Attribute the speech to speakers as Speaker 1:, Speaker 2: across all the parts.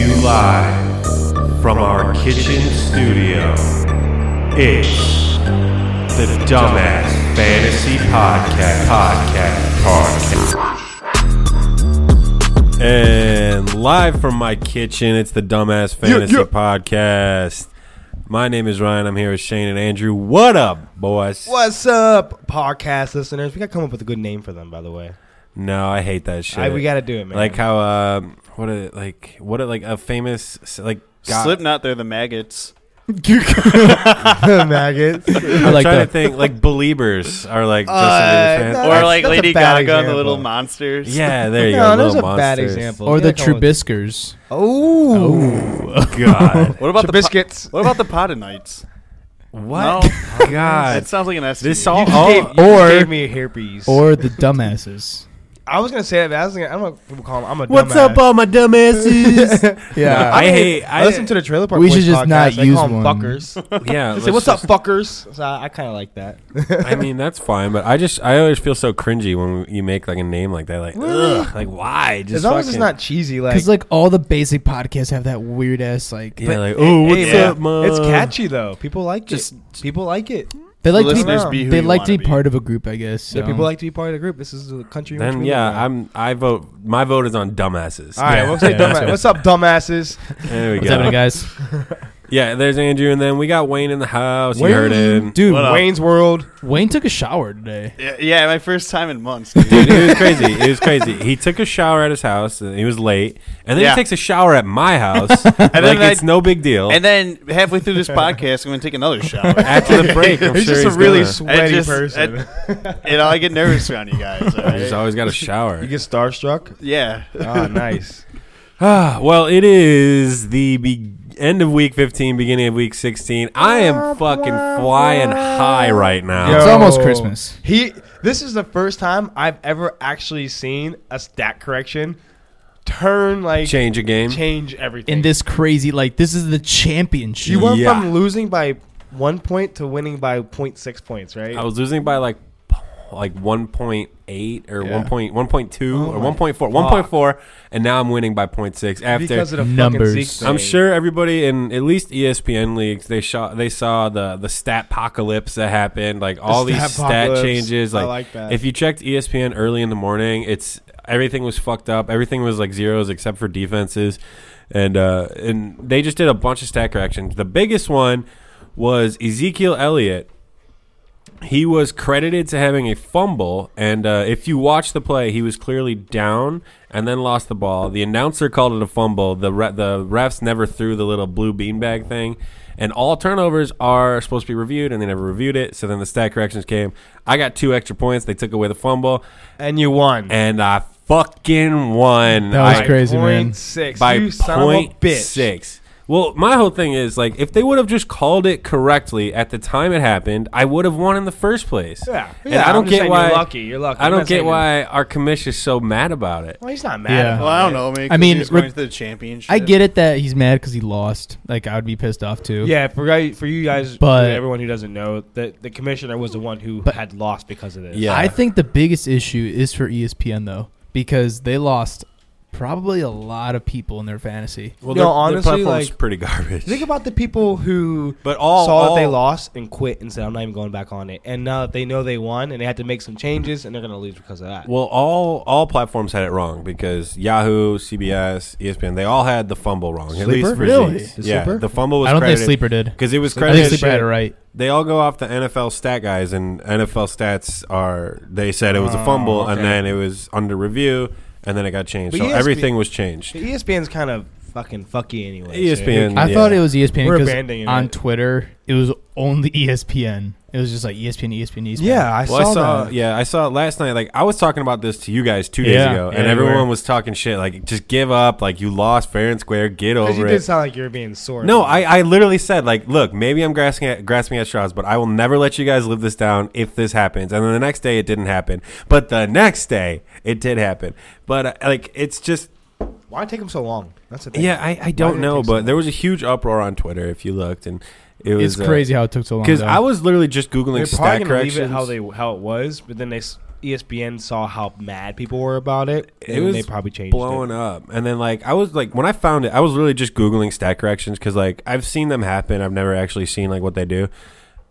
Speaker 1: Live from our kitchen studio, it's the Dumbass Fantasy Podcast. Podcast. Podcast. And live from my kitchen, it's the Dumbass Fantasy
Speaker 2: yeah.
Speaker 1: Podcast. My name is Ryan. I'm here with Shane and Andrew. What up, boys?
Speaker 2: What's up, podcast listeners? We gotta come up with a good name for them, by the way.
Speaker 1: No, I hate that shit.
Speaker 2: I- we gotta do it, man.
Speaker 1: Like how uh, what a like what a like a famous like guy-
Speaker 3: Slipknot, they're the maggots.
Speaker 2: maggots.
Speaker 1: I'm trying to think. Like believers are like just
Speaker 2: Uh,
Speaker 1: a fan.
Speaker 2: no,
Speaker 3: Or
Speaker 2: That's-
Speaker 3: like
Speaker 2: that's a
Speaker 3: Lady
Speaker 2: bad
Speaker 3: Gaga and the
Speaker 2: example.
Speaker 3: little monsters.
Speaker 1: yeah, there you
Speaker 2: no,
Speaker 1: go.
Speaker 2: that's
Speaker 1: Little
Speaker 2: a bad
Speaker 1: monsters.
Speaker 2: example.
Speaker 4: or
Speaker 2: We
Speaker 4: the
Speaker 2: gotta come up with-
Speaker 4: Trubiskers.
Speaker 2: Oh,
Speaker 1: God,
Speaker 3: What about the po-
Speaker 2: biscuits.
Speaker 3: What about the Podenites?
Speaker 1: what?
Speaker 3: No.
Speaker 1: God,
Speaker 3: That sounds like an STD.
Speaker 1: this all. oh. all-
Speaker 2: or
Speaker 4: Or-
Speaker 2: gave me herpes.
Speaker 4: Or the dumbasses.
Speaker 2: I was gonna say that. But I was gonna. I don't know what people call them. I'm a.
Speaker 1: what's
Speaker 2: dumbass.
Speaker 1: up, all my dumbasses?
Speaker 4: Yeah.
Speaker 1: I hate- I-
Speaker 2: listen to the trailer park.
Speaker 4: We
Speaker 2: Boys
Speaker 4: should just
Speaker 2: podcast.
Speaker 4: not
Speaker 2: they
Speaker 4: use
Speaker 2: call 'em
Speaker 4: one.
Speaker 2: Fuckers.
Speaker 1: yeah.
Speaker 2: They say,
Speaker 1: let's
Speaker 2: "What's
Speaker 1: just-
Speaker 2: up, fuckers?" So I, I kind of like that.
Speaker 1: I mean, that's fine, but I just I always feel so cringy when you make like a name like that. Like,
Speaker 2: Really?
Speaker 1: ugh, like why? Just
Speaker 2: as long as it's
Speaker 1: fucking-
Speaker 2: not cheesy, like.
Speaker 4: Because like all the basic podcasts have that weird ass like
Speaker 1: Yeah,
Speaker 4: but
Speaker 1: like
Speaker 2: hey,
Speaker 1: oh, what's
Speaker 2: man,
Speaker 1: up, man?
Speaker 2: It's catchy though. People like
Speaker 3: Just-
Speaker 2: it. People like it.
Speaker 4: they like
Speaker 3: The
Speaker 4: to be,
Speaker 3: listeners be who
Speaker 4: they
Speaker 3: you
Speaker 4: like to
Speaker 3: wanna
Speaker 4: be,
Speaker 3: be.
Speaker 4: part of a group, I guess.
Speaker 2: Yeah,
Speaker 4: so.
Speaker 2: people like to be part of the group. This is the country. in which
Speaker 1: Then
Speaker 2: we live in.
Speaker 1: yeah, I'm I vote. My vote is on dumbasses.
Speaker 2: All right,
Speaker 1: Yeah.
Speaker 2: we'll say
Speaker 4: Yeah,
Speaker 2: dumbass-
Speaker 4: that's right.
Speaker 2: what's up, dumbasses?
Speaker 1: there we
Speaker 4: What's
Speaker 1: go.
Speaker 4: happening, guys?
Speaker 1: Yeah, there's Andrew, and then we got Wayne in the house. You
Speaker 2: Wayne,
Speaker 1: heard him.
Speaker 4: Dude,
Speaker 3: What up?
Speaker 4: Wayne,
Speaker 2: Wayne's World.
Speaker 4: Wayne took a shower today.
Speaker 3: Yeah, yeah, my first time in months. dude.
Speaker 1: Dude, it was crazy. It was crazy. He took a shower at his house. And he was late, and then
Speaker 3: Yeah.
Speaker 1: he takes a shower at my house. and like
Speaker 3: then
Speaker 1: it's
Speaker 3: I-
Speaker 1: no big deal.
Speaker 3: and then halfway through this podcast, I'm going to take another shower.
Speaker 1: after the break, I'm
Speaker 2: he's
Speaker 1: sure
Speaker 2: just
Speaker 1: he's
Speaker 2: a really
Speaker 1: gonna.
Speaker 2: sweaty
Speaker 3: I just-
Speaker 2: person.
Speaker 3: you know, I get nervous around you guys. all
Speaker 1: I just
Speaker 3: right?
Speaker 1: always Oh, got a shower.
Speaker 2: you get starstruck.
Speaker 3: Yeah.
Speaker 2: Ah, nice.
Speaker 1: Ah, well, it is the be- end of week 15, beginning of week 16. I am fucking flying high right now.
Speaker 4: It's
Speaker 2: Yo.
Speaker 4: almost Christmas.
Speaker 2: He. This is the first time I've ever actually seen a stat correction turn like
Speaker 1: Change a game.
Speaker 2: change everything.
Speaker 4: In this crazy like this is the championship.
Speaker 2: you went
Speaker 1: Yeah.
Speaker 2: from losing by one point to winning by 0.6 points, right?
Speaker 1: I was losing by like p- like 1.8 or
Speaker 2: Yeah.
Speaker 1: 1 point, 1.2
Speaker 2: Oh
Speaker 1: or
Speaker 2: my
Speaker 1: 1.4, 1.4, and now I'm winning by 0.6 after
Speaker 2: because of the
Speaker 4: Numbers.
Speaker 2: Fucking Zeke thing.
Speaker 1: I'm sure everybody in at least E ESPN leagues they saw they saw the the stat apocalypse that happened, like all these stat
Speaker 2: statpocalypse.
Speaker 1: changes.
Speaker 2: I
Speaker 1: Like,
Speaker 2: like that.
Speaker 1: if you checked E ESPN early in the morning, it's everything was fucked up. Everything was like zeros except for defenses, and uh, and they just did a bunch of stat corrections. The biggest one was Ezekiel Elliott he was credited to having a fumble, and uh, if you watch the play, he was clearly down and then lost the ball. The announcer called it a fumble. The re- the refs never threw the little blue beanbag thing, and all turnovers are supposed to be reviewed, and they never reviewed it. So then the stat corrections came. I got two extra points. They took away the fumble,
Speaker 2: and you won.
Speaker 1: and I fucking won.
Speaker 4: That was
Speaker 1: I-
Speaker 4: crazy. man.
Speaker 2: Point six.
Speaker 1: by
Speaker 2: you son
Speaker 1: point
Speaker 2: of a bitch.
Speaker 1: six. Well, my whole thing is like if they would have just called it correctly at the time it happened, I would have won in the first place.
Speaker 2: Yeah.
Speaker 1: and
Speaker 2: Yeah,
Speaker 1: I don't
Speaker 2: I'm just
Speaker 1: get
Speaker 2: saying
Speaker 1: why.
Speaker 2: you're lucky. You're lucky.
Speaker 1: I
Speaker 2: I'm
Speaker 1: don't
Speaker 2: not saying
Speaker 1: get
Speaker 2: you're-
Speaker 1: why our commish is so mad about it.
Speaker 2: Well, he's not mad.
Speaker 4: Yeah.
Speaker 2: about
Speaker 3: Well, I don't
Speaker 2: it.
Speaker 3: know. Maybe
Speaker 4: I
Speaker 3: 'cause
Speaker 4: mean,
Speaker 3: he's going
Speaker 4: re-
Speaker 3: to the championship.
Speaker 4: I get it that he's mad because he lost. Like I would be pissed off too.
Speaker 2: Yeah, for guy, for you guys,
Speaker 4: But-
Speaker 2: for everyone who doesn't know, the the commissioner was the one who
Speaker 4: But-
Speaker 2: had lost because of this.
Speaker 1: Yeah.
Speaker 4: I think the biggest issue is for E ESPN though, because they lost probably a lot of people in their fantasy.
Speaker 1: Well,
Speaker 2: No, honestly, like-
Speaker 1: pretty garbage.
Speaker 2: Think about the people who
Speaker 1: but all
Speaker 2: saw
Speaker 1: all-
Speaker 2: that they lost and quit and said, "I'm not even going back on it." And now that they know they won, and they had to make some changes, and they're going to lose because of that.
Speaker 1: Well, all all platforms had it wrong because Yahoo, CBS, ESPN, they all had the fumble wrong. At least
Speaker 2: Sleeper?
Speaker 1: for
Speaker 4: Really?
Speaker 1: Zeke.
Speaker 2: The
Speaker 1: Yeah,
Speaker 2: Sleeper?
Speaker 1: the fumble was.
Speaker 4: I don't
Speaker 1: credited
Speaker 4: think Sleeper did.
Speaker 1: because it was
Speaker 2: Sleeper
Speaker 4: I
Speaker 1: credited
Speaker 4: think Sleeper had it right.
Speaker 1: They all go off the NFL stat guys, and NFL stats are they said it was a fumble, and
Speaker 2: Oh, okay.
Speaker 1: then it was under review, and then it got changed.
Speaker 2: But
Speaker 1: so
Speaker 2: ESPN
Speaker 1: everything was changed.
Speaker 2: But ESPN's kind of fucking fucky anyway. so-
Speaker 1: ESPN.
Speaker 4: I
Speaker 1: yeah.
Speaker 4: thought it was E ESPN
Speaker 2: We're abandoning
Speaker 4: because on
Speaker 2: it.
Speaker 4: Twitter it was only E ESPN. It was just like E ESPN, ESPN, ESPN.
Speaker 2: Yeah, I
Speaker 1: Well,
Speaker 2: saw,
Speaker 1: I saw.
Speaker 2: that.
Speaker 1: Yeah, I saw it last night. Like I was talking about this to you guys two days
Speaker 4: Yeah.
Speaker 1: ago,
Speaker 4: Yeah,
Speaker 1: and
Speaker 4: you
Speaker 1: everyone
Speaker 4: were.
Speaker 1: was talking shit. Like just give up. Like you lost fair and square. Get
Speaker 2: 'Cause you
Speaker 1: over
Speaker 2: did
Speaker 1: it.
Speaker 2: sound like you were being sore.
Speaker 1: No, I, I literally said like, look, maybe I'm grasping at, grasping at straws, but I will never let you guys live this down if this happens. And then the next day it didn't happen, but the next day it did happen. But uh, like, it's just
Speaker 2: why take him so long? That's the thing.
Speaker 1: yeah, I, I
Speaker 2: did
Speaker 1: don't
Speaker 2: it
Speaker 1: know,
Speaker 2: take so
Speaker 1: but there was a huge uproar on Twitter if you looked, and it was
Speaker 4: it's uh, crazy how it took so long.
Speaker 1: because
Speaker 4: though.
Speaker 1: I was literally just googling
Speaker 2: they're
Speaker 1: stat
Speaker 2: probably going to leave
Speaker 1: corrections.
Speaker 2: it how they how it was, but then they s- ESPN saw how mad people were about it,
Speaker 1: It
Speaker 2: and
Speaker 1: was
Speaker 2: they probably changed
Speaker 1: blowing
Speaker 2: it.
Speaker 1: up. And then like I was like when I found it, I was really just googling stat corrections because like I've seen them happen. I've never actually seen like what they do.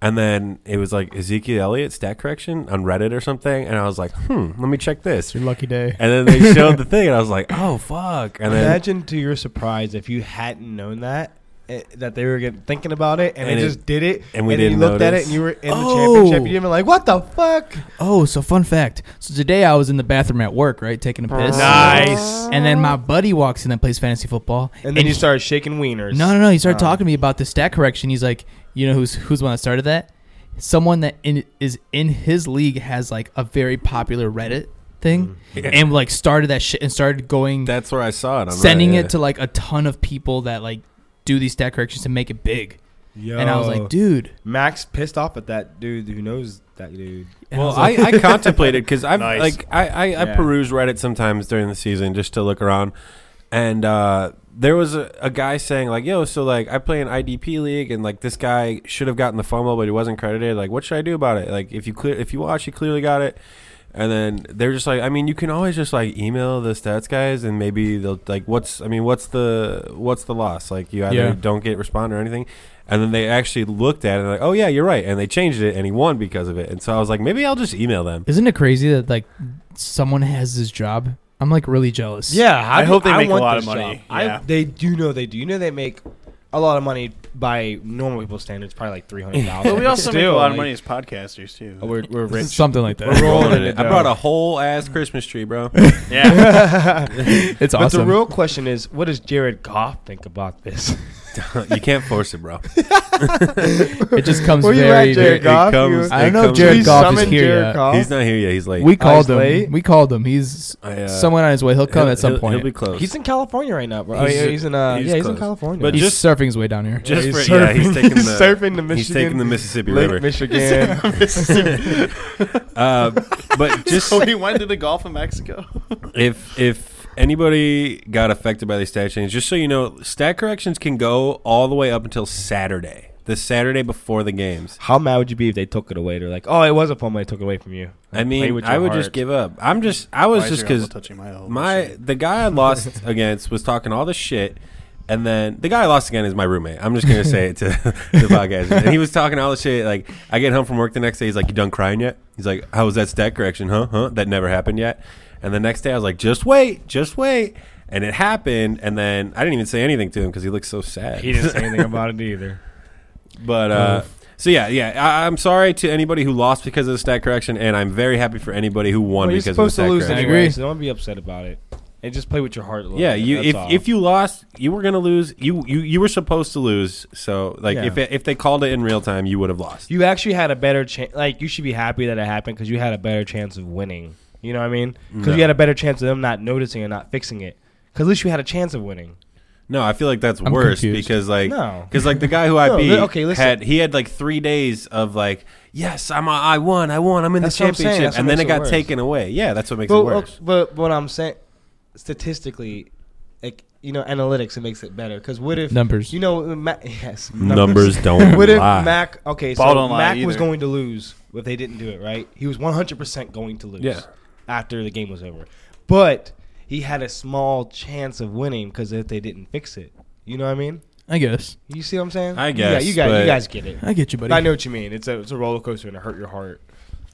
Speaker 1: And then it was like Ezekiel Elliott stat correction on Reddit or something, and I was like, hmm, let me check this.
Speaker 4: It's your lucky day.
Speaker 1: And then they showed the thing, and I was like, oh fuck. And then
Speaker 2: Imagine to your surprise if you hadn't known that eh, that they were get- thinking about it, and,
Speaker 1: And
Speaker 2: they
Speaker 1: it-
Speaker 2: just did it,
Speaker 1: and we
Speaker 2: then you
Speaker 1: didn't
Speaker 2: looked at it,
Speaker 1: notice.
Speaker 2: and you were in
Speaker 4: Oh.
Speaker 2: the championship. You even like, what the fuck?
Speaker 4: Oh, so fun fact. So today I was in the bathroom at work, right, taking a piss.
Speaker 2: Nice.
Speaker 4: And then my buddy walks in that plays fantasy football.
Speaker 2: And then you
Speaker 4: he-
Speaker 2: started shaking wieners.
Speaker 4: No, no, no. He started
Speaker 2: Oh.
Speaker 4: talking to me about the stat correction. He's like, you know who's who's the one that started that? Someone that in, is in his league has like a very popular Reddit thing,
Speaker 1: Yeah.
Speaker 4: and like started that shit and started going
Speaker 1: that's where I saw it. On
Speaker 4: sending
Speaker 1: Reddit,
Speaker 4: it to like a ton of people that like do these stat corrections to make it big.
Speaker 2: Yo.
Speaker 4: And I was like, dude.
Speaker 2: Max pissed off at that dude who knows that dude.
Speaker 4: And
Speaker 1: Well,
Speaker 4: was like,
Speaker 1: I, I contemplated because I've
Speaker 3: Nice.
Speaker 1: like I I, I
Speaker 2: Yeah.
Speaker 1: peruse Reddit sometimes during the season just to look around, and uh, there was a, a guy saying like, "Yo, so like I play an IDP league, and like this guy should have gotten the fumble, but he wasn't credited. Like, what should I do about it? Like, if you clear if you watch, you clearly got it." And then they're just like, I mean, you can always just like email the stats guys, and maybe they'll like, what's I mean, what's the what's the loss? Like, you either
Speaker 4: Yeah.
Speaker 1: don't get respond or anything. And then they actually looked at it and like, oh yeah, you're right. And they changed it, and he won because of it. And so I was like, maybe I'll just email them.
Speaker 4: isn't it crazy that like someone has this job? I'm like really jealous.
Speaker 2: Yeah, how
Speaker 3: I
Speaker 2: do-
Speaker 3: hope they make a
Speaker 2: want
Speaker 3: lot of
Speaker 2: this
Speaker 3: money.
Speaker 2: job. I-
Speaker 3: Yeah.
Speaker 2: they do know they do. You know they make a lot of money by normal people's standards, probably like three hundred dollars.
Speaker 3: But we also make a lot of money as podcasters too.
Speaker 2: oh, We're, we're rich.
Speaker 4: Something like
Speaker 2: We're
Speaker 4: that.
Speaker 2: rolling in
Speaker 1: I
Speaker 2: it. dough.
Speaker 1: brought a whole ass Christmas tree, bro.
Speaker 3: yeah,
Speaker 4: it's
Speaker 2: But
Speaker 4: awesome.
Speaker 2: the real question is, what does Jared Goff think about this?
Speaker 1: you can't force it, bro.
Speaker 4: it just comes
Speaker 2: Where you
Speaker 4: very,
Speaker 2: at, Jared
Speaker 4: very
Speaker 1: Goff?
Speaker 2: Goff?
Speaker 1: comes-
Speaker 2: You-
Speaker 4: I don't
Speaker 1: It
Speaker 4: know if
Speaker 1: comes-
Speaker 4: Jared
Speaker 1: Please
Speaker 4: Goff is
Speaker 2: summon
Speaker 4: here
Speaker 2: Jared
Speaker 4: yet.
Speaker 2: Goff.
Speaker 1: He's not here yet. He's late.
Speaker 4: We called
Speaker 2: he's
Speaker 4: him.
Speaker 2: late? Oh,
Speaker 4: We called him. He's
Speaker 1: I, uh,
Speaker 4: somewhere on his way. He'll come
Speaker 1: He'll-
Speaker 4: at some
Speaker 1: he'll-
Speaker 4: point.
Speaker 1: He'll be close.
Speaker 2: He's in California right now, bro. Oh,
Speaker 1: He's-
Speaker 2: yeah, he's in uh,
Speaker 1: he's
Speaker 2: yeah, he's in
Speaker 1: close.
Speaker 2: California.
Speaker 1: But
Speaker 4: he's
Speaker 1: just-
Speaker 4: surfing his way down here.
Speaker 1: just
Speaker 2: he's
Speaker 1: for, yeah, he's
Speaker 2: surfing.
Speaker 1: taking the
Speaker 2: He's surfing the
Speaker 1: He's taking the
Speaker 2: Michigan-
Speaker 1: Mississippi
Speaker 2: Lake
Speaker 1: River.
Speaker 2: Michigan.
Speaker 1: Uh, but just
Speaker 3: so he went to the Gulf of Mexico.
Speaker 1: if if anybody got affected by these stat changes, just so you know, stat corrections can go all the way up until Saturday, the Saturday before the games.
Speaker 2: How mad would you be if they took it away? They're like, "Oh, it was a fumble. They took it away from you."
Speaker 1: I
Speaker 2: play
Speaker 1: mean,
Speaker 2: with your
Speaker 1: I would
Speaker 2: heart.
Speaker 1: just give up. I'm just, I was
Speaker 3: Why is
Speaker 1: just
Speaker 3: your elbow
Speaker 1: because
Speaker 3: touching my
Speaker 2: Oh,
Speaker 3: elbow?
Speaker 1: my
Speaker 3: Shit.
Speaker 1: the guy I lost against was talking all this shit, and then the guy I lost again is my roommate. I'm just gonna say it to the podcast. And he was talking all this shit. Like I get home from work the next day, he's like, "You done crying yet?" He's like, "How was that stat correction? Huh? Huh? That never happened yet." And the next day, I was like, "Just wait, just wait." And it happened, and then I didn't even say anything to him because he looked so sad.
Speaker 2: He didn't say anything about it either.
Speaker 1: But uh, so yeah, yeah. I, I'm sorry to anybody who lost because of the stat correction, and I'm very happy for anybody who won
Speaker 2: Well, you're
Speaker 1: because of the
Speaker 2: supposed
Speaker 1: stat
Speaker 2: to lose
Speaker 1: correction.
Speaker 4: I
Speaker 2: anyway,
Speaker 4: agree.
Speaker 2: so don't be upset about it. And just play with your heart a little.
Speaker 1: Yeah,
Speaker 2: bit,
Speaker 1: you
Speaker 2: that's
Speaker 1: if,
Speaker 2: all.
Speaker 1: if you lost, you were gonna lose. You you, you were supposed to lose. So like
Speaker 2: Yeah.
Speaker 1: if it, if they called it in real time, you would have lost.
Speaker 2: you actually had a better chance. Like you should be happy that it happened because you had a better chance of winning. You know what I mean? Because
Speaker 1: No.
Speaker 2: you had a better chance of them not noticing and not fixing it. Because at least you had a chance of winning.
Speaker 1: No, I feel like that's
Speaker 4: I'm
Speaker 1: worse
Speaker 4: confused.
Speaker 1: because like
Speaker 2: No.
Speaker 1: because like the guy who I
Speaker 2: No,
Speaker 1: beat
Speaker 2: li- okay, listen.
Speaker 1: had he had like three days of like yes I'm a, I won I won I'm in
Speaker 2: That's
Speaker 1: the
Speaker 2: what I'm saying.
Speaker 1: championship
Speaker 2: That's what
Speaker 1: and then
Speaker 2: makes
Speaker 1: it
Speaker 2: it
Speaker 1: got
Speaker 2: worse.
Speaker 1: taken away. Yeah, that's what makes
Speaker 2: but,
Speaker 1: it worse.
Speaker 2: But what I'm saying, statistically, like you know, analytics it makes it better. Because what if
Speaker 4: Numbers.
Speaker 2: You know, Ma- yes,
Speaker 1: Numbers don't
Speaker 2: what if
Speaker 1: lie.
Speaker 2: Mac? Okay,
Speaker 3: Ball
Speaker 2: so
Speaker 3: don't lie
Speaker 2: Mac was
Speaker 3: either.
Speaker 2: going to lose if they didn't do it right. He was 100 percent going to lose.
Speaker 1: Yeah.
Speaker 2: after the game was over, but he had a small chance of winning because if they didn't fix it, you know what I mean?
Speaker 4: I guess.
Speaker 2: You see what I'm saying?
Speaker 1: I
Speaker 2: Yeah,
Speaker 1: guess,
Speaker 2: you guys,
Speaker 1: but-
Speaker 2: you guys get it.
Speaker 4: I get you, buddy.
Speaker 2: I know what you mean. It's a it's a roller coaster and it hurt your heart.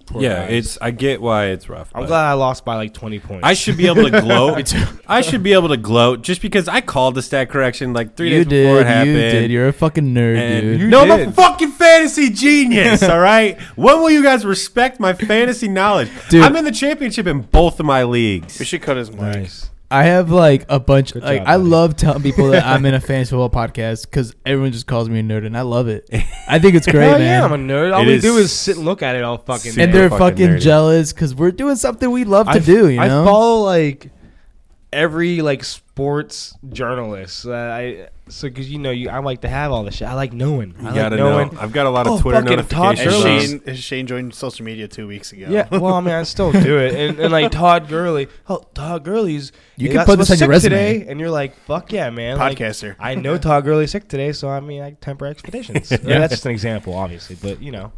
Speaker 2: Poor
Speaker 1: yeah,
Speaker 2: guys.
Speaker 1: it's I get why it's rough.
Speaker 2: I'm
Speaker 1: but-
Speaker 2: glad I lost by like 20 points.
Speaker 1: I should be able to gloat.
Speaker 4: too.
Speaker 1: I should be able to gloat just because I called the stat correction like three
Speaker 4: you
Speaker 1: days before it
Speaker 4: did.
Speaker 1: happened.
Speaker 4: You did. You're a fucking nerd, dude.
Speaker 2: you-
Speaker 1: no, I'm a
Speaker 2: did.
Speaker 1: fucking fantasy genius. all right, when will you guys respect my fantasy knowledge?
Speaker 4: Dude.
Speaker 1: I'm in the championship in both of my leagues.
Speaker 3: We should cut his mic.
Speaker 2: nice.
Speaker 4: I have like a bunch.
Speaker 2: Good
Speaker 4: like
Speaker 2: job,
Speaker 4: I
Speaker 2: buddy.
Speaker 4: love telling people that I'm in a fantasy football podcast because everyone just calls me a nerd, and I love it. I think it's great,
Speaker 2: Hell
Speaker 4: man.
Speaker 2: yeah, I'm a nerd. All
Speaker 1: It
Speaker 2: we
Speaker 1: is-
Speaker 2: do is sit and look at it all fucking
Speaker 1: And
Speaker 2: day.
Speaker 4: and they're
Speaker 1: Fucking
Speaker 4: fucking,
Speaker 1: nerdy.
Speaker 4: jealous because we're doing something we love to
Speaker 2: I-
Speaker 4: do. You know,
Speaker 2: I follow like every like sports journalist. Uh, I so because you know you I like to have all this shit. I like knowing. I
Speaker 1: You
Speaker 2: like
Speaker 1: gotta
Speaker 2: knowing.
Speaker 1: know. I've got a lot of
Speaker 2: Oh,
Speaker 1: Twitter
Speaker 2: fucking Todd
Speaker 1: notifications.
Speaker 3: And
Speaker 2: Sure.
Speaker 3: Shane, Shane joined social media two weeks ago.
Speaker 2: Yeah, well, I mean, I still do it, and, and like Todd Gurley, oh, Todd Gurley's
Speaker 4: You
Speaker 2: he
Speaker 4: can
Speaker 2: got-
Speaker 4: put this
Speaker 2: was
Speaker 4: on your
Speaker 2: sick
Speaker 4: resume.
Speaker 2: today, and you're like, fuck yeah, man, Like,
Speaker 3: podcaster.
Speaker 2: I know Todd Gurley's sick today, so I mean, I temper expectations. yeah, that's just an example, obviously, but you know,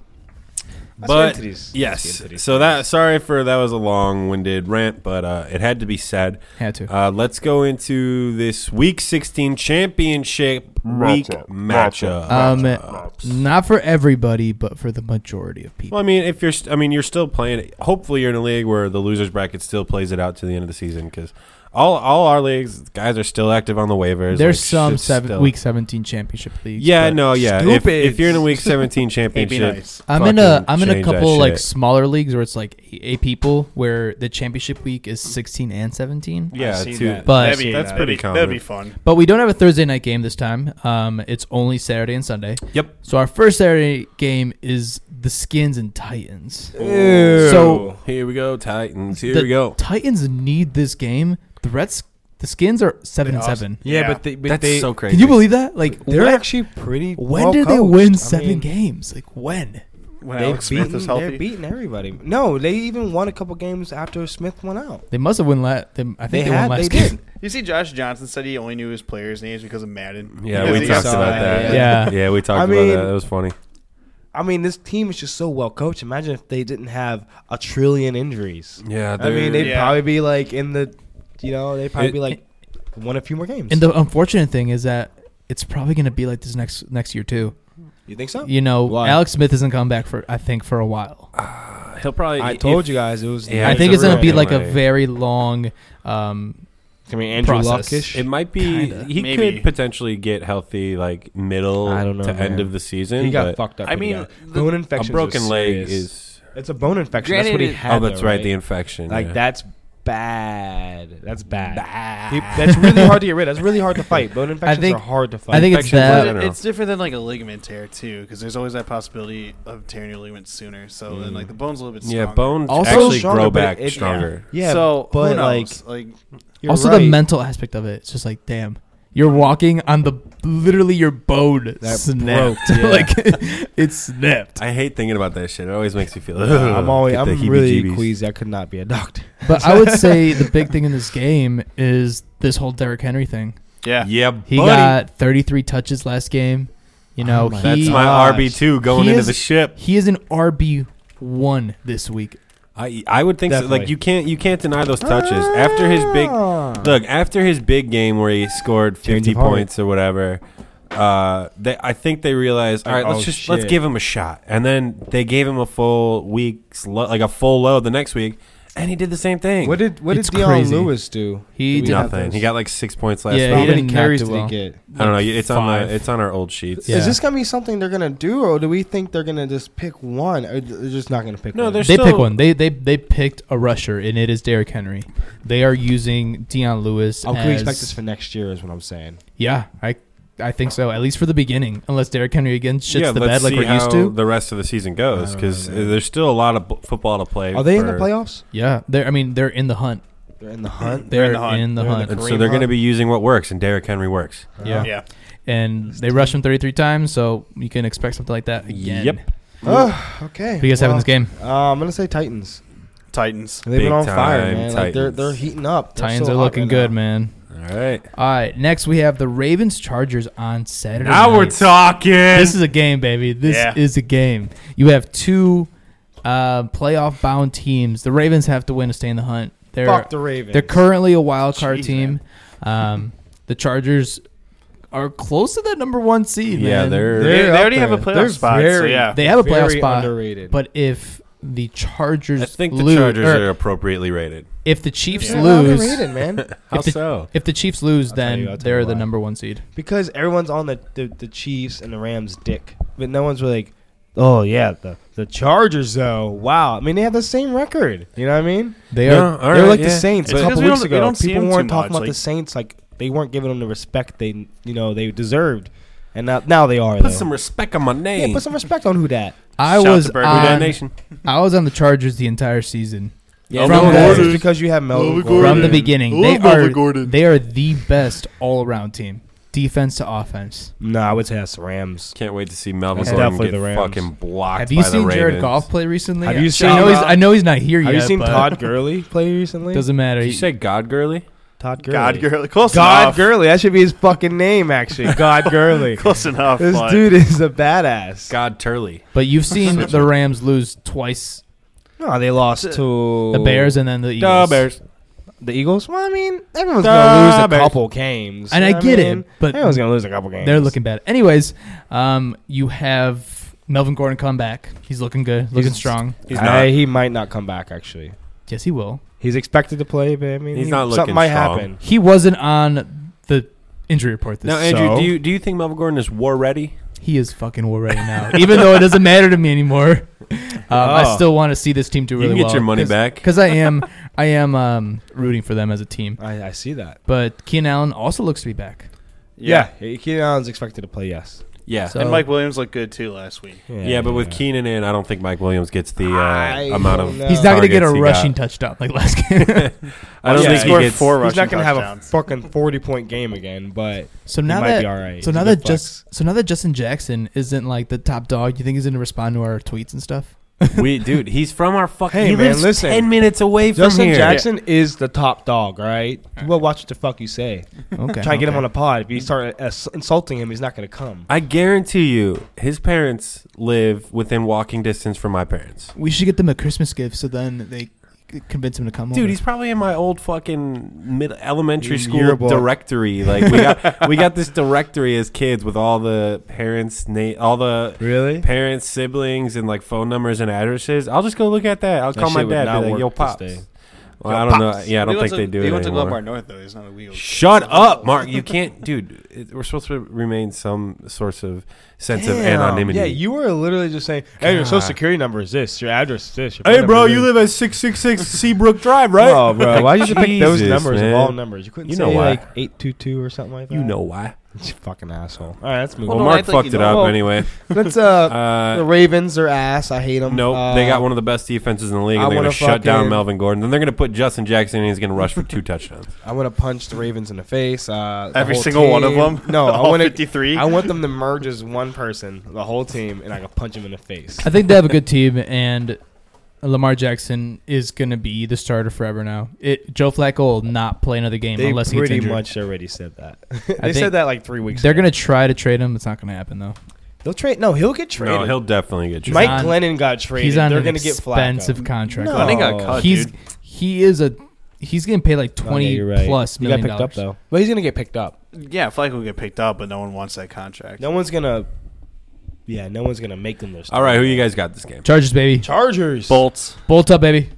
Speaker 2: Let's get
Speaker 1: but
Speaker 2: into these- let's
Speaker 1: yes,
Speaker 2: get into these
Speaker 1: so that sorry for that was a long-winded rant, but uh, it had to be said.
Speaker 4: Had to.
Speaker 1: Uh, let's go into this week 16 championship week matchup.
Speaker 4: Um, not for everybody, but for the majority of people.
Speaker 1: well, I mean, if you're, st- I mean, you're still playing. it. Hopefully, you're in a league where the losers bracket still plays it out to the end of the season because all all our leagues guys are still active on the waivers.
Speaker 4: There's
Speaker 1: Like,
Speaker 4: some
Speaker 1: shit's
Speaker 4: seven
Speaker 1: still-
Speaker 4: week 17 championship leagues.
Speaker 1: Yeah,
Speaker 4: but
Speaker 1: no, yeah. If,
Speaker 2: Stupid.
Speaker 1: if you're in a week 17
Speaker 3: It'd be
Speaker 1: championship,
Speaker 3: nice.
Speaker 4: I'm in a
Speaker 1: fucking
Speaker 4: I'm in a
Speaker 1: change that
Speaker 4: couple like
Speaker 1: shit.
Speaker 4: smaller leagues where it's like eight eight people where the championship week is 16 and 17.
Speaker 1: yeah,
Speaker 2: seen
Speaker 1: two,
Speaker 2: that.
Speaker 4: But-
Speaker 3: That'd be,
Speaker 1: that's
Speaker 3: that'd
Speaker 1: pretty
Speaker 3: be-
Speaker 1: common.
Speaker 3: That'd be fun.
Speaker 4: But we don't have a Thursday night game this time. Um, it's only Saturday and Sunday.
Speaker 1: Yep.
Speaker 4: So our first Saturday game is the Skins and Titans.
Speaker 2: So
Speaker 4: So-
Speaker 1: Here we go, Titans. Here
Speaker 4: the
Speaker 1: we go.
Speaker 4: Titans need this game. The Reds, the Skins are seven
Speaker 3: They
Speaker 4: and
Speaker 3: also-
Speaker 4: seven.
Speaker 2: yeah,
Speaker 3: Yeah.
Speaker 2: but they, but
Speaker 1: That's
Speaker 2: they,
Speaker 1: so crazy.
Speaker 4: Can you believe that? Like
Speaker 2: they're
Speaker 4: what-
Speaker 2: actually pretty.
Speaker 4: When
Speaker 2: well
Speaker 4: did they
Speaker 2: coached.
Speaker 4: win
Speaker 2: I
Speaker 4: seven
Speaker 2: mean,
Speaker 4: games? Like when?
Speaker 3: When
Speaker 2: They've
Speaker 3: Alex Smith
Speaker 2: beaten,
Speaker 3: is
Speaker 2: they're
Speaker 3: healthy.
Speaker 2: beating everybody. No, they even won a couple games after Smith went out.
Speaker 4: They must have won last. They,
Speaker 2: They,
Speaker 4: I think they,
Speaker 2: had,
Speaker 4: won last
Speaker 2: they
Speaker 4: game.
Speaker 2: did.
Speaker 3: You see, Josh Johnson said he only knew his players' names because of Madden.
Speaker 1: Yeah,
Speaker 3: Because
Speaker 1: we
Speaker 3: he
Speaker 1: talked
Speaker 3: saw
Speaker 1: about
Speaker 2: it,
Speaker 1: that.
Speaker 4: yeah.
Speaker 1: yeah, we talked
Speaker 2: I
Speaker 1: about that.
Speaker 2: mean-
Speaker 1: That was funny.
Speaker 2: I mean, this team is just so well coached. Imagine if they didn't have a trillion injuries.
Speaker 1: Yeah,
Speaker 2: I mean,
Speaker 1: they're-
Speaker 2: they'd
Speaker 3: Yeah.
Speaker 2: probably be like in the, you know, they'd probably
Speaker 1: It-
Speaker 2: be like won a few more games.
Speaker 4: And the unfortunate thing is that it's probably going to be like this next next year too.
Speaker 2: you think so?
Speaker 4: You know,
Speaker 2: Why?
Speaker 4: Alex Smith isn't coming back for I think for a while.
Speaker 1: he'll probably.
Speaker 2: I told you guys it was.
Speaker 1: Yeah,
Speaker 4: I think
Speaker 1: it's
Speaker 4: it's
Speaker 1: a
Speaker 4: going to be
Speaker 1: real
Speaker 4: like a
Speaker 1: delay.
Speaker 4: very long. Um,
Speaker 2: I mean, Andrew
Speaker 4: process.
Speaker 2: Luckish.
Speaker 1: It might be.
Speaker 4: Kinda.
Speaker 1: He
Speaker 3: Maybe.
Speaker 1: could potentially get healthy, like middle
Speaker 2: I don't know,
Speaker 1: to
Speaker 2: man.
Speaker 1: end of the season.
Speaker 2: He got
Speaker 1: but
Speaker 2: fucked up.
Speaker 3: I
Speaker 2: pretty
Speaker 3: mean,
Speaker 2: bad. bone
Speaker 1: a
Speaker 2: infection.
Speaker 1: broken leg is.
Speaker 2: It's a bone infection. That's what he
Speaker 5: Granted, it-
Speaker 2: had.
Speaker 1: oh, that's
Speaker 2: though,
Speaker 1: right. The infection.
Speaker 2: like
Speaker 1: yeah.
Speaker 2: that's bad. That's bad. He- that's really hard to get rid. of. That's really hard to fight. Bone infections
Speaker 4: think-
Speaker 2: are hard to fight.
Speaker 4: I think it's
Speaker 1: infections
Speaker 4: that.
Speaker 1: in general.
Speaker 3: it's different than like a ligament tear too, because there's always that possibility of tearing your ligament sooner. So
Speaker 2: Mm.
Speaker 3: then, like the bone's a little bit. Stronger.
Speaker 1: Yeah, bones
Speaker 4: Also
Speaker 1: actually
Speaker 2: stronger,
Speaker 1: grow
Speaker 2: but
Speaker 1: back
Speaker 2: it- it-
Speaker 1: stronger.
Speaker 2: yeah,
Speaker 3: so
Speaker 2: but
Speaker 3: who
Speaker 2: like,
Speaker 3: knows? like,
Speaker 2: you're
Speaker 4: also, the
Speaker 2: right.
Speaker 4: mental aspect of it. It's just like, damn, you're walking on the literally your bone
Speaker 2: That
Speaker 4: snapped.
Speaker 2: broke, yeah.
Speaker 4: like it's snapped.
Speaker 1: I hate thinking about that shit. It always makes me feel.
Speaker 2: I'm always.
Speaker 1: get the
Speaker 2: I'm really
Speaker 1: heebie-jeebies.
Speaker 2: queasy. I could not be a doctor.
Speaker 4: But I would say the big thing in this game is this whole Derrick Henry thing.
Speaker 3: yeah,
Speaker 1: Yeah,
Speaker 4: He
Speaker 1: buddy.
Speaker 4: got 33 touches last game. You know,
Speaker 2: Oh my
Speaker 1: that's
Speaker 4: he
Speaker 1: my
Speaker 2: Gosh.
Speaker 1: RB two going
Speaker 4: He
Speaker 1: into
Speaker 4: is-
Speaker 1: the ship.
Speaker 4: he is an RB one this week.
Speaker 1: I I would think so.
Speaker 2: Definitely.
Speaker 1: like you can't you can't deny those touches after his big
Speaker 2: Ah.
Speaker 1: Look, after his big game where he scored
Speaker 2: Change
Speaker 1: 50
Speaker 2: of heart.
Speaker 1: points or whatever, uh, they, I think they realized, all right,
Speaker 2: Like,
Speaker 1: let's
Speaker 2: oh,
Speaker 1: just let's
Speaker 2: shit.
Speaker 1: give him a shot. And then they gave him a full week's lo- like a full load the next week, and he did the same thing.
Speaker 2: What did what
Speaker 4: It's
Speaker 2: did Deion
Speaker 4: crazy.
Speaker 2: Lewis do?
Speaker 4: He
Speaker 2: Do we
Speaker 4: did
Speaker 2: have
Speaker 1: nothing.
Speaker 2: those?
Speaker 1: He got like 6 points last
Speaker 2: How
Speaker 4: Yeah, he
Speaker 1: week.
Speaker 4: did
Speaker 2: many
Speaker 4: not
Speaker 2: carries
Speaker 4: do
Speaker 2: did
Speaker 4: well.
Speaker 2: he get?
Speaker 1: I don't know. It's on
Speaker 4: Five.
Speaker 1: the it's on our old sheets.
Speaker 4: Yeah.
Speaker 2: Is this gonna be something they're gonna do, or do we think they're gonna just pick one? Or they're just not gonna pick
Speaker 1: No,
Speaker 2: one.
Speaker 1: there's-
Speaker 4: They
Speaker 1: still-
Speaker 4: pick one. They they they picked a rusher, and it is Derrick Henry. They are using Deion Lewis.
Speaker 2: Oh, can we expect
Speaker 4: as-
Speaker 2: this for next year? Is what I'm saying.
Speaker 4: Yeah, I I think so. At least for the beginning, unless Derrick Henry again shits
Speaker 1: yeah,
Speaker 4: the
Speaker 1: let's
Speaker 4: bed like
Speaker 1: see
Speaker 4: we're used
Speaker 1: how
Speaker 4: to.
Speaker 1: the rest of the season goes
Speaker 2: I don't
Speaker 1: because
Speaker 2: know, man.
Speaker 1: there's still a lot of b- football to play.
Speaker 2: Are they in the
Speaker 1: for-
Speaker 2: playoffs?
Speaker 4: yeah, they're. I mean, they're in the hunt.
Speaker 2: They're in the hunt.
Speaker 4: They're in
Speaker 3: the
Speaker 4: the
Speaker 3: hunt.
Speaker 2: They're
Speaker 4: hunt.
Speaker 2: in the
Speaker 1: And so
Speaker 2: Kareem
Speaker 1: they're going to
Speaker 2: Hunt?
Speaker 1: be using what works, and Derrick Henry works.
Speaker 4: Yeah.
Speaker 3: yeah.
Speaker 4: and they rushed him 33 times, so you can expect something like that again.
Speaker 1: Yep.
Speaker 2: Oh, okay.
Speaker 4: Who you guys have in this game?
Speaker 2: Uh, I'm gonna say Titans.
Speaker 3: Titans.
Speaker 2: They've
Speaker 1: Big
Speaker 2: been on fire,
Speaker 1: time
Speaker 2: man. Like they're
Speaker 1: Titans.
Speaker 2: they're heating up. They're
Speaker 4: Titans
Speaker 2: so
Speaker 4: are
Speaker 2: hot
Speaker 4: looking
Speaker 2: right
Speaker 4: good,
Speaker 2: now.
Speaker 4: man.
Speaker 1: All right.
Speaker 4: All right, next we have the Ravens Chargers on Saturday.
Speaker 1: Now we're
Speaker 4: night.
Speaker 1: talking.
Speaker 4: This is a game, baby. This
Speaker 3: Yeah.
Speaker 4: is a game. You have two uh, playoff bound teams. The Ravens have to win to stay in the hunt. They're
Speaker 2: Fuck the Ravens.
Speaker 4: they're currently a wild card
Speaker 3: Jeez,
Speaker 4: team. Um, the Chargers are close to that number one seed.
Speaker 1: Yeah,
Speaker 4: man.
Speaker 1: they're-
Speaker 3: They, they
Speaker 2: up
Speaker 3: already have a
Speaker 2: there.
Speaker 3: playoff
Speaker 2: They're
Speaker 3: spot. so
Speaker 2: very-
Speaker 3: yeah,
Speaker 4: they have a playoff
Speaker 2: Very
Speaker 4: spot.
Speaker 2: underrated.
Speaker 4: But if the Chargers
Speaker 1: I think the
Speaker 4: lose, Er,
Speaker 1: Chargers
Speaker 4: or
Speaker 1: are appropriately rated.
Speaker 4: if the Chiefs
Speaker 2: They're
Speaker 4: lose,
Speaker 2: underrated, man.
Speaker 1: How
Speaker 4: If the-
Speaker 1: so?
Speaker 4: if the Chiefs lose,
Speaker 2: I'll tell
Speaker 4: then
Speaker 2: you- I'll tell
Speaker 4: they're
Speaker 2: you
Speaker 4: the
Speaker 2: why.
Speaker 4: number one seed.
Speaker 2: because everyone's on the, the the Chiefs and the Rams dick, but no one's really like, oh yeah, the the Chargers though. Wow, I mean they have the same record. You know what I mean?
Speaker 4: They
Speaker 1: No, all
Speaker 4: are.
Speaker 2: they were
Speaker 1: right,
Speaker 2: like the
Speaker 1: yeah.
Speaker 2: Saints
Speaker 3: It's
Speaker 2: a couple
Speaker 3: because we
Speaker 2: weeks
Speaker 3: don't- we
Speaker 2: ago.
Speaker 3: don't see
Speaker 2: People
Speaker 3: them
Speaker 2: weren't
Speaker 3: too
Speaker 2: talking
Speaker 3: much,
Speaker 2: about the
Speaker 3: like-
Speaker 2: Saints like they weren't giving them the respect they you know they deserved, and now now they are.
Speaker 1: Put
Speaker 2: though.
Speaker 1: some respect on my name.
Speaker 2: yeah, put some respect on who that.
Speaker 4: I
Speaker 3: Shout out
Speaker 4: was
Speaker 3: to Bird Who Dat
Speaker 4: on,
Speaker 1: Nation.
Speaker 4: I was on the Chargers the entire season
Speaker 1: Yeah,
Speaker 2: no,
Speaker 4: From the-
Speaker 2: that's just because you have Melvin
Speaker 3: Melvin
Speaker 2: Gordon.
Speaker 4: from the
Speaker 3: Gordon.
Speaker 4: beginning.
Speaker 3: Love
Speaker 4: They
Speaker 3: Melvin
Speaker 4: are
Speaker 3: Gordon.
Speaker 4: they are the best all around team, defense to offense.
Speaker 2: No, I would say that's the Rams.
Speaker 1: Can't wait to see Melvin
Speaker 2: That's
Speaker 1: Gordon
Speaker 2: definitely
Speaker 1: get
Speaker 2: the Rams.
Speaker 1: fucking blocked.
Speaker 4: Have you
Speaker 1: by the
Speaker 4: seen Jared
Speaker 1: Ravens.
Speaker 4: Goff play recently?
Speaker 2: Have you
Speaker 4: I
Speaker 2: seen-
Speaker 4: know he's, I know he's not here
Speaker 2: Have
Speaker 4: yet.
Speaker 2: you seen
Speaker 4: but
Speaker 2: Todd Gurley play recently?
Speaker 4: Doesn't matter.
Speaker 1: Did you say God Gurley?
Speaker 2: Todd Gurley.
Speaker 3: God Gurley. Close
Speaker 2: God
Speaker 3: enough.
Speaker 2: Gurley. That should be his fucking name, actually. God Gurley.
Speaker 3: Close enough.
Speaker 2: this
Speaker 3: but-
Speaker 2: dude is a badass.
Speaker 1: God Turley.
Speaker 4: But you've seen the Rams lose twice,
Speaker 2: No, they lost to
Speaker 4: the Bears and then the
Speaker 1: Duh,
Speaker 4: Eagles.
Speaker 1: Bears.
Speaker 2: the Eagles. Well, I mean, everyone's
Speaker 1: The
Speaker 2: gonna lose a
Speaker 1: Bears.
Speaker 2: couple games,
Speaker 4: And
Speaker 2: You
Speaker 4: I
Speaker 2: know what
Speaker 4: get it,
Speaker 2: mean?
Speaker 4: but
Speaker 2: everyone's gonna lose a couple games.
Speaker 4: They're looking bad. Anyways, um, you have Melvin Gordon come back. He's looking good, looking
Speaker 2: He's-
Speaker 4: strong.
Speaker 1: He's
Speaker 2: I-
Speaker 1: not.
Speaker 2: he might not come back. Actually,
Speaker 4: Yes, he will.
Speaker 2: he's expected to play, but I mean,
Speaker 1: He's
Speaker 2: he-
Speaker 1: not
Speaker 2: Something
Speaker 1: looking
Speaker 2: might
Speaker 1: strong.
Speaker 2: happen.
Speaker 4: He wasn't on the injury report this.
Speaker 1: Now, Andrew,
Speaker 2: so-
Speaker 1: do you do you think Melvin Gordon is war ready?
Speaker 4: he is fucking war ready now. Even though it doesn't matter to me anymore, um, I
Speaker 2: Oh.
Speaker 4: still want to see this team do
Speaker 1: you
Speaker 4: really
Speaker 1: can get
Speaker 4: well.
Speaker 1: your money back.
Speaker 4: because I am, I am um, rooting for them as a team.
Speaker 2: I, I see that.
Speaker 4: But Keenan Allen also looks to be back.
Speaker 2: Yeah, yeah Keenan Allen's expected to play. Yes.
Speaker 1: Yeah.
Speaker 4: So-
Speaker 3: And Mike Williams looked good too last week.
Speaker 1: yeah, but with Keenan in, I don't think Mike Williams gets the
Speaker 2: I
Speaker 1: uh, amount of.
Speaker 2: don't know.
Speaker 4: He's not going to get a
Speaker 1: targets he
Speaker 4: rushing
Speaker 1: got.
Speaker 4: touchdown like last
Speaker 1: I
Speaker 4: game.
Speaker 1: don't
Speaker 3: Yeah,
Speaker 1: think
Speaker 3: he scored
Speaker 1: he gets.
Speaker 3: four
Speaker 2: He's not
Speaker 3: rushing
Speaker 2: gonna have a
Speaker 3: touchdowns.
Speaker 2: fucking forty-point game again, but
Speaker 4: so
Speaker 2: he
Speaker 4: now
Speaker 2: might
Speaker 4: that
Speaker 2: be all right.
Speaker 4: so
Speaker 2: He's
Speaker 4: now
Speaker 2: a good
Speaker 4: that
Speaker 2: flex.
Speaker 4: just so now that Justin Jackson isn't like the top dog, you think he's going to respond to our tweets and stuff?
Speaker 1: we, dude, he's from our fucking.
Speaker 2: Hey,
Speaker 1: he
Speaker 2: man,
Speaker 1: lives
Speaker 2: listen.
Speaker 1: ten minutes away from
Speaker 2: Justin
Speaker 1: here.
Speaker 2: Jackson is the top dog, all right? Well, watch what the fuck you say.
Speaker 4: Okay,
Speaker 2: Try to get him
Speaker 4: okay.
Speaker 2: on a pod. If you start uh, insulting him, he's not going to come.
Speaker 1: I guarantee you, his parents live within walking distance from my parents.
Speaker 4: We should get them a Christmas gift so then they c- convince him to come
Speaker 1: Dude,
Speaker 4: over.
Speaker 1: he's probably in my old fucking mid elementary
Speaker 2: You're
Speaker 1: school
Speaker 2: a boy.
Speaker 1: directory. Like we got we got this directory as kids with all the parents' na- all the
Speaker 2: Really?
Speaker 1: parents, siblings, and like phone numbers and addresses. I'll just go look at that. I'll
Speaker 2: That
Speaker 1: call my
Speaker 2: shit would
Speaker 1: dad.
Speaker 2: not
Speaker 1: Be like,
Speaker 2: work
Speaker 1: Yo,
Speaker 2: this
Speaker 1: pops.
Speaker 2: day.
Speaker 1: Well,
Speaker 2: Yo,
Speaker 1: I don't know.
Speaker 2: pops.
Speaker 1: Yeah, I
Speaker 3: He
Speaker 1: don't
Speaker 3: went
Speaker 1: think
Speaker 3: to-
Speaker 1: they do
Speaker 3: He
Speaker 1: it
Speaker 3: went to Glenbar
Speaker 1: anymore.
Speaker 3: North though. He's not a wheel.
Speaker 1: Shut up, Mark. You can't, dude. It, we're supposed to remain some source of sense of
Speaker 2: Damn.
Speaker 1: anonymity.
Speaker 2: Yeah, you were literally just saying, hey, your social
Speaker 1: God.
Speaker 2: security number is this, your address is this. your
Speaker 1: Hey,
Speaker 2: phone
Speaker 1: bro,
Speaker 2: number is
Speaker 1: you
Speaker 2: this."
Speaker 1: live at six six six Seabrook Drive, right?
Speaker 2: Oh, bro, why did you pick those
Speaker 1: Jesus,
Speaker 2: numbers
Speaker 1: man.
Speaker 2: of all numbers? You couldn't
Speaker 1: You
Speaker 2: say,
Speaker 1: know why.
Speaker 2: like, 822 or something like that?
Speaker 1: You know why?
Speaker 2: You fucking asshole. All right, let's move
Speaker 1: Well,
Speaker 2: on.
Speaker 3: no, I
Speaker 1: Mark
Speaker 3: think you
Speaker 1: fucked it
Speaker 3: know.
Speaker 1: up
Speaker 2: Well,
Speaker 1: anyway.
Speaker 2: Let's, uh, the
Speaker 1: Uh,
Speaker 2: Ravens, their ass. I hate them.
Speaker 1: nope,
Speaker 2: uh,
Speaker 1: they got one of the best defenses in the league.
Speaker 2: I
Speaker 1: And they're
Speaker 2: wanna
Speaker 1: going to shut down
Speaker 2: fucking-
Speaker 1: Melvin Gordon. Then they're going to put Justin Jackson, and he's going to rush for two touchdowns.
Speaker 2: I want to punch the Ravens in the face. Uh, the
Speaker 3: Every
Speaker 2: whole
Speaker 3: single one of
Speaker 2: team.
Speaker 3: them.
Speaker 2: No, I
Speaker 3: all
Speaker 2: want to.
Speaker 3: fifty-three.
Speaker 2: I want them to merge as one person, the whole team, and I can punch him in the face.
Speaker 4: I think they have a good team, and Lamar Jackson is going to be the starter forever now. It, Joe Flacco will not play another game
Speaker 2: They
Speaker 4: unless he gets
Speaker 2: pretty
Speaker 4: injured.
Speaker 2: much already said that.
Speaker 4: I
Speaker 2: they
Speaker 4: think
Speaker 2: said that like three weeks.
Speaker 4: They're
Speaker 2: ago.
Speaker 4: going to try to trade him. It's not going to happen though.
Speaker 2: They'll trade. No, he'll get traded.
Speaker 1: No, he'll definitely get you.
Speaker 2: Mike
Speaker 4: on-
Speaker 2: Glennon got traded.
Speaker 4: He's on
Speaker 2: They're
Speaker 4: an
Speaker 2: going to get
Speaker 4: expensive
Speaker 2: Flacco.
Speaker 4: contract.
Speaker 2: No.
Speaker 4: though.
Speaker 3: Glennon got
Speaker 1: Oh,
Speaker 3: cut,
Speaker 4: he's
Speaker 3: dude.
Speaker 4: he is a he's getting paid like
Speaker 2: Okay,
Speaker 4: twenty
Speaker 2: Oh, you're right.
Speaker 4: plus
Speaker 2: He got
Speaker 4: million
Speaker 2: picked up
Speaker 4: dollars.
Speaker 2: though, but he's going to get picked up.
Speaker 3: Yeah, Flacco will get picked up, but no one wants that contract.
Speaker 2: No one's going to. Yeah, no one's going to make them their.
Speaker 1: All right, who you guys got this game?
Speaker 4: Chargers, baby,
Speaker 2: Chargers.
Speaker 3: Bolts.
Speaker 4: bolt up, baby.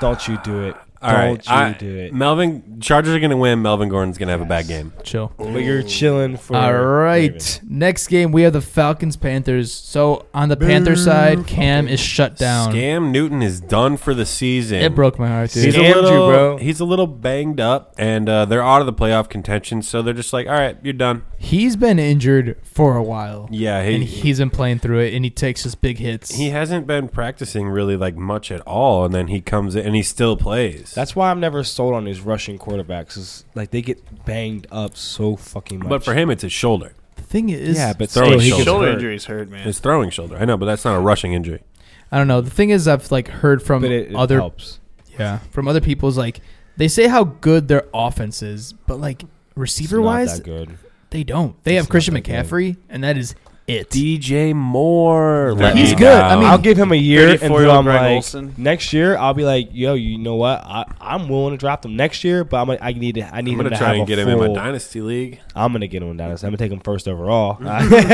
Speaker 2: Don't you do it.
Speaker 1: All
Speaker 2: Don't
Speaker 1: right,
Speaker 2: you
Speaker 1: I-
Speaker 2: do it.
Speaker 1: Melvin Chargers are going to win. Melvin Gordon's going to have a bad game.
Speaker 4: Chill.
Speaker 2: But you're chilling for.
Speaker 4: All right.
Speaker 2: Ravens.
Speaker 4: Next game, we have the Falcons Panthers. So on the Panther side, Cam is shut down.
Speaker 1: Scam Newton is done for the season.
Speaker 4: It broke my heart, dude.
Speaker 1: He's a
Speaker 2: Scammed you,
Speaker 1: little,
Speaker 2: bro.
Speaker 1: He's a little banged up, and uh, they're out of the playoff contention. So they're just like, all right, you're done.
Speaker 4: He's been injured for a while.
Speaker 1: Yeah,
Speaker 4: and
Speaker 1: he
Speaker 4: he's been playing through it, and he takes his big hits.
Speaker 1: he hasn't been practicing really like much at all, and then he comes in and he still plays.
Speaker 2: That's why I'm never sold on these Russian quarterbacks. Is like they get banged up so fucking much.
Speaker 1: but for him, it's his shoulder,
Speaker 4: the thing is,
Speaker 2: yeah, but
Speaker 1: Throw
Speaker 2: still
Speaker 1: his
Speaker 2: he
Speaker 1: shoulder.
Speaker 2: gets
Speaker 3: Shoulder
Speaker 2: hurt.
Speaker 3: injuries hurt, man.
Speaker 1: his throwing shoulder. I know, but that's not a rushing injury.
Speaker 4: I don't know. The thing is, I've like heard from
Speaker 2: But it, it
Speaker 4: other
Speaker 2: helps.
Speaker 4: yeah from other people's like they say how good their offense is, but like
Speaker 2: It's
Speaker 4: receiver
Speaker 2: not
Speaker 4: wise,
Speaker 2: that good.
Speaker 4: they don't. They
Speaker 2: It's
Speaker 4: have Christian
Speaker 2: not that good.
Speaker 4: McCaffrey, and that is it.
Speaker 1: DJ Moore,
Speaker 2: let
Speaker 4: He's
Speaker 2: me
Speaker 4: good. I mean,
Speaker 2: I'll give him a year, and
Speaker 3: 34-year-old
Speaker 2: then I'm
Speaker 3: Greg
Speaker 2: like,
Speaker 3: Olsen.
Speaker 2: next year I'll be like, yo, you know what? I, I'm willing to drop them next year, but I'm gonna, I need to, I need
Speaker 1: I'm
Speaker 2: him
Speaker 1: gonna
Speaker 2: to
Speaker 1: try
Speaker 2: have
Speaker 1: and
Speaker 2: a
Speaker 1: get him
Speaker 2: full,
Speaker 1: in my dynasty league.
Speaker 2: I'm gonna get him in dynasty. I'm gonna take him first overall.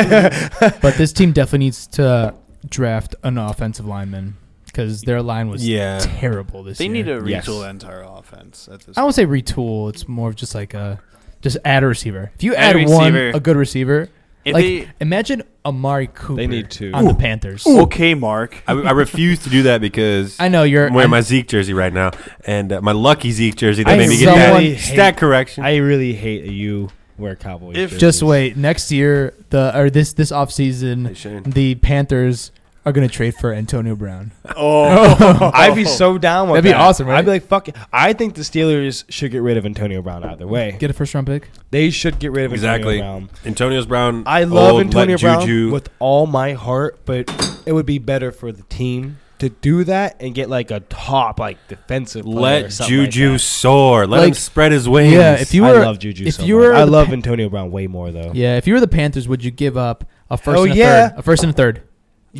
Speaker 4: But this team definitely needs to draft an offensive lineman because their line was
Speaker 1: Yeah.
Speaker 4: terrible this
Speaker 3: They
Speaker 4: year.
Speaker 3: need to retool
Speaker 2: Yes.
Speaker 3: the entire offense at this.
Speaker 4: I won't say retool. It's more of just like a just add a receiver. If you add
Speaker 3: Add a
Speaker 4: one
Speaker 3: receiver.
Speaker 4: a good receiver,
Speaker 3: If
Speaker 4: like
Speaker 3: they-
Speaker 4: imagine Amari Cooper.
Speaker 2: need two.
Speaker 4: on the
Speaker 2: Ooh.
Speaker 4: Panthers.
Speaker 3: okay, Mark.
Speaker 1: I, I refuse to do that because
Speaker 4: I know you're.
Speaker 1: I'm wearing
Speaker 4: I,
Speaker 1: my Zeke jersey right now, and uh, my lucky Zeke jersey. They
Speaker 2: I
Speaker 1: made me get
Speaker 4: really
Speaker 1: that
Speaker 2: hate-
Speaker 1: stat correction.
Speaker 2: I really hate you wear Cowboys.
Speaker 3: If-
Speaker 2: jerseys.
Speaker 4: just wait. Next year, the or this this off season,
Speaker 1: Shane.
Speaker 4: the Panthers are going to trade for Antonio Brown.
Speaker 3: Oh,
Speaker 2: I'd be so down with
Speaker 4: That'd be
Speaker 2: that.
Speaker 4: awesome, right?
Speaker 2: I'd be like, fuck it. I think the Steelers should get rid of Antonio Brown either way.
Speaker 4: Get a first round pick.
Speaker 2: They should get rid of
Speaker 1: Exactly.
Speaker 2: Antonio Brown.
Speaker 1: Antonio's Brown.
Speaker 2: I love
Speaker 1: old, let
Speaker 2: Antonio Brown
Speaker 1: Juju.
Speaker 2: with all my heart, but it would be better for the team to do that and get like a top like defensive player or
Speaker 1: Let
Speaker 2: something like
Speaker 1: Juju
Speaker 2: that.
Speaker 1: soar. Let
Speaker 4: Like-
Speaker 1: him spread his wings.
Speaker 4: Yeah, if you
Speaker 2: I
Speaker 4: were,
Speaker 2: love Juju.
Speaker 4: if
Speaker 2: so
Speaker 4: you
Speaker 2: much.
Speaker 4: were
Speaker 2: I
Speaker 4: the
Speaker 2: love
Speaker 4: Pa-
Speaker 2: Antonio Brown way more though.
Speaker 4: yeah, if you were the Panthers, would you give up a first
Speaker 2: Hell
Speaker 4: and a
Speaker 2: yeah.
Speaker 4: third, a first and a third?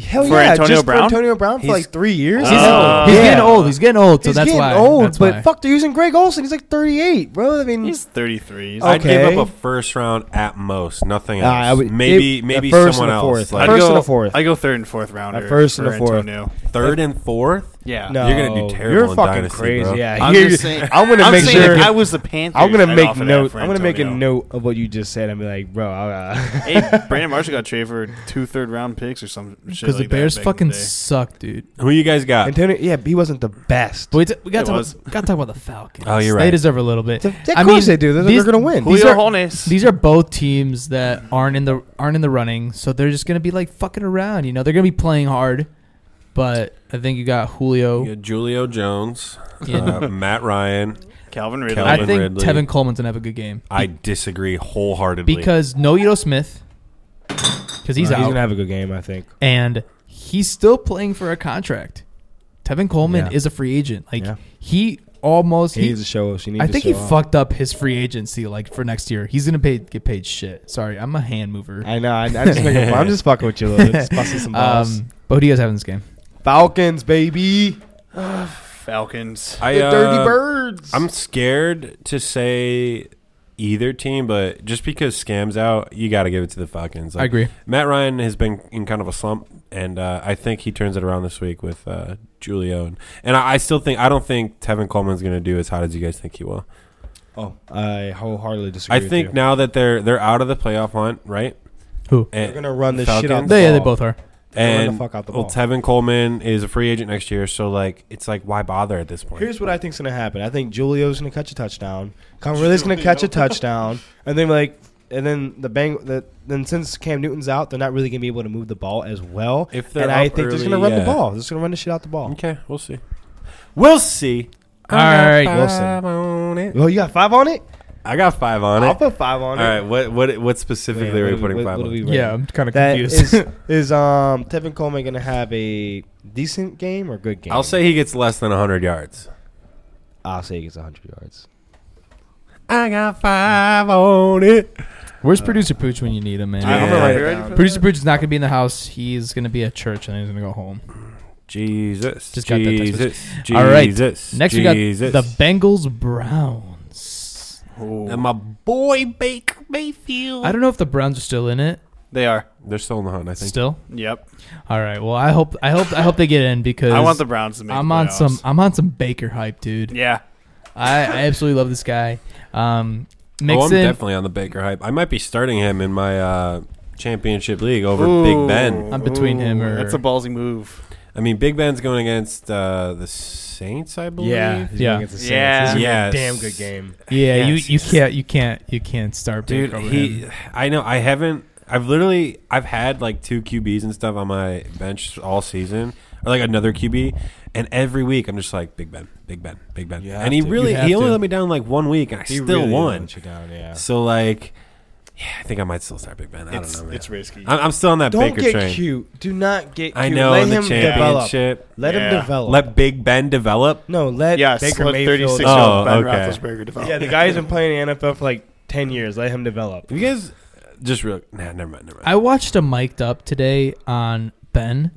Speaker 2: Hell
Speaker 3: For
Speaker 2: yeah,
Speaker 3: Antonio
Speaker 2: just
Speaker 3: Brown?
Speaker 2: For Antonio Brown for
Speaker 1: He's-
Speaker 2: like three years.
Speaker 3: He's
Speaker 4: He's,
Speaker 3: Oh.
Speaker 4: old. He's
Speaker 2: Yeah.
Speaker 4: getting old. He's getting old. So
Speaker 2: He's
Speaker 4: that's
Speaker 2: getting
Speaker 4: why.
Speaker 2: old,
Speaker 4: that's
Speaker 2: but
Speaker 4: why.
Speaker 2: fuck, they're using Greg Olson. He's like 38, bro. I mean,
Speaker 3: He's 33.
Speaker 2: Oh,
Speaker 1: I'd give
Speaker 2: Okay.
Speaker 1: up a first round at most, nothing
Speaker 2: Uh,
Speaker 1: else.
Speaker 2: I would-
Speaker 1: maybe
Speaker 2: it- a
Speaker 1: maybe
Speaker 2: first
Speaker 1: someone
Speaker 2: and a
Speaker 1: else.
Speaker 2: fourth.
Speaker 1: Like
Speaker 2: First and a fourth.
Speaker 3: I go third and fourth rounder.
Speaker 2: A first and
Speaker 3: for
Speaker 2: a fourth.
Speaker 3: Antonio.
Speaker 1: third and fourth.
Speaker 3: Yeah.
Speaker 2: no,
Speaker 1: You're gonna do terrible
Speaker 2: You're
Speaker 1: in
Speaker 2: fucking
Speaker 1: Dynasty,
Speaker 2: crazy.
Speaker 1: bro.
Speaker 2: Yeah,
Speaker 3: I'm
Speaker 2: You're-
Speaker 3: just saying.
Speaker 2: I'm gonna
Speaker 3: I'm
Speaker 2: make
Speaker 3: saying
Speaker 2: sure.
Speaker 3: if I was the Panthers.
Speaker 2: I'm gonna
Speaker 3: I'd
Speaker 2: make
Speaker 3: offer that
Speaker 2: note.
Speaker 3: for
Speaker 2: I'm gonna make a
Speaker 3: Antonio.
Speaker 2: note of what you just said. I'm like, bro, I'll, uh,
Speaker 3: hey, Brandon Marshall got traded for two third round picks or some shit.
Speaker 4: because the
Speaker 3: like that
Speaker 4: Bears
Speaker 3: back in
Speaker 4: fucking
Speaker 3: the day.
Speaker 4: suck, dude.
Speaker 1: Who you guys got?
Speaker 2: Antonio. Yeah, he wasn't the best.
Speaker 4: But we, t- we got
Speaker 3: It
Speaker 4: to
Speaker 3: was.
Speaker 4: got to talk about the Falcons.
Speaker 1: Oh, you're
Speaker 4: They
Speaker 1: right.
Speaker 4: deserve a little bit.
Speaker 2: Yeah, of
Speaker 4: I
Speaker 2: course
Speaker 4: mean,
Speaker 2: they do. They're,
Speaker 4: these-
Speaker 2: they're gonna win.
Speaker 4: these
Speaker 3: Julio
Speaker 4: are-
Speaker 3: Jones.
Speaker 4: These are both teams that aren't in the aren't in the running, so they're just gonna be like fucking around. You know, they're gonna be playing hard. But I think you got
Speaker 1: You
Speaker 4: Julio.
Speaker 1: got Julio Jones,
Speaker 4: Yeah.
Speaker 1: uh, Matt Ryan.
Speaker 3: Calvin Ridley.
Speaker 1: Calvin
Speaker 4: I think
Speaker 1: Ridley.
Speaker 4: Tevin Coleman's gonna have a good game
Speaker 1: I disagree wholeheartedly.
Speaker 4: because no Edo Smith, because he's
Speaker 2: Uh, He's
Speaker 4: out,
Speaker 2: gonna have a good game, I think.
Speaker 4: and he's still playing for a contract. Tevin Coleman
Speaker 2: Yeah.
Speaker 4: is a free agent. Like
Speaker 2: Yeah.
Speaker 4: he almost
Speaker 2: He
Speaker 4: he,
Speaker 2: needs to show us. He needs
Speaker 4: I
Speaker 2: to
Speaker 4: think he
Speaker 2: show off.
Speaker 4: fucked up his free agency like for next year. He's gonna pay get paid shit. Sorry, I'm a hand mover.
Speaker 2: I know. I, I just make a, I'm just fucking with you a little bit. Just busting some balls.
Speaker 4: Um, but who do you guys have in this game?
Speaker 2: Falcons, baby.
Speaker 3: Falcons.
Speaker 1: I,
Speaker 2: the dirty
Speaker 1: uh,
Speaker 2: birds.
Speaker 1: I'm scared to say either team, but just because Scam's out, you got to give it to the Falcons. Like,
Speaker 4: I agree.
Speaker 1: Matt Ryan has been in kind of a slump, and uh, I think he turns it around this week with uh, Julio. And, and I, I still think I don't think Tevin Coleman's going to do as hot as you guys think he will.
Speaker 2: oh, I wholeheartedly disagree.
Speaker 1: I think
Speaker 2: with you.
Speaker 1: now that they're they're out of the playoff hunt, right?
Speaker 4: Who?
Speaker 1: And,
Speaker 2: they're gonna run the shit out.
Speaker 1: Falcons?
Speaker 2: The
Speaker 4: They, yeah, they
Speaker 2: ball.
Speaker 4: both are.
Speaker 2: They're gonna
Speaker 1: and
Speaker 2: run the fuck out the
Speaker 1: well,
Speaker 2: ball.
Speaker 1: Tevin Coleman is a free agent next year, so like it's like why bother at this point?
Speaker 2: Here's what I think's gonna happen. I think Julio's gonna catch a touchdown. Conrad's gonna catch a touchdown, and then like, and then the bang. The, then since Cam Newton's out, they're not really gonna be able to move the ball as well.
Speaker 1: If they're
Speaker 2: and I
Speaker 1: up
Speaker 2: think they're just gonna
Speaker 1: early,
Speaker 2: run the
Speaker 1: yeah.
Speaker 2: ball. They're just gonna run the shit out the ball.
Speaker 1: okay, we'll see. We'll see.
Speaker 4: All right,
Speaker 1: I got
Speaker 2: Wilson.
Speaker 1: five on it.
Speaker 2: Well, Oh, you got five on it.
Speaker 1: I got five on
Speaker 2: I'll
Speaker 1: it.
Speaker 2: put five on
Speaker 1: All
Speaker 2: it.
Speaker 1: right, what what what specifically
Speaker 2: Wait,
Speaker 1: are we
Speaker 2: what-
Speaker 1: putting
Speaker 2: what-
Speaker 1: five
Speaker 2: what
Speaker 1: on?
Speaker 2: do we-
Speaker 4: Yeah, I'm kind of
Speaker 2: That
Speaker 4: confused.
Speaker 2: is, is um Tevin Coleman gonna have a decent game or good game?
Speaker 1: I'll say he gets less than hundred yards.
Speaker 2: I'll say he gets 100 yards.
Speaker 1: I got five on it.
Speaker 4: Where's producer Pooch when you need him, man?
Speaker 1: Yeah.
Speaker 3: I'm
Speaker 1: Yeah.
Speaker 3: already
Speaker 2: Yeah.
Speaker 3: ready for
Speaker 4: Producer Pooch is not gonna be in the house. He's gonna be at church and then he's gonna go home.
Speaker 1: Jesus,
Speaker 4: Just got that text
Speaker 1: Jesus, Jesus.
Speaker 4: All right,
Speaker 1: Jesus,
Speaker 4: Next we
Speaker 1: Jesus.
Speaker 4: got the Bengals Browns.
Speaker 3: that. Ooh.
Speaker 1: and my boy Baker Mayfield.
Speaker 4: I don't know if the Browns are still in it.
Speaker 3: They are.
Speaker 1: They're still in the hunt, I think.
Speaker 4: Still.
Speaker 3: Yep.
Speaker 4: All right. Well, I hope I hope I hope they get in because
Speaker 3: I want the Browns to make.
Speaker 4: I'm
Speaker 3: the
Speaker 4: on
Speaker 3: playoffs.
Speaker 4: some I'm on some Baker hype, dude.
Speaker 3: Yeah.
Speaker 4: I, I absolutely love this guy. Um,
Speaker 1: oh, I'm
Speaker 4: Mixon.
Speaker 1: definitely on the Baker hype. I might be starting him in my uh, championship league over
Speaker 3: Ooh.
Speaker 1: Big Ben.
Speaker 4: I'm between him or-
Speaker 3: that's a ballsy move.
Speaker 1: I mean, Big Ben's going against uh, the Saints, I believe.
Speaker 2: he's
Speaker 4: Yeah.
Speaker 2: going against the Saints. This
Speaker 3: Yeah.
Speaker 2: is gonna be a
Speaker 1: Yes.
Speaker 2: damn good game.
Speaker 4: yeah,
Speaker 1: Yes,
Speaker 4: you you
Speaker 1: yes.
Speaker 4: can't you can't you can't start
Speaker 1: dude.
Speaker 4: Baker. over
Speaker 1: He,
Speaker 4: him.
Speaker 1: I know. I haven't. I've literally. I've had like two QBs and stuff on my bench all season, or like another QB, and every week I'm just like Big Ben, Big Ben, Big Ben,
Speaker 2: You have
Speaker 1: and he
Speaker 2: to.
Speaker 1: really
Speaker 4: You have
Speaker 1: he only
Speaker 4: to.
Speaker 1: let me down like one week, and I
Speaker 2: He
Speaker 1: still
Speaker 2: really
Speaker 1: won.
Speaker 2: let you down, yeah.
Speaker 1: So like, yeah, I think I might still start Big Ben. I
Speaker 3: it's
Speaker 1: don't know. Man.
Speaker 3: it's risky.
Speaker 1: I'm, I'm still on that
Speaker 2: Don't
Speaker 1: Baker
Speaker 2: get
Speaker 1: train.
Speaker 2: cute. Do not get cute.
Speaker 1: I know
Speaker 2: Let
Speaker 1: in the
Speaker 2: him develop.
Speaker 1: championship.
Speaker 2: Let
Speaker 3: Yeah.
Speaker 2: him develop.
Speaker 1: Let Big Ben develop.
Speaker 2: no, let
Speaker 3: yes.
Speaker 2: Baker
Speaker 3: let
Speaker 2: Mayfield.
Speaker 3: 36 year
Speaker 1: Oh,
Speaker 3: old Ben
Speaker 1: okay.
Speaker 3: Roethlisberger develop.
Speaker 2: Yeah, the guy's been playing the NFL for like 10 years. Let him develop.
Speaker 1: You guys, just real. Nah, never mind. Never mind.
Speaker 4: I watched a mic'd up today on Ben.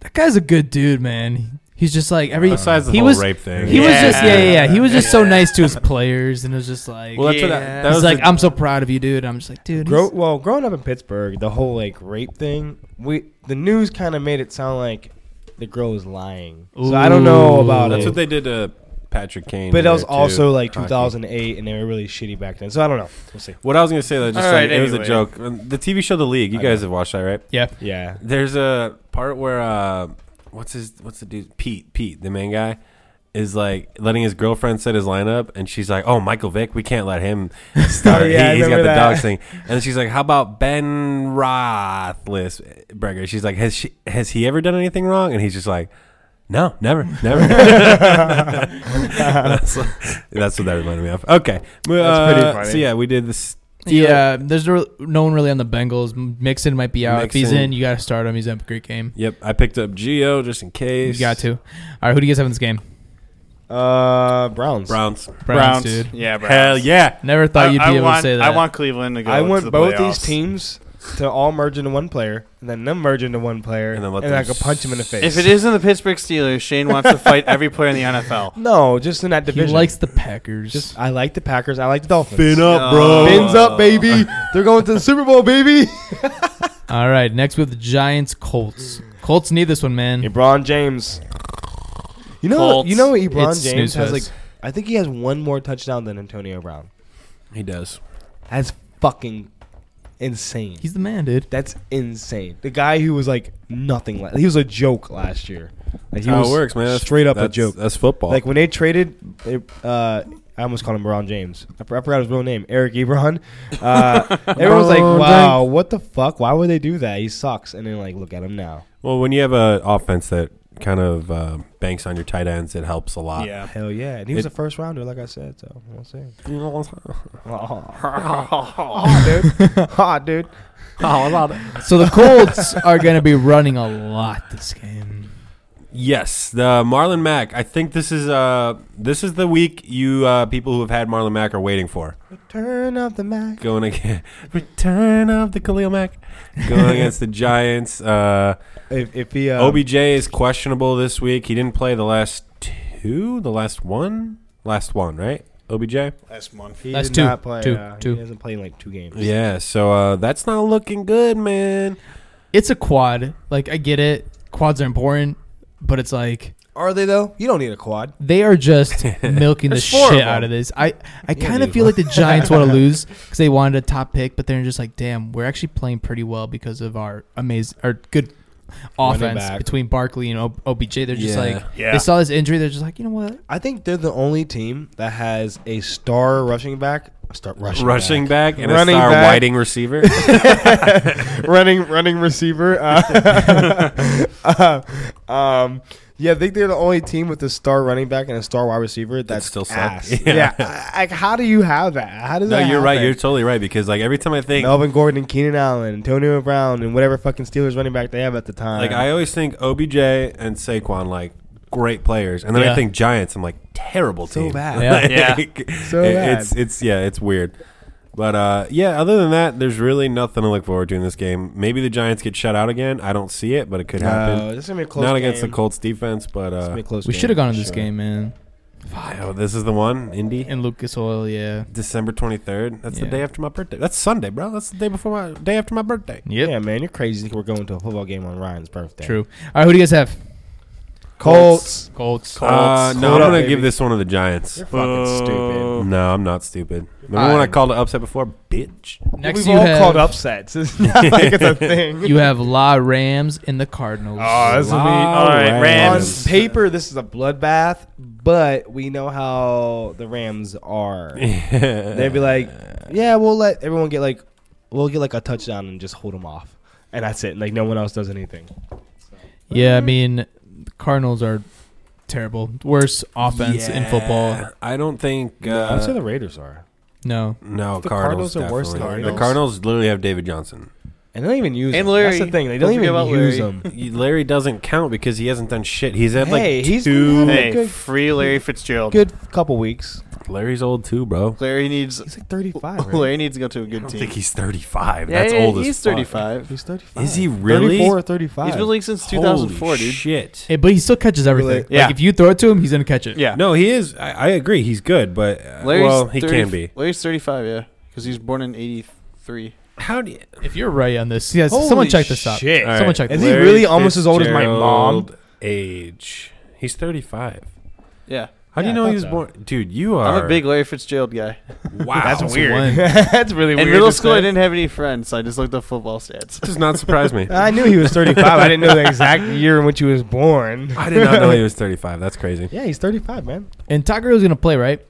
Speaker 4: That guy's a good dude, man. He's just like every
Speaker 1: Besides the
Speaker 4: he
Speaker 1: whole
Speaker 4: was
Speaker 1: rape thing,
Speaker 4: he was just yeah,
Speaker 3: Yeah.
Speaker 4: yeah yeah he was just so nice to his players and it was just like
Speaker 1: Well, that's what I-
Speaker 3: Yeah.
Speaker 1: that
Speaker 4: he's
Speaker 1: was
Speaker 4: like
Speaker 1: the-
Speaker 4: I'm so proud of you, dude. I'm just like dude.
Speaker 2: Grow,
Speaker 4: he's-
Speaker 2: well, growing up in Pittsburgh, the whole like rape thing, we the news kind of made it sound like the girl was lying. so I don't know
Speaker 4: Ooh.
Speaker 2: about
Speaker 1: That's
Speaker 2: it.
Speaker 1: what they did to Patrick Kane.
Speaker 2: but that was
Speaker 1: there, too.
Speaker 2: also like
Speaker 1: Hockey.
Speaker 2: 2008, and they were really shitty back then. So I don't know. We'll see.
Speaker 1: What I was gonna say though, just
Speaker 3: All
Speaker 1: like
Speaker 3: right,
Speaker 1: it was a
Speaker 3: anyway.
Speaker 1: joke. The TV show The League. You
Speaker 2: I
Speaker 1: guys
Speaker 2: know.
Speaker 1: have watched that, right?
Speaker 4: yeah.
Speaker 2: Yeah.
Speaker 1: There's a part where uh, what's his what's the dude Pete Pete the main guy is like letting his girlfriend set his lineup, and she's like, "Oh, Michael Vick, we can't let him start.
Speaker 2: Oh, yeah, I
Speaker 1: he, has got
Speaker 2: remember
Speaker 1: the
Speaker 2: that.
Speaker 1: dogs thing." And she's like, "How about Ben Roethlisberger?" She's like, "Has she has he ever done anything wrong?" And he's just like. No, never, never. that's, that's what that reminded me of. Okay, that's
Speaker 2: pretty funny.
Speaker 1: So yeah, we did this uh,
Speaker 4: Yeah, there's no, no one really on the Bengals. M- Mixon might be out. If he's
Speaker 1: Mixon.
Speaker 4: in, you got to start him. He's in a great game.
Speaker 1: Yep, I picked up Geo just in
Speaker 4: You
Speaker 1: case.
Speaker 4: got to. All right, who do you guys have in this game?
Speaker 2: Uh, Browns.
Speaker 1: Browns.
Speaker 4: Browns, dude.
Speaker 3: Yeah, Browns.
Speaker 1: Hell yeah.
Speaker 4: Never thought
Speaker 3: I,
Speaker 4: you'd be
Speaker 3: I
Speaker 4: able
Speaker 3: want,
Speaker 4: to say that.
Speaker 3: I want Cleveland to go.
Speaker 2: I want
Speaker 3: to the
Speaker 2: both
Speaker 3: playoffs.
Speaker 2: these teams to all merge into one player, and then them merge into one player,
Speaker 1: And
Speaker 2: and,
Speaker 1: then
Speaker 2: then
Speaker 1: let
Speaker 2: I
Speaker 1: them
Speaker 2: could punch him in the face.
Speaker 3: If it isn't the Pittsburgh Steelers, Shane wants to fight every player in the NFL.
Speaker 2: no, just in that
Speaker 4: he
Speaker 2: division.
Speaker 4: likes the Packers.
Speaker 2: Just I like the Packers. I like the Dolphins.
Speaker 1: Fin up, bro.
Speaker 3: No.
Speaker 2: Fins up, baby. They're going to the Super Bowl, baby.
Speaker 4: All right, next with the Giants, Colts. Colts need this one, man.
Speaker 2: LeBron James. You know,
Speaker 3: Colts.
Speaker 2: you know, LeBron
Speaker 4: It's
Speaker 2: James
Speaker 4: snooze
Speaker 2: has like.
Speaker 4: fest.
Speaker 2: I think he has one more touchdown than Antonio Brown.
Speaker 1: He does.
Speaker 2: That's fucking insane.
Speaker 4: He's the man, dude.
Speaker 2: That's insane. The guy who was like nothing. La- he was a joke last year. Like
Speaker 1: That's
Speaker 2: he
Speaker 1: how
Speaker 2: was
Speaker 1: it works, man. That's,
Speaker 2: Straight up a
Speaker 1: that's,
Speaker 2: joke.
Speaker 1: That's football.
Speaker 2: Like when they traded, they, uh, I almost called him Brown James. I, for- I forgot his real name, Eric Ebron. Uh, everyone's like,
Speaker 1: Ebron
Speaker 2: "Wow, what the fuck? Why would they do that? He sucks." And then like, look at him now.
Speaker 1: well, when you have an offense that kind of uh, banks on your tight ends, it helps a lot.
Speaker 3: Yeah.
Speaker 2: Hell yeah! And he was
Speaker 1: It-
Speaker 2: a first rounder, like I said. So we'll see. Oh,
Speaker 3: All
Speaker 2: oh dude, oh, dude.
Speaker 4: So the Colts are going to be running a lot this game.
Speaker 1: Yes, the Marlon Mack. I think this is uh this is the week you uh, people who have had Marlon Mack are waiting for.
Speaker 2: Turn up the Mac.
Speaker 1: Going again, return of the Khalil Mack. Going against the Giants. Uh,
Speaker 2: If, if he um,
Speaker 1: OBJ is questionable this week. He didn't play the last two, the last one, last one, right? OBJ.
Speaker 3: Last month.
Speaker 2: he
Speaker 4: That's
Speaker 2: did
Speaker 4: two,
Speaker 2: not play.
Speaker 4: two,
Speaker 2: uh,
Speaker 4: two.
Speaker 2: He hasn't played in like two games.
Speaker 1: Yeah. So uh, that's not looking good, man.
Speaker 4: It's a quad. Like, I get it. Quads are important, but it's like
Speaker 2: Are they though? You don't need a quad.
Speaker 4: they are just milking the
Speaker 3: There's four
Speaker 4: shit
Speaker 3: of
Speaker 4: out
Speaker 3: them.
Speaker 4: of this. I, I
Speaker 2: Yeah,
Speaker 4: kind of
Speaker 2: dude.
Speaker 4: feel like the Giants want to lose because they wanted a top pick, but they're just like, damn, we're actually playing pretty well because of our amazing, our good
Speaker 2: Running
Speaker 4: offense
Speaker 2: back.
Speaker 4: between Barkley and O- OBJ. They're
Speaker 1: Yeah.
Speaker 4: just like,
Speaker 3: Yeah.
Speaker 4: they saw this injury. They're just like, you know what?
Speaker 2: I think they're the only team that has a star rushing back. Start rushing,
Speaker 1: Rushing
Speaker 2: back.
Speaker 1: back and
Speaker 2: Running
Speaker 1: a star
Speaker 2: back.
Speaker 1: whiting receiver.
Speaker 2: running, running receiver. Uh, uh, um, yeah, I think they're the only team with a star running back and a star wide receiver. That's
Speaker 1: still
Speaker 2: still
Speaker 1: sucks.
Speaker 2: ass.
Speaker 1: Yeah.
Speaker 2: Yeah, I- like how do you have that? How does
Speaker 1: no,
Speaker 2: that?
Speaker 1: you're right. You're
Speaker 2: happen?
Speaker 1: totally right because like every time I think
Speaker 2: Melvin Gordon, and Keenan Allen, Antonio Brown, and whatever fucking Steelers running back they have at the time.
Speaker 1: Like I always think OBJ and Saquon like great players, and then I
Speaker 4: Yeah.
Speaker 1: think Giants. I'm like terrible
Speaker 2: So
Speaker 1: team.
Speaker 2: bad.
Speaker 4: Yeah.
Speaker 1: Like,
Speaker 2: So
Speaker 1: it-
Speaker 2: bad.
Speaker 1: It's it's yeah, it's weird. But uh, yeah, other than that, there's really nothing to look forward to in this game. Maybe the Giants get shut out again. I don't see it, but it could happen.
Speaker 2: no, this is gonna be a close.
Speaker 1: Not against the
Speaker 2: game.
Speaker 1: Colts defense, but
Speaker 2: It's gonna be
Speaker 1: uh,
Speaker 2: a close
Speaker 4: We
Speaker 2: game,
Speaker 4: should have gone in
Speaker 2: for
Speaker 4: this
Speaker 2: sure.
Speaker 4: game, man.
Speaker 1: oh, this is the one, Indy.
Speaker 4: And Lucas Oil, yeah.
Speaker 1: December 23rd. That's the
Speaker 4: Yeah.
Speaker 1: day after my birthday. That's Sunday, bro. That's the day before my day after my birthday.
Speaker 4: Yep.
Speaker 2: Yeah, man, you're crazy. We're going to a football game on Ryan's birthday.
Speaker 4: True. All right, who do you guys have?
Speaker 2: Colts.
Speaker 4: Colts.
Speaker 1: Uh,
Speaker 3: Colts.
Speaker 1: no, I'm
Speaker 2: Hold up,
Speaker 1: gonna
Speaker 2: baby.
Speaker 1: give this one to the Giants.
Speaker 2: You're fucking stupid.
Speaker 1: No, I'm not stupid. Remember when Uh, I
Speaker 2: I'm-
Speaker 1: called it upset before, bitch?
Speaker 4: Next,
Speaker 2: We've
Speaker 4: you
Speaker 2: all
Speaker 4: have
Speaker 2: called upsets. It's not like it's a thing.
Speaker 4: you have La Rams and the Cardinals.
Speaker 2: Oh, this will be
Speaker 1: All
Speaker 3: All right,
Speaker 2: on
Speaker 3: Rams.
Speaker 2: paper. This is a bloodbath, but we know how the Rams are. They'd be like, "Yeah, we'll let everyone get like, we'll get like a touchdown and just hold them off, and that's it. Like no one else does anything."
Speaker 4: yeah, I mean, the Cardinals are terrible. Worst offense in football.
Speaker 1: I don't think. Uh,
Speaker 2: I'm sure the Raiders are,
Speaker 4: No,
Speaker 1: no,
Speaker 2: The
Speaker 1: Cardinals,
Speaker 2: Cardinals are worse than
Speaker 1: definitely.
Speaker 2: the
Speaker 1: The
Speaker 2: Eagles.
Speaker 1: Cardinals literally have David Johnson.
Speaker 2: and they don't even use.
Speaker 3: And
Speaker 2: 'em. that's
Speaker 3: Larry.
Speaker 2: the thing. They
Speaker 3: Don't
Speaker 2: don't,
Speaker 3: forget
Speaker 2: even
Speaker 3: about
Speaker 2: use
Speaker 3: Larry.
Speaker 2: them.
Speaker 1: Larry doesn't count because he hasn't done shit. He's had
Speaker 2: Hey,
Speaker 1: like
Speaker 2: he's
Speaker 1: two.
Speaker 2: been having-
Speaker 3: Hey,
Speaker 2: Good.
Speaker 3: free Larry Fitzgerald.
Speaker 2: Good couple weeks.
Speaker 1: Larry's old too, bro.
Speaker 3: Larry needs.
Speaker 2: He's like 35. Right?
Speaker 3: Larry needs to go to a
Speaker 1: I
Speaker 3: good
Speaker 1: don't
Speaker 3: team.
Speaker 1: think he's 35.
Speaker 3: yeah,
Speaker 1: That's
Speaker 3: yeah,
Speaker 1: old
Speaker 3: He's
Speaker 1: as fuck.
Speaker 3: 35.
Speaker 2: He's 35.
Speaker 1: Is he really?
Speaker 2: 34 or 35?
Speaker 3: He's been league since
Speaker 1: Holy
Speaker 3: 2004, dude.
Speaker 1: Shit.
Speaker 4: Hey, but he still catches everything.
Speaker 2: Really?
Speaker 3: Yeah.
Speaker 4: Like if you throw it to him, he's gonna catch it.
Speaker 3: Yeah.
Speaker 1: No, he is. I, I agree. He's good, but uh,
Speaker 3: Larry's
Speaker 1: well, he
Speaker 3: 30
Speaker 1: can be.
Speaker 3: Larry's 35, yeah, because he was born in 83.
Speaker 1: How do you?
Speaker 4: If you're right on this, yes,
Speaker 2: Holy
Speaker 4: someone check this out.
Speaker 2: shit.
Speaker 4: Someone check
Speaker 2: Is
Speaker 4: this.
Speaker 2: he
Speaker 1: Larry
Speaker 2: really almost as old as my mom?
Speaker 1: Fitzgerald Age. He's 35
Speaker 3: Yeah,
Speaker 1: How do
Speaker 2: Yeah,
Speaker 1: you
Speaker 2: I
Speaker 1: know he
Speaker 2: thought
Speaker 1: was
Speaker 2: so.
Speaker 1: born? Dude, you are.
Speaker 3: I'm a big Larry Fitzgerald guy.
Speaker 1: Wow.
Speaker 4: That's
Speaker 1: That's
Speaker 4: weird. one.
Speaker 2: that's really
Speaker 3: In
Speaker 2: weird.
Speaker 3: middle
Speaker 2: to
Speaker 3: school,
Speaker 2: say.
Speaker 3: I didn't have any friends, so I just looked up football stats.
Speaker 1: does not surprise me.
Speaker 2: I knew he was 35. I didn't know the exact year in which he was born.
Speaker 1: I did not know he was 35. That's crazy.
Speaker 2: Yeah, he's 35, man.
Speaker 4: And Tagore's gonna play, right?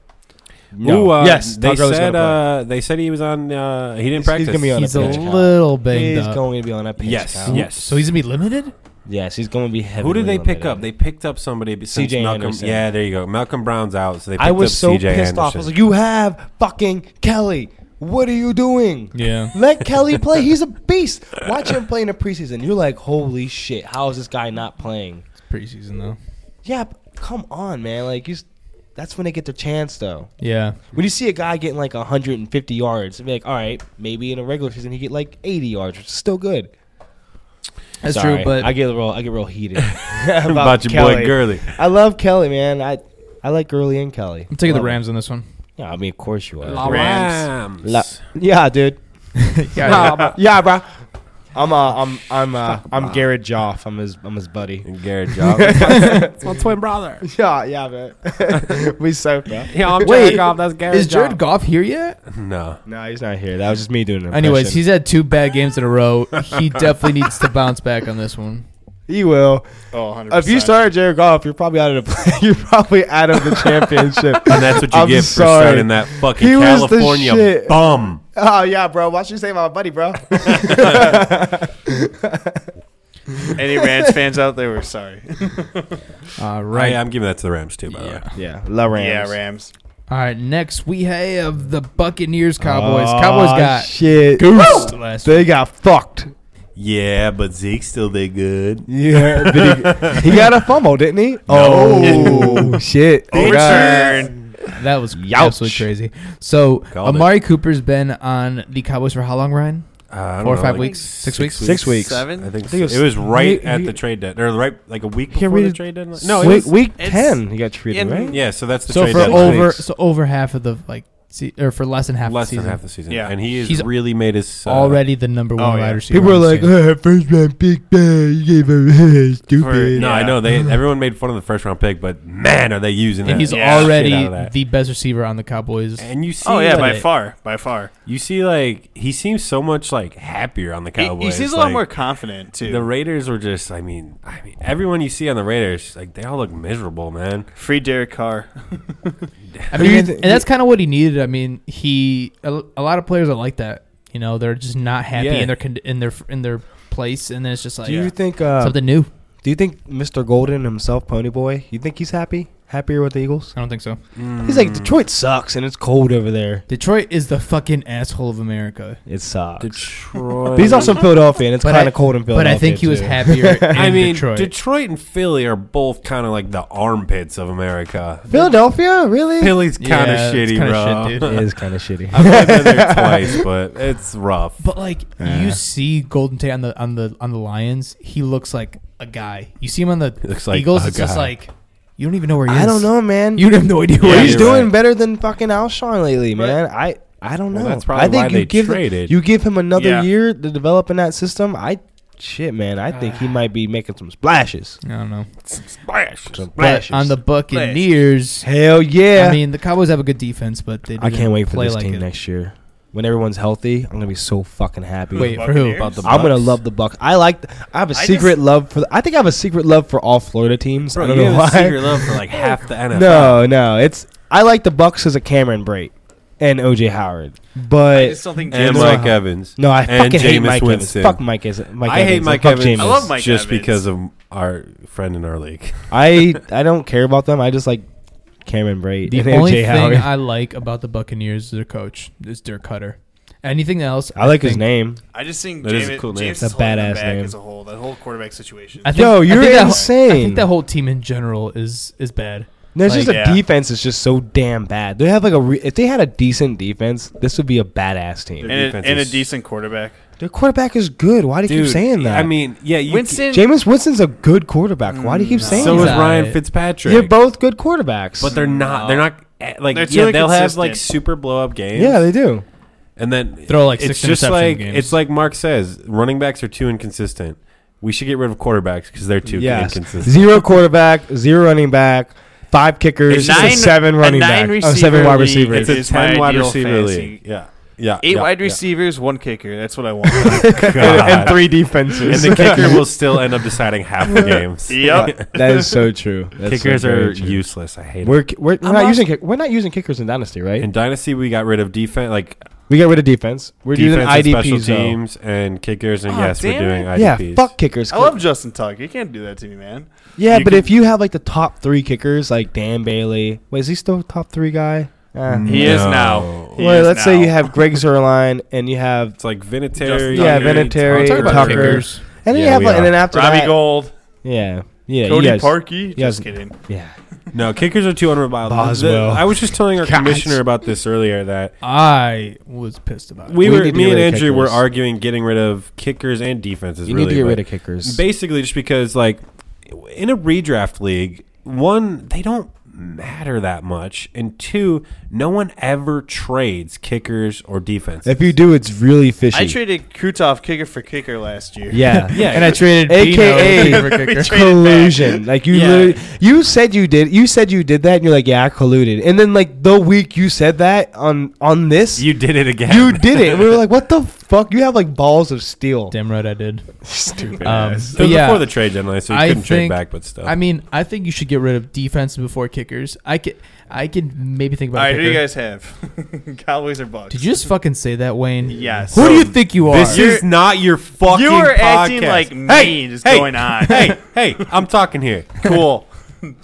Speaker 1: Ooh, uh,
Speaker 2: yes,
Speaker 1: They
Speaker 2: Todd Gurley's
Speaker 1: said
Speaker 2: gonna
Speaker 1: uh, they said he was on. Uh, he didn't
Speaker 2: He's- he's
Speaker 1: practice.
Speaker 2: gonna be on
Speaker 4: He's a
Speaker 2: a pitch count.
Speaker 4: little banged
Speaker 2: He's
Speaker 4: up.
Speaker 2: going to be on a pitch
Speaker 1: Yes,
Speaker 2: count.
Speaker 1: yes.
Speaker 4: So he's gonna be limited.
Speaker 2: yes, he's going to be heavy.
Speaker 1: Who did they pick up? They picked up somebody. besides
Speaker 2: CJ
Speaker 1: Malcolm.
Speaker 2: Anderson.
Speaker 1: Yeah, there you go. Malcolm Brown's out, so they picked
Speaker 2: I was
Speaker 1: up
Speaker 2: so
Speaker 1: CJ
Speaker 2: pissed
Speaker 1: Anderson.
Speaker 2: off. I was like, "You have fucking Kelly. What are you doing?
Speaker 4: Yeah.
Speaker 2: Let Kelly play. He's a beast. Watch him play in the preseason. You're like, holy shit, how is this guy not playing?
Speaker 4: It's preseason though.
Speaker 2: Yeah, but come on, man. Like, you, s- that's when they get their chance, though.
Speaker 4: Yeah.
Speaker 2: When you see a guy getting like 150 yards, it'd be like, all right, maybe in a regular season he get like 80 yards, which is still good.
Speaker 4: That's
Speaker 2: Sorry,
Speaker 4: true, but
Speaker 2: I get real, I get real heated
Speaker 1: about,
Speaker 2: about,
Speaker 1: your
Speaker 2: Kelly.
Speaker 1: boy Gurley.
Speaker 2: I love Kelly, man. I I like Gurley and Kelly.
Speaker 4: I'm taking the
Speaker 2: Love
Speaker 4: Rams on this one.
Speaker 2: it. Yeah, I mean, of course you
Speaker 4: La-
Speaker 2: are.
Speaker 1: Rams.
Speaker 2: La- yeah, dude.
Speaker 4: yeah.
Speaker 2: yeah, bro. I'm uh, I'm I'm uh, I'm Garrett Joff. I'm his I'm his buddy.
Speaker 1: And Garrett Job.
Speaker 5: It's my twin brother.
Speaker 2: Yeah, yeah, man. we so bro.
Speaker 5: Yeah, I'm
Speaker 4: Wait,
Speaker 5: Jared Goff. That's Garrett.
Speaker 4: Is Jared
Speaker 5: Goff.
Speaker 4: Goff here yet?
Speaker 1: no.
Speaker 2: No, he's not here. That was just me doing it.
Speaker 4: Anyways, he's had two bad games in a row. He definitely needs to bounce back on this one.
Speaker 2: he will.
Speaker 3: Oh, 100%.
Speaker 2: If you started Jared Goff, you're probably out of the play. you're probably out of the championship.
Speaker 1: And that's what you
Speaker 2: I'm
Speaker 1: get
Speaker 2: sorry.
Speaker 1: for starting that fucking
Speaker 2: He was the
Speaker 1: California
Speaker 2: shit.
Speaker 1: bum.
Speaker 2: oh yeah, bro. Why should you say my buddy, bro?
Speaker 3: Any Rams fans out there, we're sorry.
Speaker 4: All right.
Speaker 1: Right. I'm giving that to the Rams too, by the way.
Speaker 4: Yeah.
Speaker 2: yeah, La Rams.
Speaker 3: Yeah, Rams.
Speaker 4: All right. Next, we have the Buccaneers Cowboys. Cowboys
Speaker 2: Aw,
Speaker 4: got
Speaker 2: shit.
Speaker 4: goosed last
Speaker 2: They got fucked.
Speaker 1: Yeah, but Zeke's still that good. Uh,
Speaker 2: Yeah, did he, he got a fumble, didn't he? Oh shit! Oh, God.
Speaker 3: Overturn.
Speaker 4: That was
Speaker 2: Youch.
Speaker 4: absolutely crazy. So
Speaker 1: Called it.
Speaker 4: Amari Cooper's been on the Cowboys for how long, Ryan?
Speaker 1: Uh, I don't
Speaker 4: Four or
Speaker 1: know,
Speaker 4: five
Speaker 1: like
Speaker 4: weeks? Six weeks?
Speaker 2: Six weeks.
Speaker 1: I
Speaker 3: Seven.
Speaker 1: think,
Speaker 2: I think
Speaker 1: so.
Speaker 2: it was-
Speaker 1: it was right
Speaker 2: he-
Speaker 1: at
Speaker 2: he-
Speaker 1: the trade deadline, or right like a week
Speaker 2: Can't
Speaker 1: before
Speaker 2: read
Speaker 1: the
Speaker 2: it.
Speaker 1: trade deadline. No, it
Speaker 2: week,
Speaker 1: was,
Speaker 2: week
Speaker 3: it's-
Speaker 2: ten, he got treated
Speaker 3: in-
Speaker 2: right.
Speaker 1: yeah. So that's the
Speaker 4: So
Speaker 1: trade
Speaker 4: for
Speaker 1: deadline.
Speaker 4: over
Speaker 2: Weeks.
Speaker 4: so over half of the like se- or for less than half
Speaker 1: less
Speaker 4: the season.
Speaker 1: than half the season.
Speaker 3: Yeah.
Speaker 1: and he has
Speaker 4: He's
Speaker 1: really made his uh,
Speaker 4: Already the number one
Speaker 3: Oh, yeah.
Speaker 4: wide receiver.
Speaker 2: People were
Speaker 4: on this
Speaker 2: like,
Speaker 4: team.
Speaker 2: "Uh, first round big bad, you gave him stupid.
Speaker 1: No, I know they. Everyone made fun of the first round pick, but man, are they using that
Speaker 4: and he's
Speaker 1: shit
Speaker 3: Yeah.
Speaker 1: out of
Speaker 4: already
Speaker 1: that.
Speaker 4: the best receiver on the Cowboys.
Speaker 1: and you see,
Speaker 3: Oh yeah,
Speaker 1: like,
Speaker 3: by far, by far.
Speaker 1: you see, like he seems so much like happier on the
Speaker 3: He,
Speaker 1: Cowboys.
Speaker 3: he seems a lot
Speaker 1: Like,
Speaker 3: more confident too.
Speaker 1: The Raiders were just. I mean, I mean, everyone you see on the Raiders, like they all look miserable, man.
Speaker 3: Free Derek Carr.
Speaker 4: I
Speaker 2: Who
Speaker 4: mean,
Speaker 2: you
Speaker 4: and
Speaker 2: th-
Speaker 4: that's kind of what he needed. I mean, he a, a lot of players are like that. You know, they're just not happy
Speaker 1: Yeah.
Speaker 4: in their con- in their in their place, and then it's just like
Speaker 2: Do you
Speaker 4: yeah,
Speaker 2: think? Uh,
Speaker 4: something new.
Speaker 2: do you think Mr. Golden himself, Pony Boy? You think he's happy? Happier with the Eagles?
Speaker 4: I don't think so.
Speaker 2: He's like Detroit sucks and it's cold over there.
Speaker 4: Detroit is the fucking asshole of America.
Speaker 2: It sucks.
Speaker 1: Mm. Detroit.
Speaker 2: But he's also Philadelphia, and it's
Speaker 4: But
Speaker 2: kind
Speaker 4: I-
Speaker 2: of cold in
Speaker 4: But
Speaker 2: Philadelphia.
Speaker 4: I think he was
Speaker 2: too.
Speaker 4: happier. In
Speaker 1: I mean,
Speaker 4: Detroit.
Speaker 1: Detroit. and Philly are both kind of like the armpits of America.
Speaker 2: Philadelphia, really?
Speaker 1: Philly's
Speaker 4: Yeah,
Speaker 1: kind of
Speaker 4: it's
Speaker 1: shitty,
Speaker 4: kinda
Speaker 1: bro.
Speaker 4: shit, dude.
Speaker 2: it is kind of shitty.
Speaker 1: I've only been there twice, but it's rough.
Speaker 4: But like
Speaker 2: Yeah.
Speaker 4: you see Golden Tate on the on the on the Lions, he looks like a guy. You see him on the
Speaker 1: looks like
Speaker 4: Eagles,
Speaker 1: a
Speaker 4: it's just
Speaker 1: guy.
Speaker 4: like you don't even know where he is.
Speaker 2: I don't know, man.
Speaker 4: You have no idea where
Speaker 1: Yeah,
Speaker 4: he
Speaker 2: he's
Speaker 4: is.
Speaker 1: you're
Speaker 2: doing
Speaker 1: right.
Speaker 2: better than fucking Alshon lately, man. I I don't know.
Speaker 1: Well, that's probably
Speaker 2: I think
Speaker 1: why
Speaker 2: you
Speaker 1: they
Speaker 2: give
Speaker 1: traded.
Speaker 2: you give him another
Speaker 3: Yeah.
Speaker 2: year to develop in that system. I shit, man. I think
Speaker 1: Ah.
Speaker 2: he might be making some splashes.
Speaker 4: I don't know.
Speaker 3: Splash.
Speaker 2: Some
Speaker 4: But
Speaker 2: splashes.
Speaker 4: on the Buccaneers,
Speaker 2: Hell yeah.
Speaker 4: I mean the Cowboys have a good defense, but they
Speaker 2: I can't
Speaker 4: didn't
Speaker 2: wait for
Speaker 4: play
Speaker 2: this
Speaker 4: like
Speaker 2: team
Speaker 4: it.
Speaker 2: next year. When everyone's healthy, I'm gonna be so fucking happy.
Speaker 4: Wait, for who?
Speaker 3: Buccaneers?
Speaker 1: About the
Speaker 2: I'm gonna
Speaker 1: Bucs.
Speaker 2: love the Bucks. I like. th- I have a
Speaker 3: I
Speaker 2: secret love for. The, I think I have a secret love for all Florida teams. I
Speaker 1: Bro,
Speaker 2: don't
Speaker 1: you
Speaker 2: know
Speaker 1: have
Speaker 2: why.
Speaker 1: a secret love for like half the NFL.
Speaker 2: No, no. It's I like the Bucks because of Cameron Brate and OJ Howard, but
Speaker 3: I just don't think
Speaker 1: and
Speaker 3: James.
Speaker 2: Mike
Speaker 1: Mike Evans.
Speaker 2: no, I
Speaker 1: and
Speaker 2: fucking hate
Speaker 1: Jameis
Speaker 2: Mike
Speaker 1: Winston.
Speaker 2: Evans. Fuck Mike, is, Mike
Speaker 1: I
Speaker 2: Evans.
Speaker 1: hate Mike
Speaker 2: fuck
Speaker 1: Evans.
Speaker 2: Jameis.
Speaker 3: I love Mike
Speaker 1: just
Speaker 3: Evans.
Speaker 1: because of our friend in our league.
Speaker 2: I I don't care about them. I just like Cameron Brate
Speaker 4: The
Speaker 2: and
Speaker 4: only
Speaker 2: OJ
Speaker 4: thing
Speaker 2: Howard. I,
Speaker 4: I like about the Buccaneers is their coach, is Dirk Cutter. Anything else?
Speaker 2: like his
Speaker 4: think-
Speaker 2: name.
Speaker 3: I just think
Speaker 1: That is
Speaker 3: James,
Speaker 1: a cool name.
Speaker 3: James
Speaker 2: It's
Speaker 3: is
Speaker 2: a
Speaker 3: holding them
Speaker 2: badass
Speaker 3: back
Speaker 2: name.
Speaker 3: as a whole. That whole quarterback situation.
Speaker 4: I think,
Speaker 2: Yo,
Speaker 4: I
Speaker 2: you're
Speaker 4: think that whole- I
Speaker 2: insane.
Speaker 4: think that whole team in general is is bad.
Speaker 2: No, it's
Speaker 4: Like-
Speaker 2: just the
Speaker 3: Yeah.
Speaker 2: defense is just so damn bad. They have like a re- if they had a decent defense, this would be a badass team.
Speaker 3: and,
Speaker 1: Their
Speaker 3: a,
Speaker 1: defense
Speaker 3: and a
Speaker 1: is-
Speaker 3: decent quarterback.
Speaker 2: Their quarterback is good. Why do you keep saying that?
Speaker 1: I mean, yeah, you
Speaker 3: Winston.
Speaker 2: Jameis Winston's a good quarterback. Why do you keep
Speaker 1: Mm, so
Speaker 2: saying
Speaker 1: is
Speaker 4: He's
Speaker 2: that?
Speaker 1: Ryan
Speaker 4: alright.
Speaker 1: Fitzpatrick.
Speaker 2: You're both good quarterbacks.
Speaker 1: but they're not. They're not eh, like
Speaker 3: They're too
Speaker 1: yeah. They'll have
Speaker 3: inconsistent.
Speaker 1: like super blow up games.
Speaker 2: yeah, they do.
Speaker 1: and then
Speaker 4: Throw, like,
Speaker 1: it's
Speaker 4: six
Speaker 1: just
Speaker 4: interception
Speaker 1: like
Speaker 4: games.
Speaker 1: it's like Mark says. Running backs are too inconsistent. We should get rid of quarterbacks because they're too
Speaker 2: Yes.
Speaker 1: inconsistent.
Speaker 2: Zero quarterback, zero running back, five kickers,
Speaker 3: A nine-
Speaker 2: seven
Speaker 3: a
Speaker 2: running
Speaker 3: nine
Speaker 2: back, oh,
Speaker 3: receiver
Speaker 2: seven wide
Speaker 3: league.
Speaker 2: receivers.
Speaker 1: It's a
Speaker 3: It's my
Speaker 1: ten wide
Speaker 3: ideal
Speaker 1: receiver
Speaker 3: fantasy.
Speaker 1: league. Yeah, yeah.
Speaker 3: Eight
Speaker 1: yeah,
Speaker 3: wide
Speaker 1: yeah.
Speaker 3: receivers, one kicker. That's what I want.
Speaker 1: God.
Speaker 2: and three
Speaker 1: and
Speaker 2: defenses.
Speaker 1: the kicker will still end up deciding half the games.
Speaker 3: yep.
Speaker 2: that is so true. That's
Speaker 1: Kickers
Speaker 2: so very
Speaker 1: are
Speaker 2: true.
Speaker 1: useless. I hate
Speaker 2: We're, ki- we're, we're
Speaker 1: I'm
Speaker 2: not
Speaker 1: also-
Speaker 2: using kick, we're not using kickers in dynasty,
Speaker 1: it.
Speaker 2: right?
Speaker 1: In Dynasty, we got rid of defense, like
Speaker 2: we got rid of defense. We're
Speaker 1: defense and
Speaker 2: using
Speaker 1: special
Speaker 2: IDPs. though.
Speaker 1: teams and kickers, and
Speaker 3: Aw,
Speaker 1: yes, we're
Speaker 3: damn
Speaker 1: doing
Speaker 3: it.
Speaker 1: IDPs.
Speaker 2: Yeah, fuck kickers.
Speaker 3: I love Justin Tuck. You can't do that to me, man.
Speaker 2: yeah,
Speaker 3: you
Speaker 2: but
Speaker 3: can-
Speaker 2: if you have like the top three kickers, like Dan Bailey, wait, is he still top three guy? Eh.
Speaker 1: Mm.
Speaker 3: He is now. He
Speaker 2: Well,
Speaker 3: is
Speaker 2: let's say
Speaker 3: now.
Speaker 2: you have Greg Zerline and you have
Speaker 1: It's like Vinatieri.
Speaker 2: Yeah, Vinatieri,
Speaker 1: Talk about
Speaker 2: Tucker.
Speaker 1: kickers.
Speaker 2: and then
Speaker 1: Yeah,
Speaker 2: you have
Speaker 1: we
Speaker 2: like, and
Speaker 1: are.
Speaker 2: then after
Speaker 3: Robbie
Speaker 2: that,
Speaker 3: Gold,
Speaker 2: yeah, yeah,
Speaker 3: Cody
Speaker 2: you guys,
Speaker 3: Parkey.
Speaker 2: yes.
Speaker 3: Just kidding.
Speaker 2: yeah,
Speaker 1: No, kickers are too unreliable.
Speaker 2: Boswell.
Speaker 1: The- I was just telling our
Speaker 4: Guys.
Speaker 1: commissioner about this earlier that
Speaker 4: I was pissed about it.
Speaker 1: we,
Speaker 2: We
Speaker 1: were,
Speaker 2: need to
Speaker 1: me
Speaker 2: get
Speaker 1: and
Speaker 2: rid of
Speaker 1: Andrew were
Speaker 2: kickers.
Speaker 1: arguing getting rid of kickers and defenses.
Speaker 2: you
Speaker 1: really,
Speaker 2: need to get
Speaker 1: but-
Speaker 2: rid of kickers.
Speaker 1: Basically, just because like in a redraft league, one they don't matter that much, and two, no one ever trades kickers or defenses.
Speaker 2: if you do, it's really fishy.
Speaker 3: I traded Krutov kicker for kicker last year.
Speaker 2: yeah,
Speaker 1: Yeah,
Speaker 4: And I traded
Speaker 2: AKA
Speaker 4: Bino for kicker.
Speaker 3: traded
Speaker 2: collusion. Like you,
Speaker 1: Yeah.
Speaker 2: literally, you said you did. You said you did that, and you're like, yeah, I colluded. And then like the week you said that on on this, you,
Speaker 1: you did it again.
Speaker 2: did it. And we were like, what the fuck? You have like balls of steel.
Speaker 4: Damn right I did.
Speaker 2: Stupid.
Speaker 4: Um,
Speaker 1: It
Speaker 4: but
Speaker 1: was
Speaker 4: yeah,
Speaker 1: before the trade deadline, so you
Speaker 4: I
Speaker 1: couldn't trade
Speaker 4: think-
Speaker 1: back, but
Speaker 3: Oh.
Speaker 1: stuff.
Speaker 4: I mean, I think you should get rid of defense before kickers. I could, I could maybe think
Speaker 3: All
Speaker 4: about. a
Speaker 3: right, who do you
Speaker 4: kicker.
Speaker 3: guys have? Cowboys or Bucks?
Speaker 4: Did you just fucking say that, Wayne?
Speaker 3: Yes.
Speaker 4: Who do you
Speaker 1: So,
Speaker 4: think you are?
Speaker 1: this is not your fucking.
Speaker 3: You were acting
Speaker 1: podcast.
Speaker 3: like me
Speaker 1: Hey,
Speaker 3: is
Speaker 1: hey,
Speaker 3: going on.
Speaker 1: Hey, hey, I'm talking here.
Speaker 3: cool.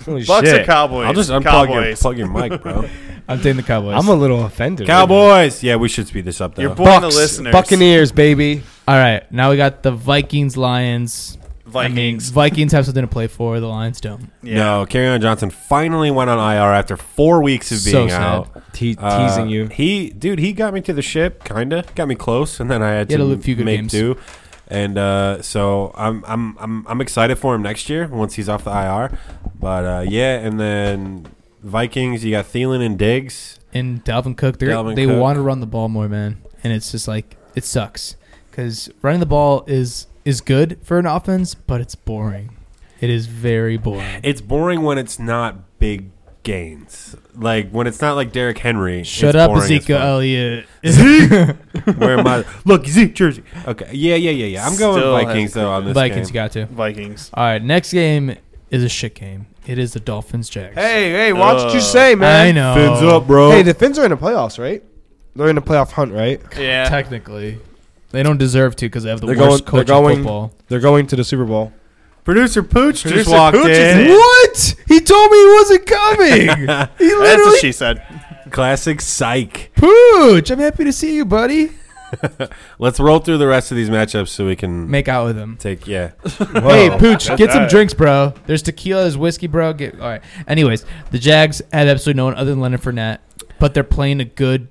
Speaker 2: Holy
Speaker 3: Bucks
Speaker 2: shit.
Speaker 3: or Cowboys?
Speaker 1: I'll just unplug your,
Speaker 3: Cowboys.
Speaker 1: plug your mic, bro.
Speaker 4: I'm taking the Cowboys.
Speaker 2: I'm a little offended. right now.
Speaker 1: Cowboys. Yeah, we should speed this up though.
Speaker 3: You're boring the
Speaker 2: Bucks,
Speaker 3: listeners.
Speaker 2: Buccaneers, baby.
Speaker 4: All right, now we got the Vikings, Lions. I mean,
Speaker 3: Vikings.
Speaker 4: Vikings have something to play for. The Lions don't.
Speaker 3: yeah.
Speaker 1: No, Carrion Johnson finally went on IR after four weeks of
Speaker 4: So
Speaker 1: being
Speaker 4: sad.
Speaker 1: out.
Speaker 2: Te-
Speaker 1: Uh,
Speaker 2: teasing you.
Speaker 1: He, dude, he got me to the ship, kinda got me close, and then I had
Speaker 4: He had
Speaker 1: to
Speaker 4: a few good
Speaker 1: make
Speaker 4: games.
Speaker 1: do. And uh, so I'm, I'm, I'm, I'm excited for him next year once he's off the IR. But uh, yeah, and then Vikings, you got Thielen and Diggs.
Speaker 4: And Dalvin Cook, they
Speaker 1: Dalvin
Speaker 4: they
Speaker 1: Cook.
Speaker 4: want to run the ball more, man. And it's just like it sucks because running the ball is is good for an offense, but it's boring. It is very boring.
Speaker 1: It's boring when it's not big gains, like when it's not like Derrick Henry.
Speaker 4: Shut
Speaker 1: it's
Speaker 4: up,
Speaker 1: boring as
Speaker 4: Ezekiel
Speaker 1: fuck.
Speaker 4: Elliott.
Speaker 1: Where am I? Look, Zeke jersey. Okay, yeah, yeah, yeah, yeah. I'm going
Speaker 3: Still has
Speaker 1: Vikings though on this
Speaker 4: Vikings
Speaker 1: game.
Speaker 4: got to.
Speaker 3: Vikings.
Speaker 4: All right, next game is a shit game. It is the Dolphins Jags.
Speaker 2: Hey, hey, watch what you
Speaker 3: Uh,
Speaker 2: say, man.
Speaker 4: I know.
Speaker 1: Fins up, bro.
Speaker 2: Hey, the Finns are in the playoffs, right? They're in the playoff hunt, right?
Speaker 3: Yeah.
Speaker 4: Technically, they don't deserve to because they have the
Speaker 2: They're
Speaker 4: worst
Speaker 2: going-
Speaker 4: coach
Speaker 2: they're
Speaker 4: in
Speaker 2: going-
Speaker 4: football.
Speaker 2: They're going to the Super Bowl.
Speaker 1: Producer Pooch just
Speaker 3: Producer
Speaker 1: walked
Speaker 3: Pooch is
Speaker 1: in.
Speaker 3: in.
Speaker 4: What? He told me he wasn't coming. he
Speaker 3: That's
Speaker 4: literally
Speaker 3: what she said.
Speaker 1: Classic psych.
Speaker 4: pooch. I'm happy to see you, buddy.
Speaker 1: Let's roll through the rest of these matchups so we can
Speaker 4: Make out with him.
Speaker 1: take. Yeah,
Speaker 4: Hey,
Speaker 3: Oh, That's
Speaker 4: pooch, get some
Speaker 3: all right.
Speaker 4: drinks, bro. There's tequila, there's whiskey, bro. Get all right. Anyways, the Jags had absolutely no one other than Leonard Fournette, but they're playing a good,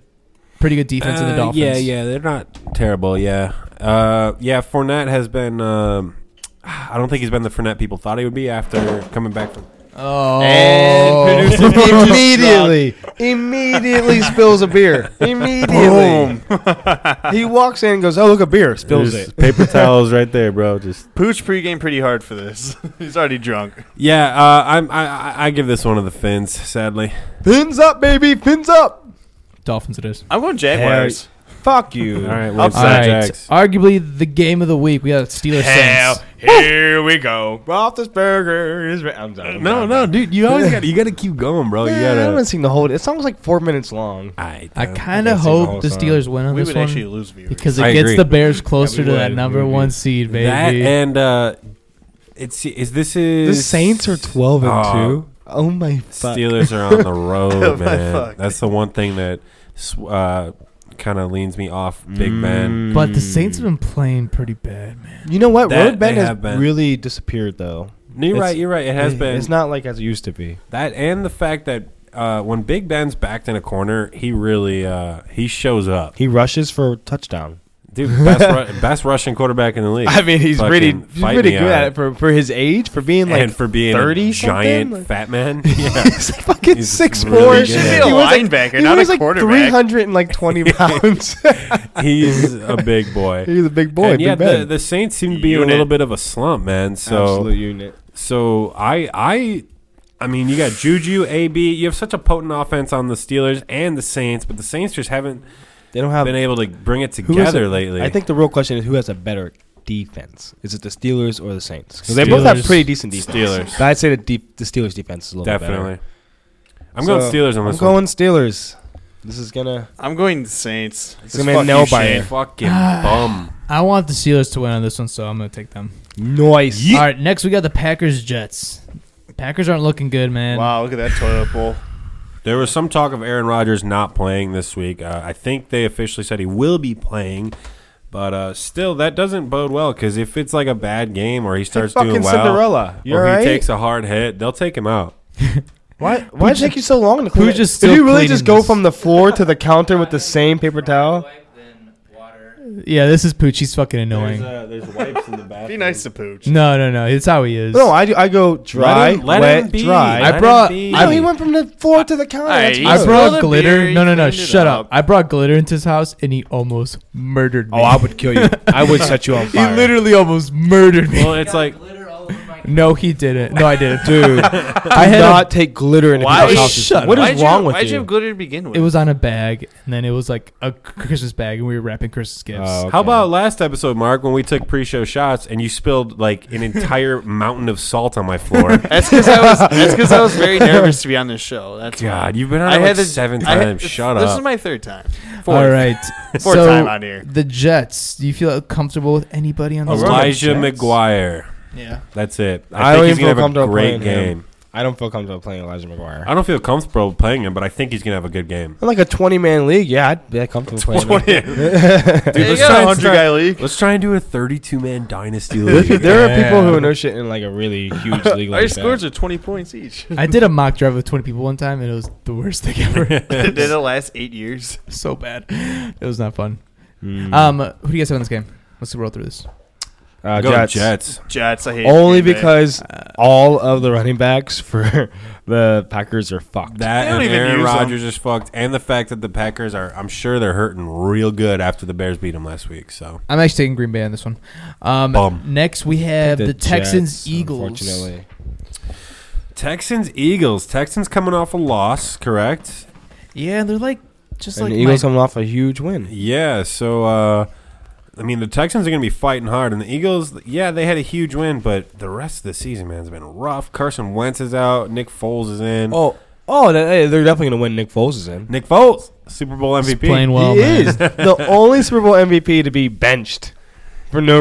Speaker 4: pretty good defense in the
Speaker 1: Uh,
Speaker 4: Dolphins.
Speaker 1: yeah, yeah. They're not terrible. Yeah, uh, yeah. Fournette has been. Um, I don't think he's been the Fournette people thought he would be after coming back from.
Speaker 4: Oh,
Speaker 3: And producer
Speaker 2: immediately, immediately spills a beer. Immediately,
Speaker 3: Boom.
Speaker 2: he walks in and goes, "Oh, look, a beer!" Spills it.
Speaker 1: paper towels right there, bro. Just
Speaker 3: Pooch pregame pretty hard for this. He's already drunk.
Speaker 1: yeah. Uh, I'm. I, I- I give this one to the Finns. Sadly,
Speaker 2: Fins up, baby. Fins up.
Speaker 4: Dolphins it is.
Speaker 3: I'm going Jaguars.
Speaker 2: Fuck you.
Speaker 1: all right.
Speaker 3: Upset.
Speaker 4: All
Speaker 1: All
Speaker 4: right,
Speaker 1: right.
Speaker 4: arguably the game of the week. We got Steelers Saints.
Speaker 3: here we go.
Speaker 2: Roethlisberger is. I'm sorry. I'm
Speaker 1: No,
Speaker 2: sorry.
Speaker 1: no, dude. You always got. You got to keep going, bro. You
Speaker 2: Man, I
Speaker 1: got
Speaker 2: haven't
Speaker 1: to.
Speaker 2: seen the whole. It's almost like four minutes long.
Speaker 4: I kind of
Speaker 2: that's the
Speaker 4: hope
Speaker 2: whole
Speaker 4: the
Speaker 2: song.
Speaker 4: Steelers win on
Speaker 3: We
Speaker 4: this
Speaker 3: would
Speaker 4: one
Speaker 3: actually lose viewers.
Speaker 4: because it
Speaker 1: I
Speaker 4: gets
Speaker 1: agree.
Speaker 4: the Bears
Speaker 2: Yeah,
Speaker 4: closer
Speaker 2: we
Speaker 4: to
Speaker 2: would.
Speaker 4: that number
Speaker 2: We would.
Speaker 4: one seed, baby.
Speaker 1: That and uh, it's is this
Speaker 2: The
Speaker 1: is
Speaker 2: Saints are 12 and
Speaker 1: Oh.
Speaker 2: 2. Oh my fuck.
Speaker 1: Steelers are on the
Speaker 3: Oh,
Speaker 1: road,
Speaker 3: my
Speaker 1: man.
Speaker 3: fuck.
Speaker 1: That's the one thing that sw- uh, kind of leans me off Big Ben.
Speaker 4: but the Saints
Speaker 3: Hmm.
Speaker 4: have been playing pretty bad, man.
Speaker 2: You know what?
Speaker 1: That
Speaker 2: Road Ben
Speaker 1: they
Speaker 2: has
Speaker 1: have been.
Speaker 2: really disappeared though.
Speaker 1: No, you're
Speaker 2: It's-
Speaker 1: right. You're right. It has
Speaker 2: It-
Speaker 1: been
Speaker 2: It's not like as it used to be.
Speaker 1: that, and the fact that uh, when Big Ben's backed in a corner, he really uh, he shows up.
Speaker 2: He rushes for a touchdown.
Speaker 1: Dude, best, ru- best Russian quarterback in the league. Fucking fight me on
Speaker 2: for, for his age, for being
Speaker 1: and for being a
Speaker 2: 30 something,
Speaker 1: giant
Speaker 2: like-
Speaker 1: fat man. Yeah.
Speaker 2: He's like fucking
Speaker 1: He's
Speaker 2: six
Speaker 1: really
Speaker 2: four.
Speaker 1: good. He should be a
Speaker 3: linebacker,
Speaker 2: he
Speaker 3: not a
Speaker 2: weighs like
Speaker 3: quarterback.
Speaker 2: Three hundred and like twenty pounds.
Speaker 1: He's a big boy.
Speaker 2: He's a big boy.
Speaker 1: And
Speaker 2: Big
Speaker 1: yeah,
Speaker 2: ben.
Speaker 1: the, the Saints seem to be in a
Speaker 3: Unit.
Speaker 1: little bit of a slump, man. So
Speaker 2: absolute unit.
Speaker 1: So I I I mean you got Juju, AB. You have such a potent offense on the Steelers and the Saints, but the Saints just haven't
Speaker 2: They don't have
Speaker 1: been able to bring it
Speaker 2: Um, who has
Speaker 1: together
Speaker 2: a-
Speaker 1: lately.
Speaker 2: I think the real question is who has a better defense? Is it the Steelers or the Saints? Because they both have
Speaker 4: Steelers.
Speaker 2: pretty decent defense.
Speaker 1: Steelers.
Speaker 2: But I'd say the deep, the Steelers defense is a little bit better.
Speaker 1: definitely. I'm going
Speaker 2: So,
Speaker 1: Steelers on this
Speaker 2: I'm going Steelers. This is gonna.
Speaker 3: I'm going Saints.
Speaker 2: It's gonna be a nail
Speaker 1: one.
Speaker 2: biter.
Speaker 1: Fucking bum.
Speaker 4: I want the Steelers to win on this one, so I'm going to take them.
Speaker 2: Nice.
Speaker 4: All right, next we got the Packers Jets. Packers aren't looking good, man.
Speaker 3: Wow, look at that toilet bowl.
Speaker 1: There was some talk of Aaron Rodgers not playing this week. Uh, I think they officially said he will be playing, but uh, still, that doesn't bode well because if it's like a bad game or he starts doing
Speaker 2: fucking
Speaker 1: well,
Speaker 2: Cinderella. You
Speaker 1: or he
Speaker 2: alright?
Speaker 1: takes a hard hit, they'll take him out.
Speaker 2: Why? Why did it take you so long to clean?
Speaker 4: who's
Speaker 2: it?
Speaker 4: just
Speaker 2: Did
Speaker 4: still
Speaker 2: you really
Speaker 4: cleaning
Speaker 2: just go
Speaker 4: this?
Speaker 2: from the floor to the counter with the same paper towel?
Speaker 4: Yeah, this is Pooch. He's fucking annoying.
Speaker 1: there's wipes in the bathroom.
Speaker 3: Be nice to Pooch.
Speaker 4: no, no, no. It's how he is.
Speaker 2: No, I do. I go dry,
Speaker 1: him- let
Speaker 2: wet,
Speaker 1: him be.
Speaker 2: dry.
Speaker 1: Let
Speaker 4: I brought-
Speaker 1: him be.
Speaker 2: no, he went from the floor to the counter.
Speaker 3: Hey,
Speaker 2: That's
Speaker 3: he
Speaker 2: gross.
Speaker 4: I brought
Speaker 3: spilled a
Speaker 4: glitter.
Speaker 3: beer, he
Speaker 4: no, no, no.
Speaker 3: cleaned it
Speaker 4: Shut
Speaker 3: up.
Speaker 4: up. I brought glitter into his house, and he almost murdered me.
Speaker 2: Oh, I would kill you. I would set you on
Speaker 4: he
Speaker 2: fire.
Speaker 4: literally almost murdered me.
Speaker 1: Well, it's like
Speaker 4: No, he didn't. No, I didn't.
Speaker 2: dude. I
Speaker 4: I had a-
Speaker 2: not take glitter in
Speaker 3: Why-
Speaker 2: people's houses.
Speaker 4: Shut
Speaker 2: What
Speaker 4: up.
Speaker 2: is wrong with
Speaker 3: why'd
Speaker 2: you?
Speaker 3: have glitter to begin with?
Speaker 4: It was on a bag, and then it was like a Christmas bag, and we were wrapping Christmas gifts.
Speaker 2: Oh, okay.
Speaker 1: How about last episode, Mark, when we took pre-show shots and you spilled like an entire mountain of salt on my floor?
Speaker 3: That's because I was. That's because I was very nervous to be on this show. That's
Speaker 1: God,
Speaker 3: why.
Speaker 1: you've been on
Speaker 3: I
Speaker 1: it like
Speaker 3: had this-
Speaker 1: seven
Speaker 3: I had-
Speaker 1: times.
Speaker 3: this-
Speaker 1: Shut
Speaker 3: This
Speaker 1: up.
Speaker 3: is my third time. Fourth.
Speaker 4: All right.
Speaker 3: Fourth
Speaker 4: so
Speaker 3: time on here.
Speaker 4: the Jets. Do you feel comfortable with anybody on the
Speaker 2: Oh, we're on the
Speaker 1: Elijah
Speaker 2: Jets.
Speaker 1: McGuire.
Speaker 4: Yeah.
Speaker 1: That's it.
Speaker 2: I
Speaker 1: I,
Speaker 2: don't
Speaker 1: think he's
Speaker 2: even feel
Speaker 1: going to have a
Speaker 2: comfortable
Speaker 1: great
Speaker 2: playing him.
Speaker 1: game.
Speaker 2: I don't feel comfortable playing Elijah McGuire.
Speaker 1: I don't feel comfortable playing him, but I think he's going to have a good game.
Speaker 2: I'm like a 20 man league. Yeah, I'd be comfortable playing. him.
Speaker 1: Dude,
Speaker 3: you
Speaker 1: let's,
Speaker 3: got
Speaker 1: try
Speaker 3: a
Speaker 1: and
Speaker 3: hundred
Speaker 1: start,
Speaker 3: guy league.
Speaker 1: let's try and do a 32 man dynasty
Speaker 2: There-
Speaker 1: league.
Speaker 2: there are people
Speaker 4: Yeah.
Speaker 2: who know shit in like a really huge league like
Speaker 3: Our
Speaker 2: that.
Speaker 3: scores are twenty points each.
Speaker 4: I did a mock draft with 20 people one time, and it was the worst thing ever.
Speaker 3: Did it last eight years?
Speaker 4: so bad. It was not fun.
Speaker 1: Hmm.
Speaker 2: Mm.
Speaker 4: Um, who do you guys have in this game? Let's roll through this.
Speaker 2: uh,
Speaker 1: Go Jets.
Speaker 2: Jets.
Speaker 3: Jets. I hate
Speaker 2: Only
Speaker 3: Green Bay.
Speaker 2: because all of the running backs for the Packers are fucked.
Speaker 1: That
Speaker 3: They don't
Speaker 1: and
Speaker 3: even
Speaker 1: Aaron
Speaker 3: use him.
Speaker 1: Rodgers is fucked, and the fact that the Packers are, I'm sure they're hurting real good after the Bears beat them last week. So
Speaker 4: I'm actually taking Green Bay on this one. Um,
Speaker 1: Bum.
Speaker 4: Next, we have the, Texans
Speaker 2: Jets,
Speaker 4: Eagles.
Speaker 2: Unfortunately,
Speaker 1: Texans, Eagles. Texans coming off a loss, correct?
Speaker 4: Yeah, they're like just
Speaker 2: and
Speaker 4: like
Speaker 2: the Eagles
Speaker 4: my-
Speaker 2: coming off a huge win.
Speaker 1: Yeah, so uh I mean the Texans are going to be fighting hard and the Eagles, yeah, they had a huge win, but the rest of the season man's been rough. Carson Wentz is out, Nick Foles is in.
Speaker 2: Oh, oh, that- hey, they're definitely gonna win. Nick Foles is in.
Speaker 1: Nick Foles, Super Bowl
Speaker 4: He's
Speaker 1: MVP.
Speaker 4: playing well.
Speaker 2: he
Speaker 4: man.
Speaker 2: is the only Super Bowl MVP to be benched for no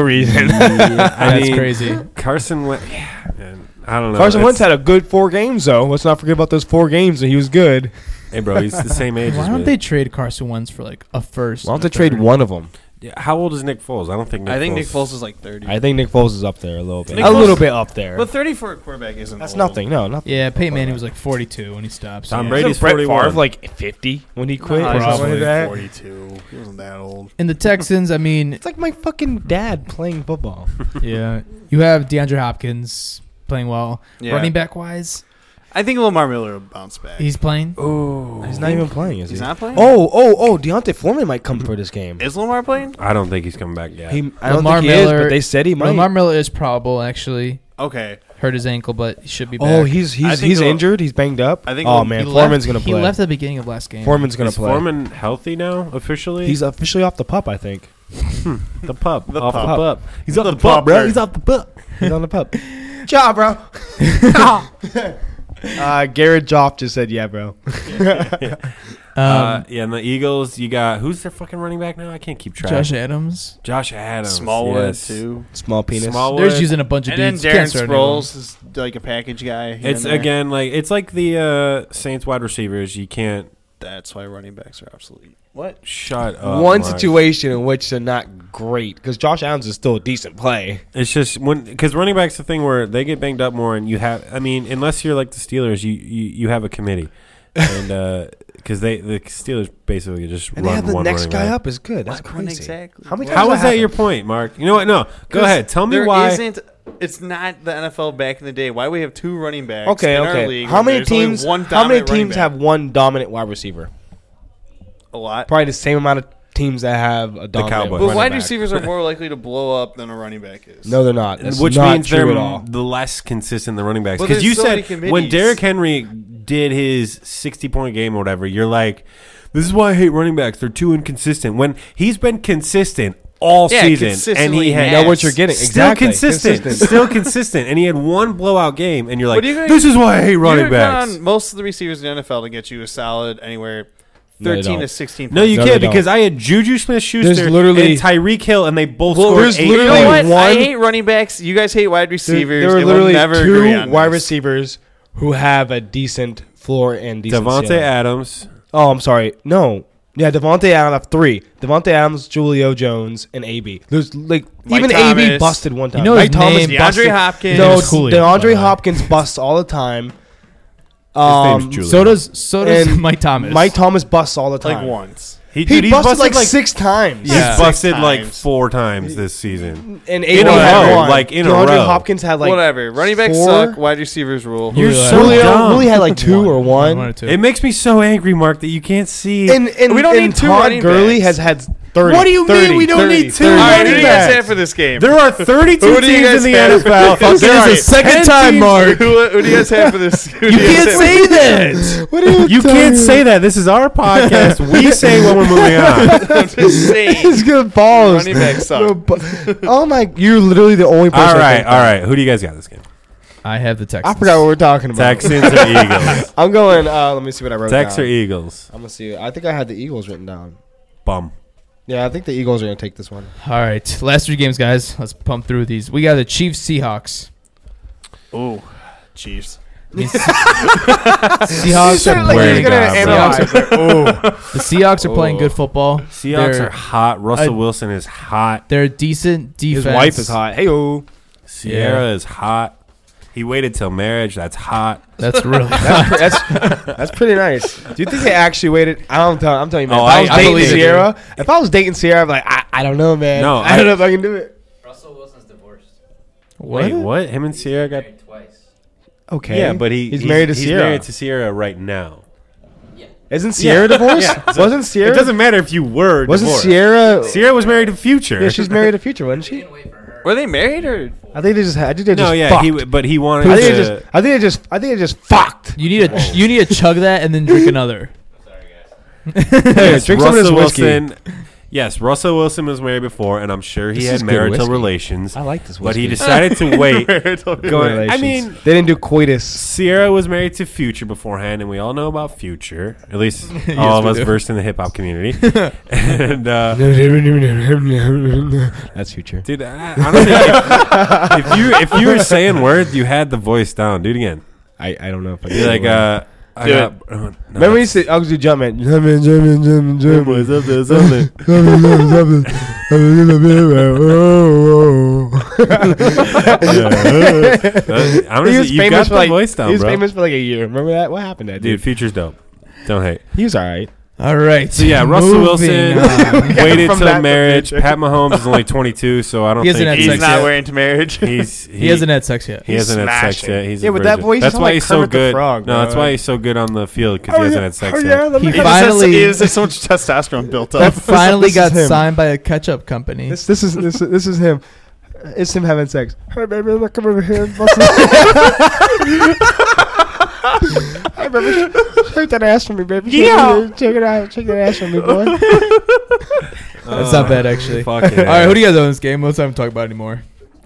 Speaker 2: reason.
Speaker 1: I
Speaker 4: That's
Speaker 1: mean,
Speaker 4: crazy.
Speaker 1: Carson Wentz, yeah, man, I don't know.
Speaker 2: Carson Wentz
Speaker 1: It's-
Speaker 2: had a good four games though. Let's not forget about those four games that he was good.
Speaker 1: Hey bro, he's the same age
Speaker 4: Why
Speaker 1: as
Speaker 4: don't
Speaker 1: me.
Speaker 4: they trade Carson Wentz for like a first?
Speaker 2: Why don't
Speaker 4: and a
Speaker 2: they trade
Speaker 4: third?
Speaker 2: one of them?
Speaker 1: Yeah, How old is Nick Foles? I don't think Nick
Speaker 3: I think
Speaker 1: Foles.
Speaker 3: Nick Foles is like thirty.
Speaker 2: I think Nick Foles is up there a little bit.
Speaker 3: Nick
Speaker 2: a
Speaker 3: Foles-
Speaker 2: little bit up there.
Speaker 3: but thirty for a quarterback isn't.
Speaker 2: That's
Speaker 3: old.
Speaker 2: nothing. No, nothing.
Speaker 4: Yeah, Peyton Manning was like 42 when he stopped. so-
Speaker 1: Tom
Speaker 4: Yeah.
Speaker 1: Brady- Brady's
Speaker 2: Isn't Brett
Speaker 1: 41.
Speaker 2: Favre like 50 when he quit?
Speaker 3: Nah,
Speaker 2: or
Speaker 3: he's
Speaker 4: probably
Speaker 2: something like that?
Speaker 3: forty-two. He wasn't that old.
Speaker 4: And the Texans, I mean,
Speaker 2: It's like my fucking dad playing football.
Speaker 4: yeah, you have DeAndre Hopkins playing well.
Speaker 3: Yeah.
Speaker 4: Running back wise,
Speaker 3: I think Lamar Miller will bounce back.
Speaker 4: he's playing.
Speaker 1: Oh,
Speaker 2: He's not even playing, is
Speaker 3: He's
Speaker 2: he?
Speaker 3: not playing.
Speaker 2: Oh, oh, oh! Deontay Foreman might come for this game.
Speaker 3: is Lamar playing?
Speaker 1: I don't think he's coming back yet.
Speaker 2: He, I don't
Speaker 4: Lamar
Speaker 2: think he is,
Speaker 4: Miller-
Speaker 2: but they said he might.
Speaker 4: Lamar Miller is probable actually.
Speaker 3: Okay,
Speaker 4: Hurt his ankle, but he should be back.
Speaker 2: oh, he's
Speaker 3: I
Speaker 2: he's
Speaker 3: think
Speaker 2: he's
Speaker 3: he'll-
Speaker 2: injured. He's banged up.
Speaker 3: I think
Speaker 2: Oh
Speaker 3: he'll-
Speaker 2: man,
Speaker 4: He
Speaker 2: Foreman's
Speaker 4: left-
Speaker 2: gonna
Speaker 4: He
Speaker 2: play.
Speaker 4: left at the beginning of last game.
Speaker 2: Foreman's gonna
Speaker 1: is
Speaker 2: play.
Speaker 1: Foreman healthy now officially?
Speaker 2: He's officially off the pup. I think
Speaker 1: the pup.
Speaker 3: The
Speaker 1: off
Speaker 3: pup.
Speaker 1: the pup.
Speaker 2: he's off the,
Speaker 3: pup, bro.
Speaker 2: He's off the pup. He's on the pup. Job, bro. uh, Garrett Joff just said, "Yeah, bro."
Speaker 4: Um,
Speaker 1: uh, yeah, and the Eagles, you got who's their fucking running back now? I can't keep track.
Speaker 4: Josh Adams.
Speaker 1: Josh Adams.
Speaker 3: Smallwood
Speaker 1: yes.
Speaker 3: too.
Speaker 2: Small penis.
Speaker 1: Small-
Speaker 4: They're
Speaker 1: Wood.
Speaker 4: just using a bunch of
Speaker 3: And then
Speaker 4: dudes. You can't
Speaker 3: Darren
Speaker 4: start anyone.
Speaker 3: Sproles is like a package guy. here
Speaker 1: It's
Speaker 3: and there.
Speaker 1: again like it's like the uh, Saints wide receivers. You can't
Speaker 3: That's why running backs are obsolete. What?
Speaker 1: shut up.
Speaker 2: One
Speaker 1: Mark.
Speaker 2: situation in which they're not great because Josh Adams is still a decent play.
Speaker 1: It's just when because running backs the thing where they get banged up more, and you have. I mean, unless you're like the Steelers, you you, you have a committee, and because they the Steelers basically just
Speaker 2: And
Speaker 1: run
Speaker 2: they have the
Speaker 1: one
Speaker 2: next
Speaker 1: running
Speaker 2: guy
Speaker 1: back.
Speaker 2: up is good. That's
Speaker 3: What? When
Speaker 2: crazy.
Speaker 3: exactly?
Speaker 2: How many
Speaker 3: What?
Speaker 2: times
Speaker 1: How
Speaker 2: that
Speaker 1: is that your
Speaker 2: happened?
Speaker 1: point, Mark? You know what? No, go ahead. Tell me
Speaker 3: There
Speaker 1: why.
Speaker 3: isn't- It's not the NFL back in the day. Why we have two running backs?
Speaker 2: Okay,
Speaker 3: in Our
Speaker 2: okay.
Speaker 3: league
Speaker 2: How
Speaker 3: when
Speaker 2: many
Speaker 3: there's only
Speaker 2: teams?
Speaker 3: One
Speaker 2: How many
Speaker 3: dominant running
Speaker 2: teams
Speaker 3: back?
Speaker 2: have one dominant wide receiver?
Speaker 3: a lot?
Speaker 2: Probably the same amount of teams that have a dominant.
Speaker 1: Cowboys.
Speaker 2: running
Speaker 3: But wide
Speaker 2: back.
Speaker 3: receivers are more likely to blow up than a running back is.
Speaker 2: No, they're not. That's
Speaker 1: which
Speaker 2: not
Speaker 1: means
Speaker 2: true
Speaker 1: they're
Speaker 2: at all.
Speaker 1: the less consistent than running backs.
Speaker 3: Well,
Speaker 1: Because
Speaker 3: there's
Speaker 1: you
Speaker 3: so
Speaker 1: said
Speaker 3: many
Speaker 1: when
Speaker 3: committees.
Speaker 1: Derrick Henry did his sixty-point game or whatever, you're like, "This is why I hate running backs. They're too inconsistent." When he's been consistent all
Speaker 3: Yeah,
Speaker 1: season, and
Speaker 3: consistently
Speaker 1: he had
Speaker 2: Know what you're getting?
Speaker 1: still
Speaker 2: exactly.
Speaker 1: consistent, still consistent, and he had one blowout game, and you're like,
Speaker 3: What are you gonna-
Speaker 1: "This is why I hate
Speaker 3: You're
Speaker 1: running backs."
Speaker 3: on most of the receivers in the NFL to get you a solid anywhere
Speaker 2: No, they
Speaker 3: thirteen
Speaker 2: don't.
Speaker 3: to sixteen.
Speaker 1: No, you
Speaker 2: No,
Speaker 1: can't
Speaker 2: they
Speaker 1: because I had Juju Smith-Schuster
Speaker 2: There's literally-
Speaker 1: and Tyreek Hill, and they both
Speaker 2: Well,
Speaker 1: scored
Speaker 2: there's
Speaker 1: eight.
Speaker 3: You
Speaker 2: literally
Speaker 3: know
Speaker 1: points.
Speaker 3: what? I
Speaker 2: one-
Speaker 3: hate running backs. You guys hate wide
Speaker 2: There-
Speaker 3: receivers.
Speaker 2: There are
Speaker 3: and we'll
Speaker 2: literally
Speaker 3: never agree
Speaker 2: two
Speaker 3: on
Speaker 2: wide
Speaker 3: this.
Speaker 2: receivers who have a decent floor and decent
Speaker 1: Devonte
Speaker 2: ceiling.
Speaker 1: Adams.
Speaker 2: Oh, I'm sorry. No. Yeah, Devonte Adams I have three. Devonte Adams, Julio Jones, and AB. There's like
Speaker 3: Mike
Speaker 2: even AB
Speaker 3: Thomas.
Speaker 2: busted one time.
Speaker 4: You know
Speaker 3: Mike
Speaker 4: his
Speaker 3: Thomas,
Speaker 4: name
Speaker 3: DeAndre
Speaker 4: busted-
Speaker 3: Hopkins.
Speaker 4: His name
Speaker 2: no,
Speaker 4: is Julio, by the
Speaker 2: DeAndre
Speaker 4: way.
Speaker 2: Hopkins busts all the time.
Speaker 1: name's
Speaker 2: Um,
Speaker 1: Julio.
Speaker 4: So does so does
Speaker 2: And
Speaker 4: Mike Thomas.
Speaker 2: Mike Thomas busts all the time.
Speaker 3: like once.
Speaker 1: He,
Speaker 2: He
Speaker 1: dude, he's
Speaker 2: busted, like, six times.
Speaker 1: He's
Speaker 4: Yeah.
Speaker 1: busted
Speaker 3: Six
Speaker 1: like
Speaker 3: times.
Speaker 1: four times this season.
Speaker 2: And AB
Speaker 1: In
Speaker 3: a
Speaker 2: had
Speaker 3: row,
Speaker 2: one.
Speaker 1: like, in a
Speaker 2: DeAndre
Speaker 1: row.
Speaker 2: Hopkins had like
Speaker 3: Whatever. Running backs
Speaker 2: four.
Speaker 3: suck. Wide receivers rule.
Speaker 4: You're
Speaker 1: Julio.
Speaker 4: so
Speaker 1: Julio.
Speaker 4: dumb.
Speaker 1: dumb.
Speaker 2: Julio really had like two or one.
Speaker 4: One or two.
Speaker 1: It makes me so angry, Mark, that you can't see.
Speaker 2: And, and
Speaker 3: We don't
Speaker 2: and
Speaker 3: need two
Speaker 2: Todd
Speaker 3: running
Speaker 2: Gurley has
Speaker 3: backs.
Speaker 2: had thirty.
Speaker 1: What do you mean
Speaker 2: 30,
Speaker 1: we don't
Speaker 2: 30,
Speaker 1: need two
Speaker 2: 30.
Speaker 3: All right, who
Speaker 1: running
Speaker 3: do you guys
Speaker 1: backs.
Speaker 3: have for this game?
Speaker 1: there are 32
Speaker 3: Who do you
Speaker 1: teams in
Speaker 3: guys
Speaker 1: the NFL.
Speaker 3: have? Fucking
Speaker 1: There
Speaker 3: is
Speaker 1: are
Speaker 3: the
Speaker 1: 10
Speaker 4: second time,
Speaker 1: teams-
Speaker 4: Mark.
Speaker 3: who, who do you guys have for this? Who do
Speaker 4: You
Speaker 3: guys
Speaker 4: can't
Speaker 3: have-
Speaker 4: say that.
Speaker 2: What are you?
Speaker 1: You can't say that. This is our podcast. We say when we're moving on.
Speaker 3: I'm just saying.
Speaker 2: He's good balls.
Speaker 3: Running backs suck.
Speaker 2: No, but- oh my! You're literally the only person. I
Speaker 1: All right,
Speaker 2: think
Speaker 1: all right. Who do you guys got this game?
Speaker 4: I have the
Speaker 2: of.
Speaker 4: Texans.
Speaker 2: I forgot what we're talking about.
Speaker 1: Texans or Eagles?
Speaker 2: I'm going. Uh, let me see what I wrote.
Speaker 1: Tex
Speaker 2: down.
Speaker 1: or e- Eagles?
Speaker 2: I'm gonna see. I think I had the Eagles written down.
Speaker 1: Bum.
Speaker 2: Yeah, I think the Eagles are gonna take this one.
Speaker 4: All right, last three games, guys. Let's pump through these. We got the Chiefs, Seahawks.
Speaker 3: Ooh, Chiefs.
Speaker 4: I mean, Se- Seahawks
Speaker 1: said
Speaker 4: are
Speaker 1: like
Speaker 4: playing.
Speaker 1: he's gonna
Speaker 4: good.
Speaker 1: analyze
Speaker 4: Seahawks are- the Seahawks are playing good football.
Speaker 1: Seahawks
Speaker 4: they're,
Speaker 1: are hot. Russell
Speaker 4: I-
Speaker 1: Wilson is hot.
Speaker 4: they're decent defense.
Speaker 2: His wife is hot. Hey, oh,
Speaker 1: Sierra is hot. He waited till marriage. That's hot.
Speaker 4: That's really.
Speaker 2: that's, pre- that's that's pretty nice. Do you think they actually waited? I don't. Tell, I'm telling you, man.
Speaker 1: Oh,
Speaker 2: if I,
Speaker 1: I-
Speaker 2: was
Speaker 1: I
Speaker 2: dating
Speaker 4: believe it, dude.
Speaker 2: Sierra, if I was dating Sierra, I'm like, I, I don't know, man.
Speaker 1: No,
Speaker 2: I, don't
Speaker 1: I-
Speaker 2: know if I can do it.
Speaker 5: Russell Wilson's divorced.
Speaker 4: what?
Speaker 1: Wait, what? Him and Sierra got.
Speaker 5: Married twice.
Speaker 2: Okay.
Speaker 1: Yeah, but he,
Speaker 2: he's, married to
Speaker 1: he's
Speaker 2: Sierra.
Speaker 1: married to Sierra right now.
Speaker 2: Isn't Sierra divorced? Wasn't Sierra?
Speaker 1: It doesn't matter if you were.
Speaker 2: wasn't
Speaker 1: divorced.
Speaker 2: Sierra?
Speaker 1: Sierra was married to Future.
Speaker 2: Yeah, she's married to Future, wasn't she?
Speaker 5: Didn't wait for her.
Speaker 3: Were they married or?
Speaker 2: I think they just. I think they just.
Speaker 1: no, yeah,
Speaker 2: fucked.
Speaker 1: he, but he wanted
Speaker 2: I
Speaker 1: to.
Speaker 2: think they just. I think they just. I think they just fucked.
Speaker 4: You need a you need to chug that and then drink another.
Speaker 1: yes,
Speaker 2: drink some of
Speaker 1: Russell
Speaker 2: this whiskey.
Speaker 1: Wilson. Yes, Russell Wilson was married before, and I'm sure he
Speaker 4: This is
Speaker 1: had
Speaker 4: good
Speaker 1: marital
Speaker 4: whiskey.
Speaker 1: relations.
Speaker 2: I like this
Speaker 1: But he decided to wait. going, I
Speaker 2: Relations.
Speaker 1: mean,
Speaker 2: they didn't do coitus.
Speaker 1: Sierra was married to Future beforehand, and we all know about Future. At least all of
Speaker 4: we
Speaker 1: us
Speaker 4: do.
Speaker 1: versed in the hip hop community. and uh,
Speaker 2: That's future.
Speaker 1: dude, I, honestly, if, if you if you were saying words, you had the voice down. Do it again.
Speaker 2: I, I don't know if I.
Speaker 1: You're like, uh, I
Speaker 3: Do
Speaker 1: got. oh, no,
Speaker 2: Remember he said, "I was do jumpman, jumpman, jumpman, jumpman,
Speaker 1: something,
Speaker 2: jumpman,
Speaker 1: something.
Speaker 2: jumpman,
Speaker 1: Uh,
Speaker 2: He
Speaker 1: honestly,
Speaker 2: was
Speaker 1: you got
Speaker 2: famous
Speaker 1: the
Speaker 2: for like
Speaker 1: voice down,
Speaker 2: he was
Speaker 1: bro.
Speaker 2: famous for like a year. Remember that? What happened to that
Speaker 1: Dude,
Speaker 2: dude?
Speaker 1: Future's dope. Don't hate.
Speaker 2: He was all right.
Speaker 4: All right.
Speaker 1: So yeah, Russell
Speaker 4: moving
Speaker 1: Wilson
Speaker 4: on.
Speaker 1: waited
Speaker 2: From that
Speaker 1: till
Speaker 2: to
Speaker 1: marriage.
Speaker 2: future.
Speaker 1: Pat Mahomes is only 22, so I don't
Speaker 4: He
Speaker 1: think
Speaker 4: hasn't had
Speaker 3: He's
Speaker 4: sex
Speaker 3: not
Speaker 4: yet.
Speaker 3: wearing to marriage.
Speaker 1: he's
Speaker 4: he hasn't had sex yet.
Speaker 1: He hasn't had sex
Speaker 3: smashing.
Speaker 1: yet. He's
Speaker 2: Yeah,
Speaker 1: a
Speaker 2: but that
Speaker 1: virgin.
Speaker 2: voice
Speaker 1: that's
Speaker 2: sounds
Speaker 1: why
Speaker 2: like
Speaker 1: he's so
Speaker 2: Kermit the
Speaker 1: good.
Speaker 2: Frog,
Speaker 1: no, that's
Speaker 2: bro. Oh,
Speaker 1: why he's so good on the field because he hasn't had sex
Speaker 2: yeah,
Speaker 1: yet.
Speaker 2: let me
Speaker 4: He
Speaker 2: have
Speaker 4: fi- Finally-
Speaker 3: he has so much testosterone built up.
Speaker 2: That's-
Speaker 4: That finally
Speaker 2: This is
Speaker 4: got
Speaker 2: him.
Speaker 4: signed by a ketchup company.
Speaker 2: this. This is this. is- This is him. It's him having sex. Hey baby, look, come over here. and bust it. hey baby, sh- shake that ass for me, baby. Shake it
Speaker 3: Yeah.
Speaker 2: out. Shake it out. Shake that ass for me, boy.
Speaker 4: That's not
Speaker 1: Oh,
Speaker 4: bad actually. All
Speaker 1: Fuck yeah.
Speaker 4: right, who do you guys own this game? Let's not even talk about it anymore.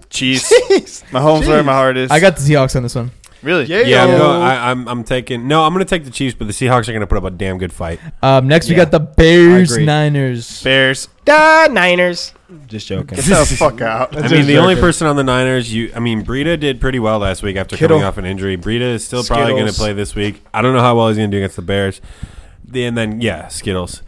Speaker 3: Chiefs. My home's where my heart is.
Speaker 4: I got the Seahawks on this one.
Speaker 3: really.
Speaker 1: yeah, I'm, going, I, I'm I'm taking no. I'm going to take the Chiefs, but the Seahawks are going to put up a damn good fight.
Speaker 4: Um, next we
Speaker 2: Yeah.
Speaker 4: got the Bears
Speaker 2: I agree.
Speaker 4: Niners.
Speaker 3: Bears.
Speaker 2: The Niners. Just joking.
Speaker 3: Get the fuck out.
Speaker 1: I
Speaker 2: That's
Speaker 1: mean,
Speaker 2: just
Speaker 1: the only
Speaker 2: joking.
Speaker 1: person on the Niners, you. I mean, Breida did pretty well last week after
Speaker 2: Kittle.
Speaker 1: coming off an injury. Breida is still probably going to
Speaker 2: Skittles.
Speaker 1: play this week. I don't know how well he's going to do against the Bears. The- And then yeah, Skittles.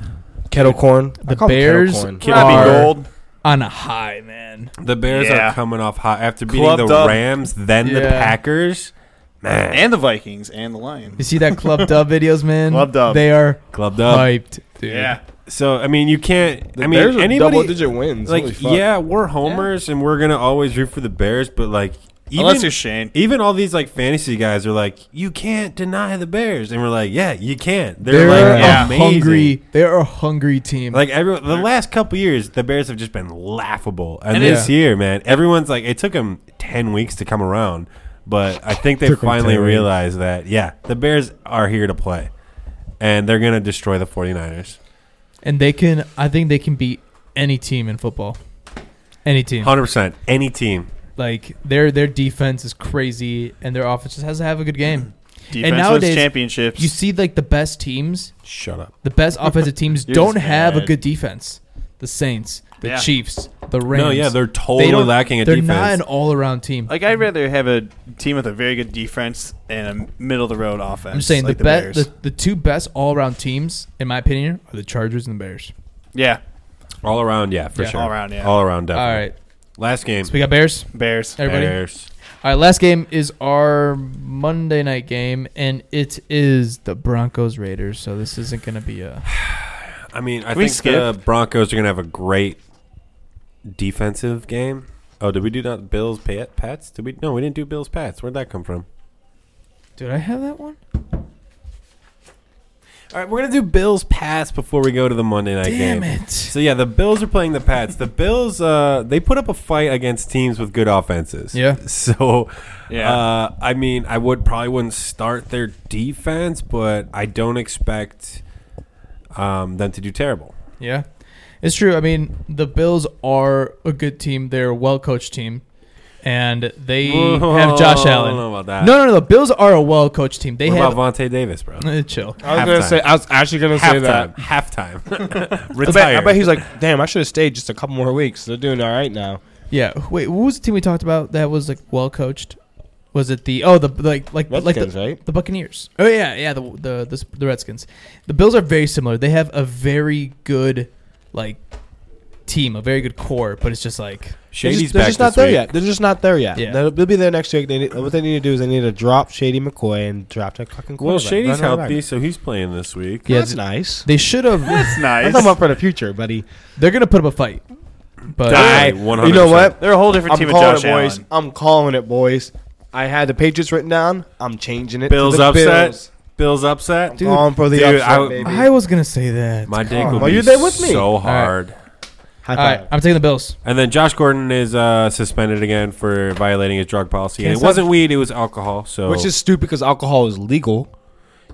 Speaker 2: kettle corn.
Speaker 4: The Bears
Speaker 1: Kittle
Speaker 3: Robbie
Speaker 1: Are-
Speaker 3: Gold.
Speaker 4: on a high, man.
Speaker 1: The Bears
Speaker 3: Yeah.
Speaker 1: are coming off hot after beating
Speaker 3: Clubbed
Speaker 1: the
Speaker 3: up.
Speaker 1: Rams, then the
Speaker 4: Yeah.
Speaker 1: Packers. Man,
Speaker 3: And the Vikings. And the
Speaker 4: You
Speaker 3: Lions.
Speaker 4: see that Club Dub videos, man?
Speaker 3: Club Dub.
Speaker 4: They are
Speaker 1: clubbed up.
Speaker 4: hyped, dude.
Speaker 1: So I mean, you can't. I mean, anybody.
Speaker 2: double-digit wins. Holy
Speaker 1: like
Speaker 2: fuck.
Speaker 1: yeah, we're homers and we're gonna always root for the Bears, but like
Speaker 3: Unless
Speaker 1: even
Speaker 3: you're Shane.
Speaker 1: even all these like fantasy guys are like, you can't deny the Bears, and we're like, yeah, you can't. They're,
Speaker 4: They're
Speaker 1: like
Speaker 4: a
Speaker 3: yeah.
Speaker 1: amazing.
Speaker 4: hungry. They're a hungry team.
Speaker 1: Like everyone, the last couple years, the Bears have just been laughable, and
Speaker 4: And
Speaker 1: this
Speaker 4: it's-
Speaker 1: year, man, everyone's like, it took them ten weeks to come around, but I think they
Speaker 2: Took 'em
Speaker 1: finally
Speaker 2: 10 weeks.
Speaker 1: realized that yeah, the Bears are here to play, and they're gonna destroy the 49ers.
Speaker 4: and they can. I think they can beat any team in football. Any team.
Speaker 1: Hundred percent, any team.
Speaker 4: Like their their defense is crazy, and their offense just has to have a good game.
Speaker 3: Defense
Speaker 4: nowadays,
Speaker 3: wins championships.
Speaker 4: You see, like the best teams,
Speaker 1: Shut up.
Speaker 4: the best offensive teams
Speaker 3: You're
Speaker 4: don't
Speaker 3: just
Speaker 4: have a
Speaker 3: mad.
Speaker 4: good defense. The Saints, the
Speaker 3: Yeah.
Speaker 4: Chiefs, the Rams.
Speaker 1: No, yeah, they're totally
Speaker 4: don't-
Speaker 1: lacking a
Speaker 4: they're
Speaker 1: defense.
Speaker 4: not an all-around team.
Speaker 3: Like I'd rather have a team with a very good defense and a middle of the road offense.
Speaker 4: I'm saying
Speaker 3: like
Speaker 4: the, bet
Speaker 3: Bears.
Speaker 4: the, the two best all-around teams, in my opinion, are the Chargers and the Bears.
Speaker 3: yeah,
Speaker 1: all around, yeah, for
Speaker 4: Yeah.
Speaker 1: sure.
Speaker 3: all around. Yeah,
Speaker 1: All around,
Speaker 4: All
Speaker 1: definitely.
Speaker 4: right,
Speaker 1: Last game.
Speaker 4: so we got Bears.
Speaker 3: Bears.
Speaker 4: Everybody.
Speaker 1: Bears.
Speaker 4: All right, last game is our Monday night game, and it is the Broncos Raiders. So this isn't going to be a.
Speaker 1: I mean, I
Speaker 3: Can we
Speaker 1: think the Broncos are going to have a great defensive game. Oh, did we do not Bills Pat, Pats? Did we? No, we didn't do Bills Pats. Where'd that come from?
Speaker 4: Did I have that one?
Speaker 1: All right, we're gonna do Bills Pats before we go to the Monday night
Speaker 4: Damn
Speaker 1: game.
Speaker 4: it!
Speaker 1: So yeah, the Bills are playing the Pats. The Bills, uh, they put up a fight against teams with good offenses.
Speaker 4: Yeah.
Speaker 1: So,
Speaker 3: Yeah.
Speaker 1: uh, I mean, I would probably wouldn't start their defense, but I don't expect um, them to do terrible.
Speaker 4: Yeah, it's true. I mean, the Bills are a good team. They're a well-coached team, and they have
Speaker 1: I don't
Speaker 4: Josh
Speaker 1: know
Speaker 4: Allen.
Speaker 1: about that.
Speaker 4: No, no, no. The Bills are a well-coached team. They
Speaker 1: what
Speaker 4: have
Speaker 1: about Vontae Davis, bro?
Speaker 4: Uh, chill.
Speaker 2: I was gonna
Speaker 1: Halftime.
Speaker 2: say. I was actually gonna say
Speaker 1: Halftime.
Speaker 2: that.
Speaker 1: Halftime.
Speaker 2: I bet,
Speaker 1: Retired.
Speaker 2: I bet he's like, damn, I should have stayed just a couple more weeks. They're doing all right now.
Speaker 4: Yeah. Wait, what was the team we talked about that was like well-coached? Was it the oh the like like like the
Speaker 2: Redskins, right?
Speaker 4: The Buccaneers. Oh yeah, yeah. The the the, the Redskins. The Bills are very similar. They have a very good like team, a very good core, but it's just like
Speaker 1: Shady's
Speaker 2: they're just, they're
Speaker 1: back
Speaker 2: just not
Speaker 1: this
Speaker 2: there
Speaker 1: week.
Speaker 2: yet. They're just not there yet.
Speaker 4: Yeah.
Speaker 2: They'll, they'll be there next week. They need, what they need to do is they need to drop Shady McCoy and drop that fucking
Speaker 1: Well,
Speaker 2: quarterback.
Speaker 1: Shady's
Speaker 2: Run, run, run.
Speaker 1: healthy, so he's playing this week.
Speaker 4: Yeah,
Speaker 2: That's
Speaker 4: th-
Speaker 2: nice.
Speaker 4: they should have.
Speaker 3: That's
Speaker 2: I'm
Speaker 3: nice.
Speaker 2: talking about for the future, buddy.
Speaker 4: they're gonna put up a fight, but
Speaker 1: Die.
Speaker 2: I- You
Speaker 1: 100%.
Speaker 2: know what?
Speaker 3: They're a whole different
Speaker 2: I'm
Speaker 3: team with
Speaker 2: calling
Speaker 3: Josh
Speaker 2: it, boys.
Speaker 3: Allen.
Speaker 2: I'm calling it, boys. I had the Patriots written down. I'm changing it.
Speaker 1: Bills
Speaker 2: to the
Speaker 1: upset.
Speaker 2: Bills.
Speaker 1: Bill's upset.
Speaker 4: Dude,
Speaker 2: Calling for the
Speaker 1: dude,
Speaker 2: upset,
Speaker 1: I-
Speaker 2: baby.
Speaker 4: I was gonna say that.
Speaker 1: My dick
Speaker 4: Come
Speaker 1: will
Speaker 4: on.
Speaker 2: Are
Speaker 1: be
Speaker 2: you there with me?
Speaker 1: so
Speaker 2: All
Speaker 4: right.
Speaker 1: hard.
Speaker 2: High
Speaker 4: All right,
Speaker 2: five.
Speaker 4: I'm taking the Bills.
Speaker 1: And then Josh Gordon is uh, suspended again for violating his drug policy.
Speaker 4: Can't
Speaker 1: And it
Speaker 4: stop-
Speaker 1: wasn't weed; it was alcohol. So,
Speaker 2: Which is stupid because alcohol is legal.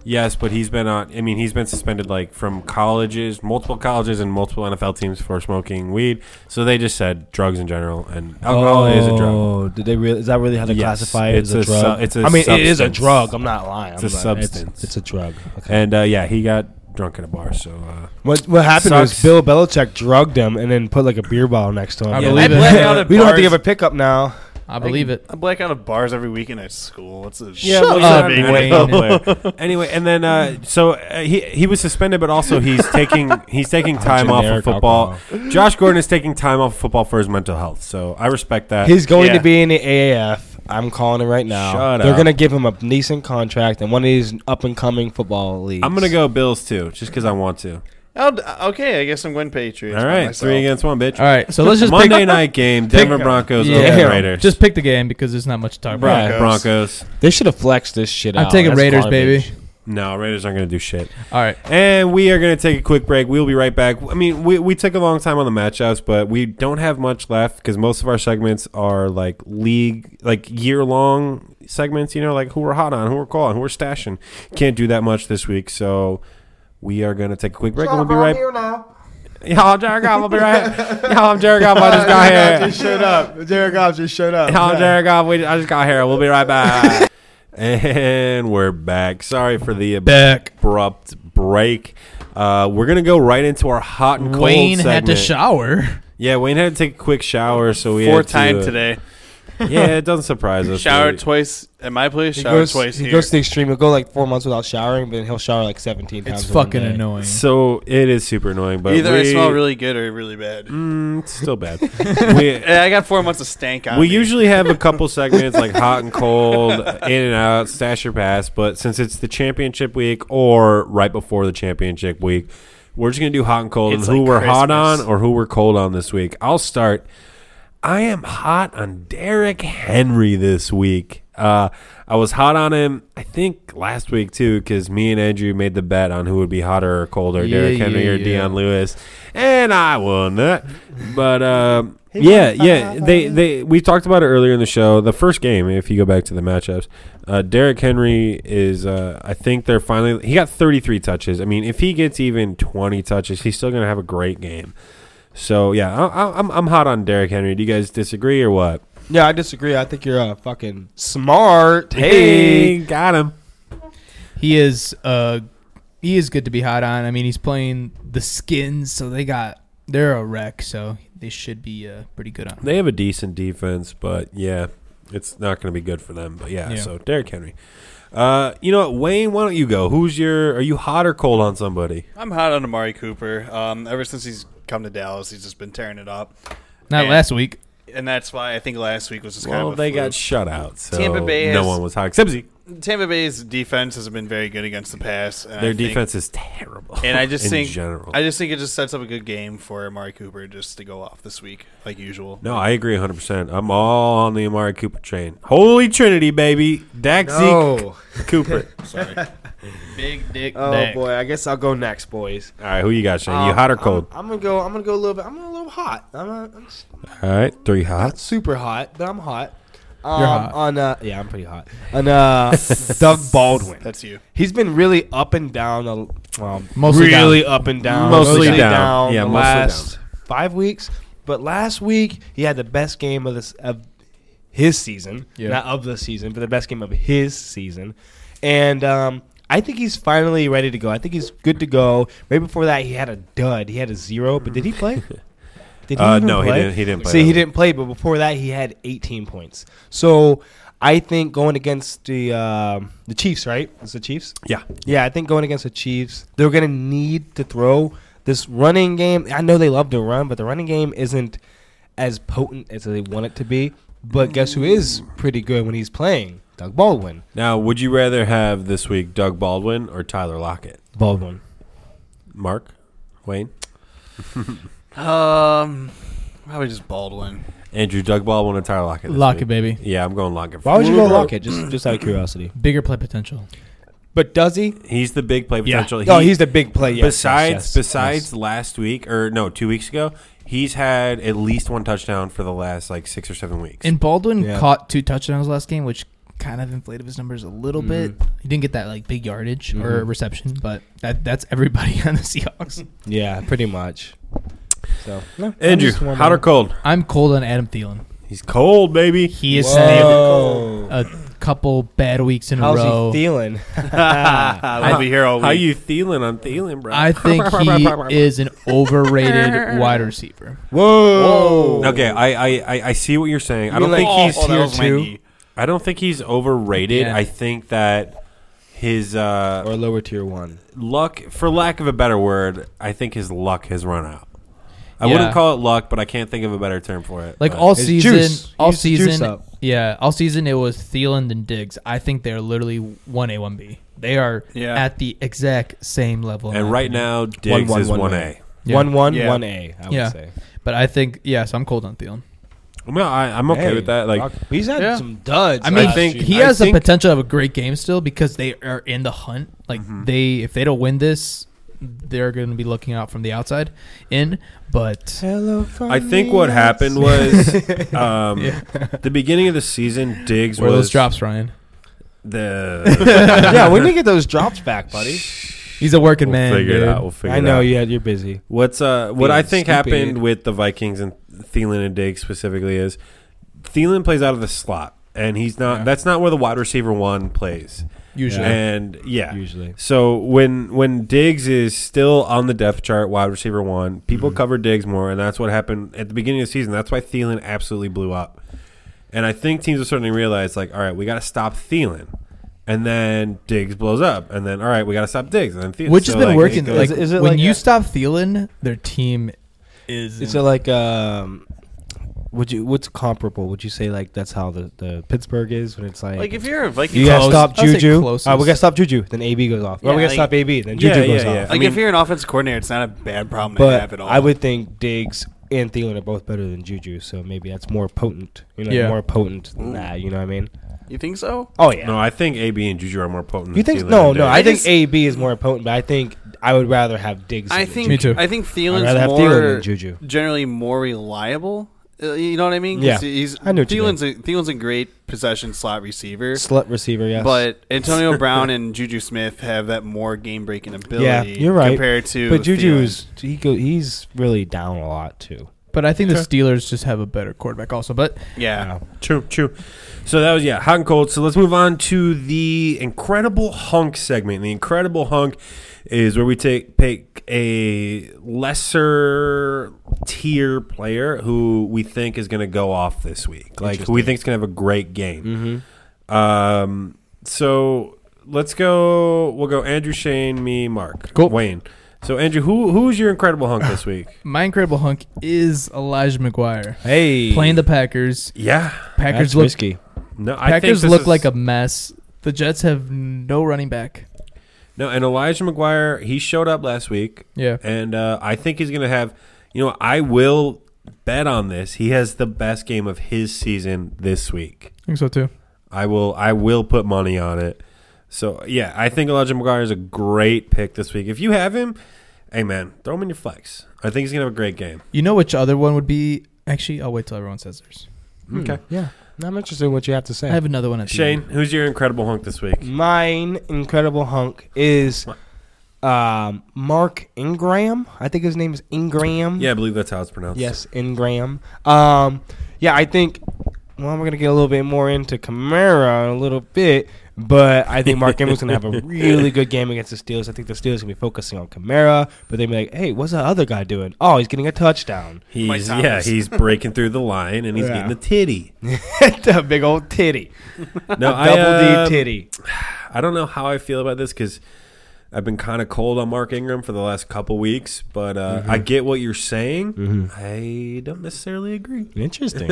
Speaker 1: yes, but he's been on. I mean, he's been suspended like from colleges, multiple colleges, and multiple NFL teams for smoking weed. So they just said drugs in general, and alcohol is a drug.
Speaker 2: Oh, Did they really? Is that really how they
Speaker 1: Yes,
Speaker 2: classify it?
Speaker 1: it's
Speaker 2: as a,
Speaker 1: a su-
Speaker 2: drug?
Speaker 1: it's a
Speaker 2: I mean, it is a
Speaker 1: substance.
Speaker 2: drug. I'm not lying.
Speaker 1: It's
Speaker 2: I'm
Speaker 1: a
Speaker 2: not-
Speaker 1: substance.
Speaker 2: It's, it's a drug. Okay.
Speaker 1: And uh, yeah, he got drunk at a bar. So uh,
Speaker 2: What what happened
Speaker 1: Sucks.
Speaker 2: was Bill Belichick drugged him and then put like a beer bottle next to him.
Speaker 4: I
Speaker 1: Yeah,
Speaker 4: believe
Speaker 1: I
Speaker 4: it.
Speaker 1: blame-
Speaker 2: we don't have to give a pickup now.
Speaker 4: I believe it.
Speaker 3: I black out of bars every weekend at school. It's a
Speaker 1: yeah,
Speaker 4: Shut
Speaker 1: he's not
Speaker 4: up,
Speaker 1: an
Speaker 4: Wayne.
Speaker 1: NFL player. anyway, and then uh, so uh, he he was suspended, but also he's taking he's taking time off of
Speaker 2: Generic
Speaker 1: football.
Speaker 2: alcohol.
Speaker 1: Josh Gordon is taking time off of football for his mental health. So I respect that.
Speaker 2: He's going
Speaker 3: Yeah.
Speaker 2: to be in the AAF. I'm calling it right now.
Speaker 1: Shut
Speaker 2: They're
Speaker 1: up.
Speaker 2: gonna give him a decent contract in one of these up and coming football leagues.
Speaker 1: I'm gonna go Bills too, just because I want to.
Speaker 3: I'll, okay, I guess I'm going Patriots.
Speaker 1: All
Speaker 3: by
Speaker 1: right,
Speaker 3: myself.
Speaker 1: three against one, bitch.
Speaker 4: All right, so let's just
Speaker 1: Monday
Speaker 4: pick,
Speaker 1: night game, Denver
Speaker 4: pick-
Speaker 1: Broncos,
Speaker 4: Yeah.
Speaker 1: Oakland
Speaker 2: Damn.
Speaker 1: Raiders.
Speaker 4: just pick the game because there's not much to talk about.
Speaker 2: Right.
Speaker 1: Broncos. Broncos.
Speaker 2: They should have flexed this shit
Speaker 4: I'm
Speaker 2: out.
Speaker 4: taking
Speaker 2: That's
Speaker 4: Raiders,
Speaker 2: garbage.
Speaker 4: baby.
Speaker 1: No, Raiders aren't gonna do shit.
Speaker 4: All right,
Speaker 1: And we are gonna take a quick break. We'll be right back. I mean, we we took a long time on the matchups, but we don't have much left because most of our segments are like league, like year long segments. You know, like who we're hot on, who we're calling, who we're stashing. Can't do that much this week, so. We are gonna take a quick break and we'll be right. Y'all, I'm Jared Goff. I'll be right. Y'all, I'm Jared Goff. I just got here.
Speaker 2: showed up. Jared Goff just showed up.
Speaker 1: Oh, Jared Goff, we, I just got here. We'll be right back. and we're back. Sorry for the
Speaker 4: back.
Speaker 1: abrupt break. Uh, we're gonna go right into our hot and cold
Speaker 4: Wayne had to
Speaker 1: segment.
Speaker 4: shower.
Speaker 1: Yeah, Wayne had to take a quick shower, so we
Speaker 3: Four
Speaker 1: had to,
Speaker 3: time
Speaker 1: uh,
Speaker 3: today.
Speaker 1: Yeah, it doesn't surprise us.
Speaker 3: Showered
Speaker 1: We-
Speaker 3: twice at my place.
Speaker 2: He
Speaker 3: Showered
Speaker 2: goes,
Speaker 3: twice
Speaker 2: he
Speaker 3: here.
Speaker 2: goes to the extreme. He'll go like four months without showering, but then he'll shower like 17 times.
Speaker 4: It's
Speaker 2: in one
Speaker 4: fucking
Speaker 2: day.
Speaker 4: annoying.
Speaker 1: so it is super annoying, but
Speaker 3: Either
Speaker 1: we,
Speaker 3: I smell really good or really bad.
Speaker 1: Mm, it's still bad. we,
Speaker 3: And I got four months of stank on.
Speaker 1: we
Speaker 3: me.
Speaker 1: usually have a couple segments like hot and cold, in and out, stash your pass. But since it's the championship week or right before the championship week, we're just gonna do hot and cold
Speaker 3: It's
Speaker 1: and who
Speaker 3: like
Speaker 1: we're hot on
Speaker 3: Christmas.
Speaker 1: or who we're cold on this week. I'll start. I am hot on Derrick Henry this week. Uh, I was hot on him, I think last week too, because me and Andrew made the bet on who would be hotter or colder,
Speaker 4: Yeah,
Speaker 1: Derrick Henry
Speaker 4: yeah,
Speaker 1: or
Speaker 4: yeah.
Speaker 1: Dion Lewis, and I won that. But um, yeah, yeah,
Speaker 4: uh,
Speaker 1: they they we talked about it earlier in the show. The first game, if you go back to the matchups, uh, Derrick Henry is. Uh, I think they're finally. He got 33 touches. I mean, if he gets even 20 touches, he's still gonna have a great game. So yeah, I, I, I'm I'm hot on Derrick Henry. Do you guys disagree or what?
Speaker 2: Yeah, I disagree. I think you're uh, fucking smart. Hey.
Speaker 1: got him.
Speaker 4: He is uh he is good to be hot on. I mean, he's playing the skins, so they got they're a wreck, so they should be uh, pretty good on.
Speaker 1: They have a decent defense, but yeah, it's not going to be good for them. But yeah,
Speaker 4: Yeah.
Speaker 1: so Derrick Henry. Uh, you know what, Wayne? Why don't you go? Who's your? Are you hot or cold on somebody?
Speaker 3: I'm hot on Amari Cooper. Um, ever since he's come to Dallas, he's just been tearing it up,
Speaker 4: Not
Speaker 3: Man.
Speaker 4: last week.
Speaker 3: and that's why I think last week was just kind
Speaker 1: Well,
Speaker 3: of a
Speaker 1: they
Speaker 3: fluke.
Speaker 1: got shut out, so
Speaker 3: Tampa Bay
Speaker 1: no
Speaker 3: has-
Speaker 1: one was hot except Zeke.
Speaker 3: Tampa Bay's defense has been very good against the pass. And I
Speaker 1: Their
Speaker 3: think-
Speaker 1: defense is terrible,
Speaker 3: and I just
Speaker 1: in
Speaker 3: think
Speaker 1: general.
Speaker 3: I just think it just sets up a good game for Amari Cooper just to go off this week, like usual.
Speaker 1: no, I agree 100. percent I'm all on the Amari Cooper train. Holy Trinity, baby! Dak Zeke
Speaker 2: No.
Speaker 1: Cooper.
Speaker 3: Sorry.
Speaker 4: Big dick.
Speaker 2: Oh boy, I guess I'll go next, boys.
Speaker 1: All right, who you got, Shane? You
Speaker 2: Um,
Speaker 1: hot or
Speaker 2: I'm-
Speaker 1: cold?
Speaker 2: I'm, gonna go. I'm gonna go a little bit. I'm a little hot. I'm, uh, I'm s-
Speaker 1: All right, three
Speaker 2: not
Speaker 1: hots.
Speaker 2: super hot, but I'm hot. Um,
Speaker 4: hot.
Speaker 2: On uh, yeah, I'm pretty hot. On uh, Doug Baldwin.
Speaker 3: That's you.
Speaker 2: He's been really up and down. uh, Well,
Speaker 4: Mostly
Speaker 2: really up and down.
Speaker 1: Mostly
Speaker 2: down.
Speaker 1: down. Yeah,
Speaker 2: the
Speaker 1: mostly
Speaker 2: last five weeks. But last week he had the best game of this of his season,
Speaker 4: Yeah.
Speaker 2: not of the season, but the best game of his season. And um, I think he's finally ready to go. I think he's good to go. Right before that, he had a dud. He had a zero. But did he play? Did
Speaker 1: Uh,
Speaker 2: even
Speaker 1: no, he didn't- he didn't play
Speaker 2: See,
Speaker 1: that
Speaker 2: he
Speaker 1: week.
Speaker 2: didn't play, but before that, he had 18 points. So I think going against the um, the Chiefs, right? It's the Chiefs.
Speaker 1: Yeah,
Speaker 2: Yeah, I think going against the Chiefs, they're going to need to throw this running game. I know they love to run, but the running game isn't as potent as they want it to be. But guess who is pretty good when he's playing? Doug Baldwin.
Speaker 1: Now, would you rather have this week Doug Baldwin or Tyler Lockett?
Speaker 2: Baldwin.
Speaker 1: Mark, Wayne,
Speaker 3: Um, probably just Baldwin.
Speaker 1: Andrew, Doug Baldwin or Tyler Lockett? this
Speaker 4: Lock it,
Speaker 1: week?
Speaker 4: baby.
Speaker 1: Yeah, I'm going Lockett.
Speaker 2: Why would you go
Speaker 1: Woo!
Speaker 2: Lockett? Just just out of curiosity.
Speaker 4: Bigger play potential.
Speaker 2: But does he?
Speaker 1: He's the big play
Speaker 4: Yeah.
Speaker 1: potential.
Speaker 2: oh, he's the big play. Yes,
Speaker 1: besides
Speaker 2: yes, yes,
Speaker 1: besides
Speaker 2: yes.
Speaker 1: last week or no, two weeks ago, he's had at least one touchdown for the last like six or seven weeks.
Speaker 4: And Baldwin
Speaker 2: Yeah.
Speaker 4: caught two touchdowns last game, which kind of inflated his numbers a little bit. He didn't get that like big yardage or
Speaker 2: Mhm.
Speaker 4: reception, but that that's everybody on the Seahawks.
Speaker 2: yeah, pretty much. So no, I'm
Speaker 1: Andrew,
Speaker 2: just warming
Speaker 1: hot or
Speaker 2: up.
Speaker 1: cold?
Speaker 4: I'm cold on Adam Thielen.
Speaker 1: He's cold, baby.
Speaker 4: He is
Speaker 2: Whoa.
Speaker 4: a couple bad weeks in
Speaker 2: How's
Speaker 4: a row.
Speaker 2: he feeling?
Speaker 3: I'll be here all week.
Speaker 1: How you feeling on Thielen, bro?
Speaker 4: I think he is an overrated wide receiver.
Speaker 2: Whoa.
Speaker 1: okay. I, I I- I see what you're saying. I
Speaker 2: mean
Speaker 1: don't
Speaker 2: like
Speaker 1: think
Speaker 3: oh,
Speaker 1: he's
Speaker 3: oh, that
Speaker 2: here
Speaker 3: was my
Speaker 2: too?
Speaker 3: knee.
Speaker 1: I don't think he's overrated.
Speaker 4: Yeah.
Speaker 1: I think that his uh,
Speaker 2: Or lower tier one.
Speaker 1: luck, for lack of a better word, I think his luck has run out. I
Speaker 4: Yeah.
Speaker 1: wouldn't call it luck, but I can't think of a better term for it.
Speaker 4: Like
Speaker 1: but-
Speaker 4: all
Speaker 2: It's
Speaker 4: season,
Speaker 2: juice.
Speaker 4: all
Speaker 2: Use the juice
Speaker 4: season,
Speaker 2: up.
Speaker 4: yeah, all season it was Thielen and Diggs. I think they're literally one A, one B. They are
Speaker 3: Yeah.
Speaker 4: at the exact same level. in
Speaker 1: and
Speaker 4: my
Speaker 1: right
Speaker 4: opinion.
Speaker 1: now, Diggs
Speaker 2: one,
Speaker 1: is
Speaker 2: one,
Speaker 1: one
Speaker 2: one.
Speaker 1: A.
Speaker 4: Yeah.
Speaker 2: One one
Speaker 3: Yeah.
Speaker 2: one A. I would
Speaker 4: Yeah.
Speaker 2: say.
Speaker 4: but I think yes, I'm cold on Thielen.
Speaker 1: No, I, I'm okay
Speaker 2: Hey,
Speaker 1: with that. Like,
Speaker 2: Rock- he's had
Speaker 3: Yeah.
Speaker 2: some duds.
Speaker 4: I mean,
Speaker 1: I think-
Speaker 4: he
Speaker 1: I
Speaker 4: has
Speaker 1: think-
Speaker 4: the potential of a great game still because they are in the hunt. Like
Speaker 1: Mm-hmm.
Speaker 4: they, if they don't win this, they're going to be looking out from the outside in. But
Speaker 2: Hello
Speaker 1: I think what happened was um, the beginning of the season. Diggs
Speaker 4: where are
Speaker 1: was
Speaker 4: those drops, Ryan?
Speaker 1: The
Speaker 2: yeah, we need to get those drops back, buddy.
Speaker 4: He's a working
Speaker 1: we'll
Speaker 4: man.
Speaker 1: figure it
Speaker 4: dude.
Speaker 1: out. We'll figure
Speaker 2: I
Speaker 1: it
Speaker 2: know.
Speaker 1: out.
Speaker 2: Yeah, you're busy.
Speaker 1: What's uh what I
Speaker 2: Being
Speaker 1: think
Speaker 2: stupid.
Speaker 1: happened with the Vikings and Thielen and Diggs specifically is Thielen plays out of the slot and he's not
Speaker 4: Yeah.
Speaker 1: that's not where the wide receiver one plays.
Speaker 4: Usually,
Speaker 2: Yeah.
Speaker 1: And yeah.
Speaker 2: Usually.
Speaker 1: So when when Diggs is still on the depth chart wide receiver one, people
Speaker 4: Mm-hmm.
Speaker 1: cover Diggs more and that's what happened at the beginning of the season. That's why Thielen absolutely blew up. And I think teams are starting to realize like, all right, we gotta stop Thielen. And then Diggs blows up, and then all right, we gotta stop Diggs, and then Thielen.
Speaker 4: which
Speaker 1: So,
Speaker 4: has been
Speaker 1: like,
Speaker 4: working.
Speaker 1: it
Speaker 4: Like
Speaker 1: goes-
Speaker 2: Is- is it
Speaker 4: when
Speaker 2: like
Speaker 4: you
Speaker 2: a-
Speaker 4: stop Thielen, their team is.
Speaker 2: It's
Speaker 4: in-
Speaker 2: a, like um. Would you? What's comparable? Would you say like that's how the, the Pittsburg is when it's like.
Speaker 3: Like if you're a Vikings,
Speaker 2: you gotta
Speaker 4: Close.
Speaker 2: stop
Speaker 4: I'll say
Speaker 2: Juju. All
Speaker 4: closest.
Speaker 2: right, we gotta stop Juju. Then AB goes off. or
Speaker 3: Yeah,
Speaker 2: we gotta
Speaker 3: like-
Speaker 2: stop AB. Then
Speaker 1: Yeah,
Speaker 2: Juju goes
Speaker 1: yeah,
Speaker 2: off.
Speaker 1: yeah.
Speaker 3: like
Speaker 1: I
Speaker 3: if
Speaker 1: mean-
Speaker 3: you're an offense coordinator, it's not a bad problem to have
Speaker 2: But
Speaker 3: at all.
Speaker 2: I would think Diggs and Thielen are both better than Juju, so maybe that's more potent. You know,
Speaker 4: Yeah.
Speaker 2: more potent than that. You know what I mean?
Speaker 3: You think so?
Speaker 2: Oh yeah.
Speaker 1: No, I think AB and Juju are more potent.
Speaker 2: you
Speaker 1: than
Speaker 2: think?
Speaker 1: Thielen
Speaker 2: No,
Speaker 1: and
Speaker 2: no.
Speaker 1: Diggs.
Speaker 2: I, think
Speaker 3: just-
Speaker 2: AB is more potent, but I think I would rather have Diggs.
Speaker 3: I
Speaker 2: than
Speaker 3: think
Speaker 4: Me too.
Speaker 3: I think
Speaker 2: Juju.
Speaker 3: Thielen's
Speaker 2: I'd rather have
Speaker 3: more
Speaker 2: Thielen than Juju.
Speaker 3: generally more reliable. Uh, you know what I mean? 'Cause
Speaker 2: Yeah.
Speaker 3: he's
Speaker 2: I know what you
Speaker 3: Thielen's a, Thielen's a great possession slot receiver.
Speaker 2: Slut receiver, yes.
Speaker 3: But Antonio Brown and Juju Smith have that more game breaking ability.
Speaker 2: Yeah, you're right.
Speaker 3: Compared to
Speaker 2: but
Speaker 3: Thielen.
Speaker 2: Juju's he go, he's really down a lot too.
Speaker 4: But I think the
Speaker 1: Sure.
Speaker 4: Steelers just have a better quarterback also. But
Speaker 3: Yeah.
Speaker 1: True, true. So that was yeah, hot and cold. So let's move on to the incredible hunk segment. The incredible hunk is where we take pick a lesser tier player who we think is going to go off this week, like who we think is going to have a great game.
Speaker 3: Mm-hmm.
Speaker 1: Um, so let's go. We'll go Andrew, Shane, me, Mark,
Speaker 4: Cool.
Speaker 1: Wayne. So Andrew, who who's your incredible hunk this week?
Speaker 4: my incredible hunk is Elijah McGuire
Speaker 1: hey,
Speaker 4: playing the Packers.
Speaker 1: yeah.
Speaker 4: Packers
Speaker 2: That's
Speaker 4: look
Speaker 2: risky.
Speaker 1: No, I think
Speaker 4: Packers
Speaker 1: this
Speaker 4: look
Speaker 1: is-
Speaker 4: like a mess. The Jets have no running back.
Speaker 1: No, and Elijah McGuire, he showed up last week,
Speaker 4: Yeah.
Speaker 1: and uh, I think he's going to have. You know, I will bet on this. He has the best game of his season this week.
Speaker 4: I think so too.
Speaker 1: I will. I will put money on it. So yeah, I think Elijah McGuire is a great pick this week. If you have him, hey man, throw him in your flex. I think he's going to have a great game.
Speaker 4: You know which other one would be? Actually, I'll wait till everyone says theirs.
Speaker 1: Okay,
Speaker 2: Hmm. Yeah. I'm interested in what you have to say.
Speaker 4: I have another one at the
Speaker 1: Hmm. Shane,
Speaker 4: end.
Speaker 1: who's your incredible hunk this week?
Speaker 2: Mm. Mine incredible hunk is um, Mark Ingram. I think his name is Ingram.
Speaker 1: Yeah, I believe that's how it's pronounced.
Speaker 2: Yes, Ingram. Um, yeah, I think. Well, we're gonna get a little bit more into Kamara in a little bit, but I think Mark Ingram's gonna have a really good game against the Steelers. I think the Steelers gonna be focusing on Kamara, but they be like, "Hey, what's that other guy doing? Oh, he's getting a touchdown,
Speaker 1: He's
Speaker 3: Mike
Speaker 1: yeah,
Speaker 3: Thomas.
Speaker 1: he's breaking through the line and he's
Speaker 2: Yeah.
Speaker 1: getting a titty.
Speaker 2: a big old titty,
Speaker 1: No, I,
Speaker 2: double
Speaker 1: uh,
Speaker 2: D titty."
Speaker 1: I don't know how I feel about this because I've been kind of cold on Mark Ingram for the last couple weeks, but uh, I get what you're saying. I don't necessarily agree.
Speaker 2: Interesting.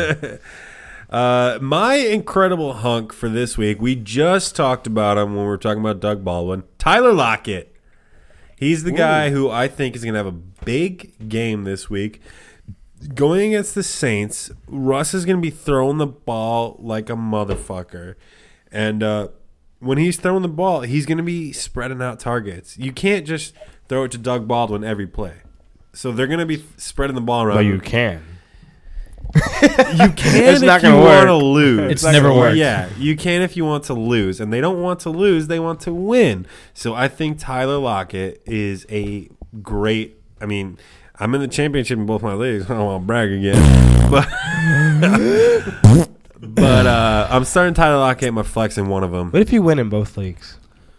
Speaker 1: Uh, my incredible hunk for this week, we just talked about him when we were talking about Doug Baldwin. Tyler Lockett. He's the guy who I think is going to have a big game this week. Going against the Saints, Russ is going to be throwing the ball like a motherfucker. And uh, when he's throwing the ball, he's going to be spreading out targets. You can't just throw it to Doug Baldwin every play. So they're going to be spreading the ball around.
Speaker 2: well, you can.
Speaker 1: You can
Speaker 2: It's
Speaker 1: if
Speaker 2: not
Speaker 1: you
Speaker 2: gonna
Speaker 1: want
Speaker 2: work.
Speaker 1: to lose.
Speaker 4: It's It's not never gonna work. worked.
Speaker 1: Yeah, you can if you want to lose, and they don't want to lose; they want to win. So I think Tyler Lockett is a great. I mean, I'm in the championship in both my leagues. I don't want to brag again, but but uh, I'm starting Tyler Lockett in my flex in one of them.
Speaker 2: What if you win in both leagues?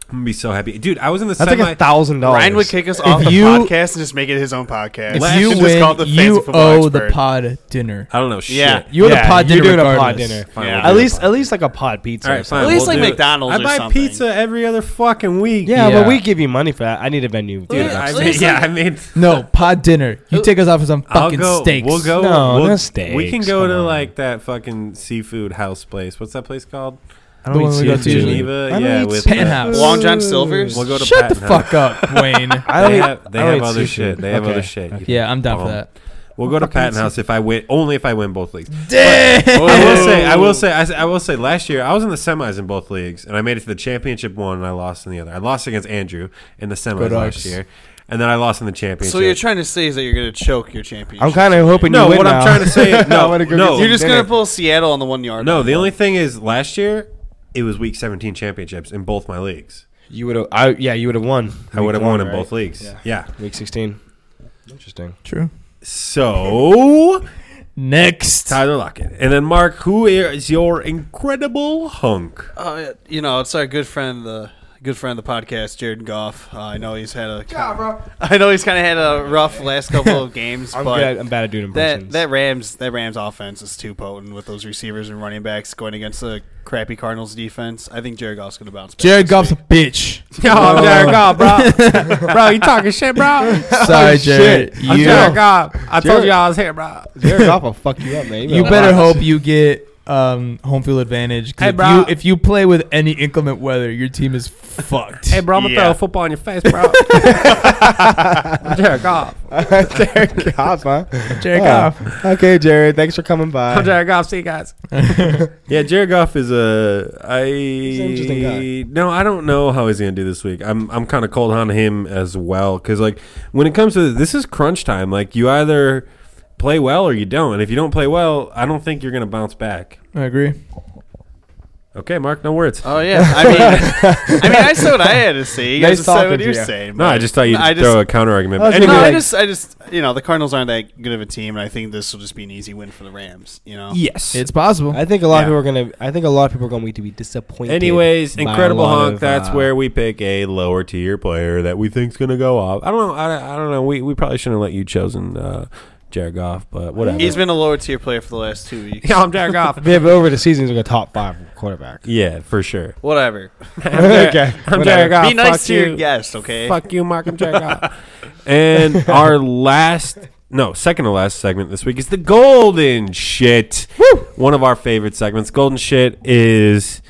Speaker 1: I'm gonna be so happy, dude. I was in the
Speaker 2: That's
Speaker 1: semi.
Speaker 2: like a thousand dollars.
Speaker 3: Ryan would kick us off the
Speaker 4: you-
Speaker 3: podcast and just make it his own podcast.
Speaker 4: If
Speaker 1: Last
Speaker 4: you
Speaker 1: year
Speaker 3: And
Speaker 1: was
Speaker 4: win,
Speaker 3: call it
Speaker 4: you
Speaker 3: Fantasy Football
Speaker 4: owe the
Speaker 3: Expert.
Speaker 4: pod dinner.
Speaker 1: I don't know shit.
Speaker 3: Yeah.
Speaker 4: You owe the
Speaker 2: Yeah,
Speaker 4: pod dinner.
Speaker 2: You're doing a pod
Speaker 4: regardless.
Speaker 2: dinner.
Speaker 1: Fine,
Speaker 3: Yeah.
Speaker 1: we'll
Speaker 2: At
Speaker 1: do it.
Speaker 2: least, at least like a pod pizza.
Speaker 1: All
Speaker 2: or
Speaker 1: right, fine.
Speaker 2: something.
Speaker 3: At least
Speaker 1: we'll
Speaker 3: like
Speaker 1: do it.
Speaker 3: McDonald's
Speaker 1: I
Speaker 3: or
Speaker 1: buy
Speaker 3: something.
Speaker 1: pizza every other fucking week.
Speaker 2: Yeah,
Speaker 4: Yeah.
Speaker 2: but we give you money for that. I need a venue.
Speaker 1: Dude,
Speaker 2: Yeah.
Speaker 1: I
Speaker 3: at
Speaker 1: mean,
Speaker 3: least
Speaker 1: yeah,
Speaker 3: like-
Speaker 1: I mean,
Speaker 4: No, pod dinner. You take us out for some fucking
Speaker 1: Oh. I'll go,
Speaker 4: steaks.
Speaker 1: We'll go.
Speaker 2: No,
Speaker 1: we'll,
Speaker 2: no steaks,
Speaker 1: We can go
Speaker 2: come
Speaker 1: to
Speaker 2: on.
Speaker 1: like that fucking seafood house place. What's that place called?
Speaker 2: I
Speaker 4: The one we go to
Speaker 2: seafood.
Speaker 1: Geneva,
Speaker 2: I don't
Speaker 1: yeah,
Speaker 2: eat
Speaker 1: with-
Speaker 2: seafood.
Speaker 4: Penthouse.
Speaker 3: Long John Silver's?
Speaker 1: We'll go to
Speaker 4: Shut the
Speaker 1: Patton House.
Speaker 4: fuck up, Wayne.
Speaker 2: I don't
Speaker 1: They
Speaker 2: eat-
Speaker 1: have, they
Speaker 2: I don't
Speaker 1: have
Speaker 2: eat
Speaker 1: other
Speaker 2: seafood.
Speaker 1: shit. They have
Speaker 2: Okay.
Speaker 1: other shit. You-
Speaker 4: Yeah, I'm down for
Speaker 1: Um,
Speaker 4: that.
Speaker 1: We'll go to Patton House if I win. Only if I win both leagues.
Speaker 4: Damn.
Speaker 1: I will say. I will say. I, s- I will say. Last year, I was in the semis in both leagues, and I made it to the championship one, and I lost in the other. I lost against Andrew in the semis
Speaker 4: Go
Speaker 1: last
Speaker 4: Ducks.
Speaker 1: year, and then I lost in the championship.
Speaker 3: So what you're trying to say is that you're going to choke your championship.
Speaker 2: I'm kind of hoping
Speaker 1: No,
Speaker 2: you win
Speaker 1: what I'm
Speaker 2: now.
Speaker 1: trying to say-
Speaker 2: I
Speaker 1: no,
Speaker 2: wanna go
Speaker 1: no.
Speaker 2: get some
Speaker 3: You're just
Speaker 2: dinner.
Speaker 3: going to pull Seattle on the one yard.
Speaker 1: no, the
Speaker 3: line.
Speaker 1: only thing is, last year it was week 17 championships in both my leagues.
Speaker 2: You would have. I yeah. You would have won.
Speaker 1: I would have
Speaker 2: Week
Speaker 1: won
Speaker 2: one,
Speaker 1: in
Speaker 2: right?
Speaker 1: both leagues.
Speaker 3: Yeah.
Speaker 1: yeah.
Speaker 2: Week 16. Interesting.
Speaker 4: True.
Speaker 1: So
Speaker 4: Next.
Speaker 1: Tyler Lockett, and then Mark, who is your incredible hunk?
Speaker 3: Uh, you know, it's our good friend, the good friend of the podcast, Jared Goff. Uh, I know he's had a, I know he's kind of had a rough last couple of games,
Speaker 2: I'm
Speaker 3: but
Speaker 2: good. I'm bad at doing
Speaker 3: that
Speaker 2: impressions.
Speaker 3: that Rams that Rams offense is too potent with those receivers and running backs going against the crappy Cardinals defense. I think Jared Goff's going to bounce. back
Speaker 4: Jared
Speaker 3: this
Speaker 4: Goff's a
Speaker 3: week.
Speaker 4: bitch.
Speaker 1: Yo, I'm Jared Goff, bro. bro, you talking shit, bro?
Speaker 4: Sorry, Jared.
Speaker 1: Oh, I'm
Speaker 4: You,
Speaker 1: Jared Goff. I told
Speaker 2: Jared-
Speaker 1: you I was here, bro.
Speaker 2: Jared Goff will fuck you up, man.
Speaker 4: you better hope you get um, home field advantage. 'cause
Speaker 1: Hey,
Speaker 4: if,
Speaker 1: bro.
Speaker 4: You, if you play with any inclement weather, your team is fucked.
Speaker 1: Hey, bro, I'm gonna
Speaker 3: Yeah.
Speaker 1: throw a football in your face, bro. I'm Jared Goff.
Speaker 2: Jared Goff, huh?
Speaker 4: Jared
Speaker 2: Yeah.
Speaker 4: Goff.
Speaker 2: Okay, Jared. Thanks for coming
Speaker 1: I'm
Speaker 2: by.
Speaker 1: Jared Goff. See you guys. yeah, Jared Goff is a I.
Speaker 2: an interesting guy.
Speaker 1: No, I don't know how he's gonna do this week. I'm I'm kind of cold on him as well because like when it comes to this is crunch time. Like you either play well or you don't, and if you don't play well, I don't think you're gonna bounce back.
Speaker 4: I agree.
Speaker 1: Okay, Mark, no
Speaker 2: Uh,
Speaker 1: words.
Speaker 3: Oh yeah, I mean, I mean, I said what I had to say. You
Speaker 2: Nice
Speaker 3: guys just said
Speaker 2: talking
Speaker 3: what
Speaker 2: to
Speaker 3: you're
Speaker 2: you.
Speaker 3: saying.
Speaker 1: no, I
Speaker 3: but-
Speaker 1: just thought you'd
Speaker 3: I just-
Speaker 1: throw a counter argument.
Speaker 2: I was
Speaker 1: But
Speaker 2: gonna
Speaker 1: anyway,
Speaker 3: No, I
Speaker 2: like-
Speaker 3: just, I just, you know, the Cardinals aren't that good of a team, and I think this will just be an easy win for the Rams. You know,
Speaker 1: yes.
Speaker 4: It's possible.
Speaker 2: I think a lot
Speaker 3: Yeah.
Speaker 2: of people are gonna. I think a lot of people are going to be disappointed.
Speaker 1: Anyways,
Speaker 2: by a
Speaker 1: incredible
Speaker 2: lot
Speaker 1: honk.
Speaker 2: of,
Speaker 1: that's
Speaker 2: uh,
Speaker 1: where we pick a lower tier player that we think's gonna go off. I don't know. I, I don't know. We we probably shouldn't have let you chosen uh, Jared Goff, but whatever.
Speaker 3: he's been a lower tier player for the last two weeks.
Speaker 1: yeah, I'm Jared Goff.
Speaker 2: Yeah, but over the season, he's like a top five quarterback.
Speaker 1: yeah, for sure.
Speaker 3: Whatever.
Speaker 2: okay,
Speaker 1: I'm
Speaker 2: whatever.
Speaker 1: Jared Goff.
Speaker 3: be nice
Speaker 1: Fuck
Speaker 3: to
Speaker 1: you.
Speaker 3: your guest, okay?
Speaker 1: Fuck you, Mark. I'm Jared Goff. and our last, no, second to last segment this week is the golden shit. One of our favorite segments. Golden shit is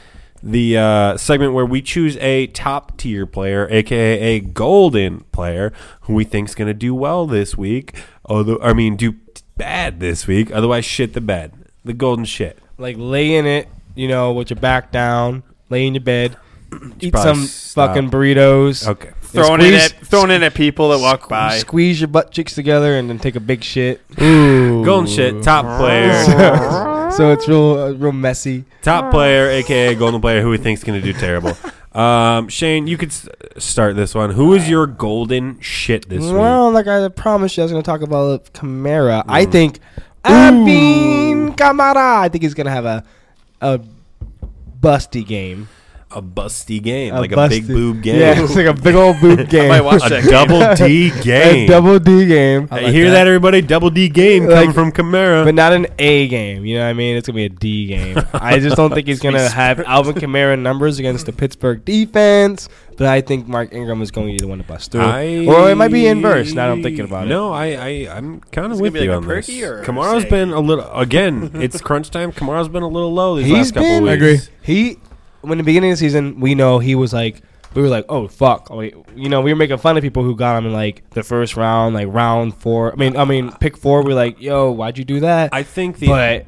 Speaker 1: the uh, segment where we choose a top tier player, aka a golden player, who we think's gonna do well this week. Although, I mean, do bad this week. Otherwise, shit the bed. The golden shit.
Speaker 2: like lay in it, you know, with your back down, lay in your bed, eat
Speaker 1: probably
Speaker 2: some
Speaker 1: stop.
Speaker 2: fucking burritos,
Speaker 1: Okay.
Speaker 3: Throwing in
Speaker 2: Squeeze-
Speaker 3: at throwing in at people that walk by.
Speaker 2: squeeze your butt cheeks together, and then take a big shit.
Speaker 4: Ooh.
Speaker 1: Golden shit, top player.
Speaker 2: so it's real, uh, real messy.
Speaker 1: top player, aka golden player, who we think's going to do terrible. Um, Shane, you could s- start this one. Who is your golden shit this week?
Speaker 2: Well, like I promised you, I was going to talk about Kamara. I
Speaker 1: Mm.
Speaker 2: think Abin Kamara. I think he's going to have a a busty game.
Speaker 1: A busty game,
Speaker 2: A
Speaker 1: like a
Speaker 2: busty-
Speaker 1: big boob game,
Speaker 2: Yeah, it's like a big old boob game.
Speaker 3: might watch
Speaker 1: a
Speaker 3: that game.
Speaker 1: double D game.
Speaker 2: A double D game,
Speaker 4: I
Speaker 1: I
Speaker 4: like
Speaker 1: hear that.
Speaker 4: that.
Speaker 1: everybody? Double D game coming
Speaker 2: Like-
Speaker 1: from Camara.
Speaker 2: but not an A game. You know what I mean? It's gonna be a D game. I just don't think he's gonna have Alvin Kamara numbers against the Pittsburgh defense. But I think Mark Ingram is going to be the one to bust through,
Speaker 1: I-
Speaker 2: or it might be inverse. Now that I'm thinking about it.
Speaker 1: No, I, I I'm kind of
Speaker 3: It's
Speaker 1: with
Speaker 3: gonna be
Speaker 1: you
Speaker 3: like a
Speaker 1: on this.
Speaker 3: perky or
Speaker 1: Kamara's
Speaker 3: say-
Speaker 1: been a little again. it's crunch time. Kamara's been a little low these
Speaker 2: He's
Speaker 1: last couple
Speaker 2: been-
Speaker 1: weeks.
Speaker 4: I agree.
Speaker 2: He, when the beginning of the season, we know he was like, we were like, oh fuck, Oh, wait, you know, we were making fun of people who got him in like the first round, like round four. I mean, I mean, pick four. We We're like, yo, why'd you do that?
Speaker 1: I think the
Speaker 2: but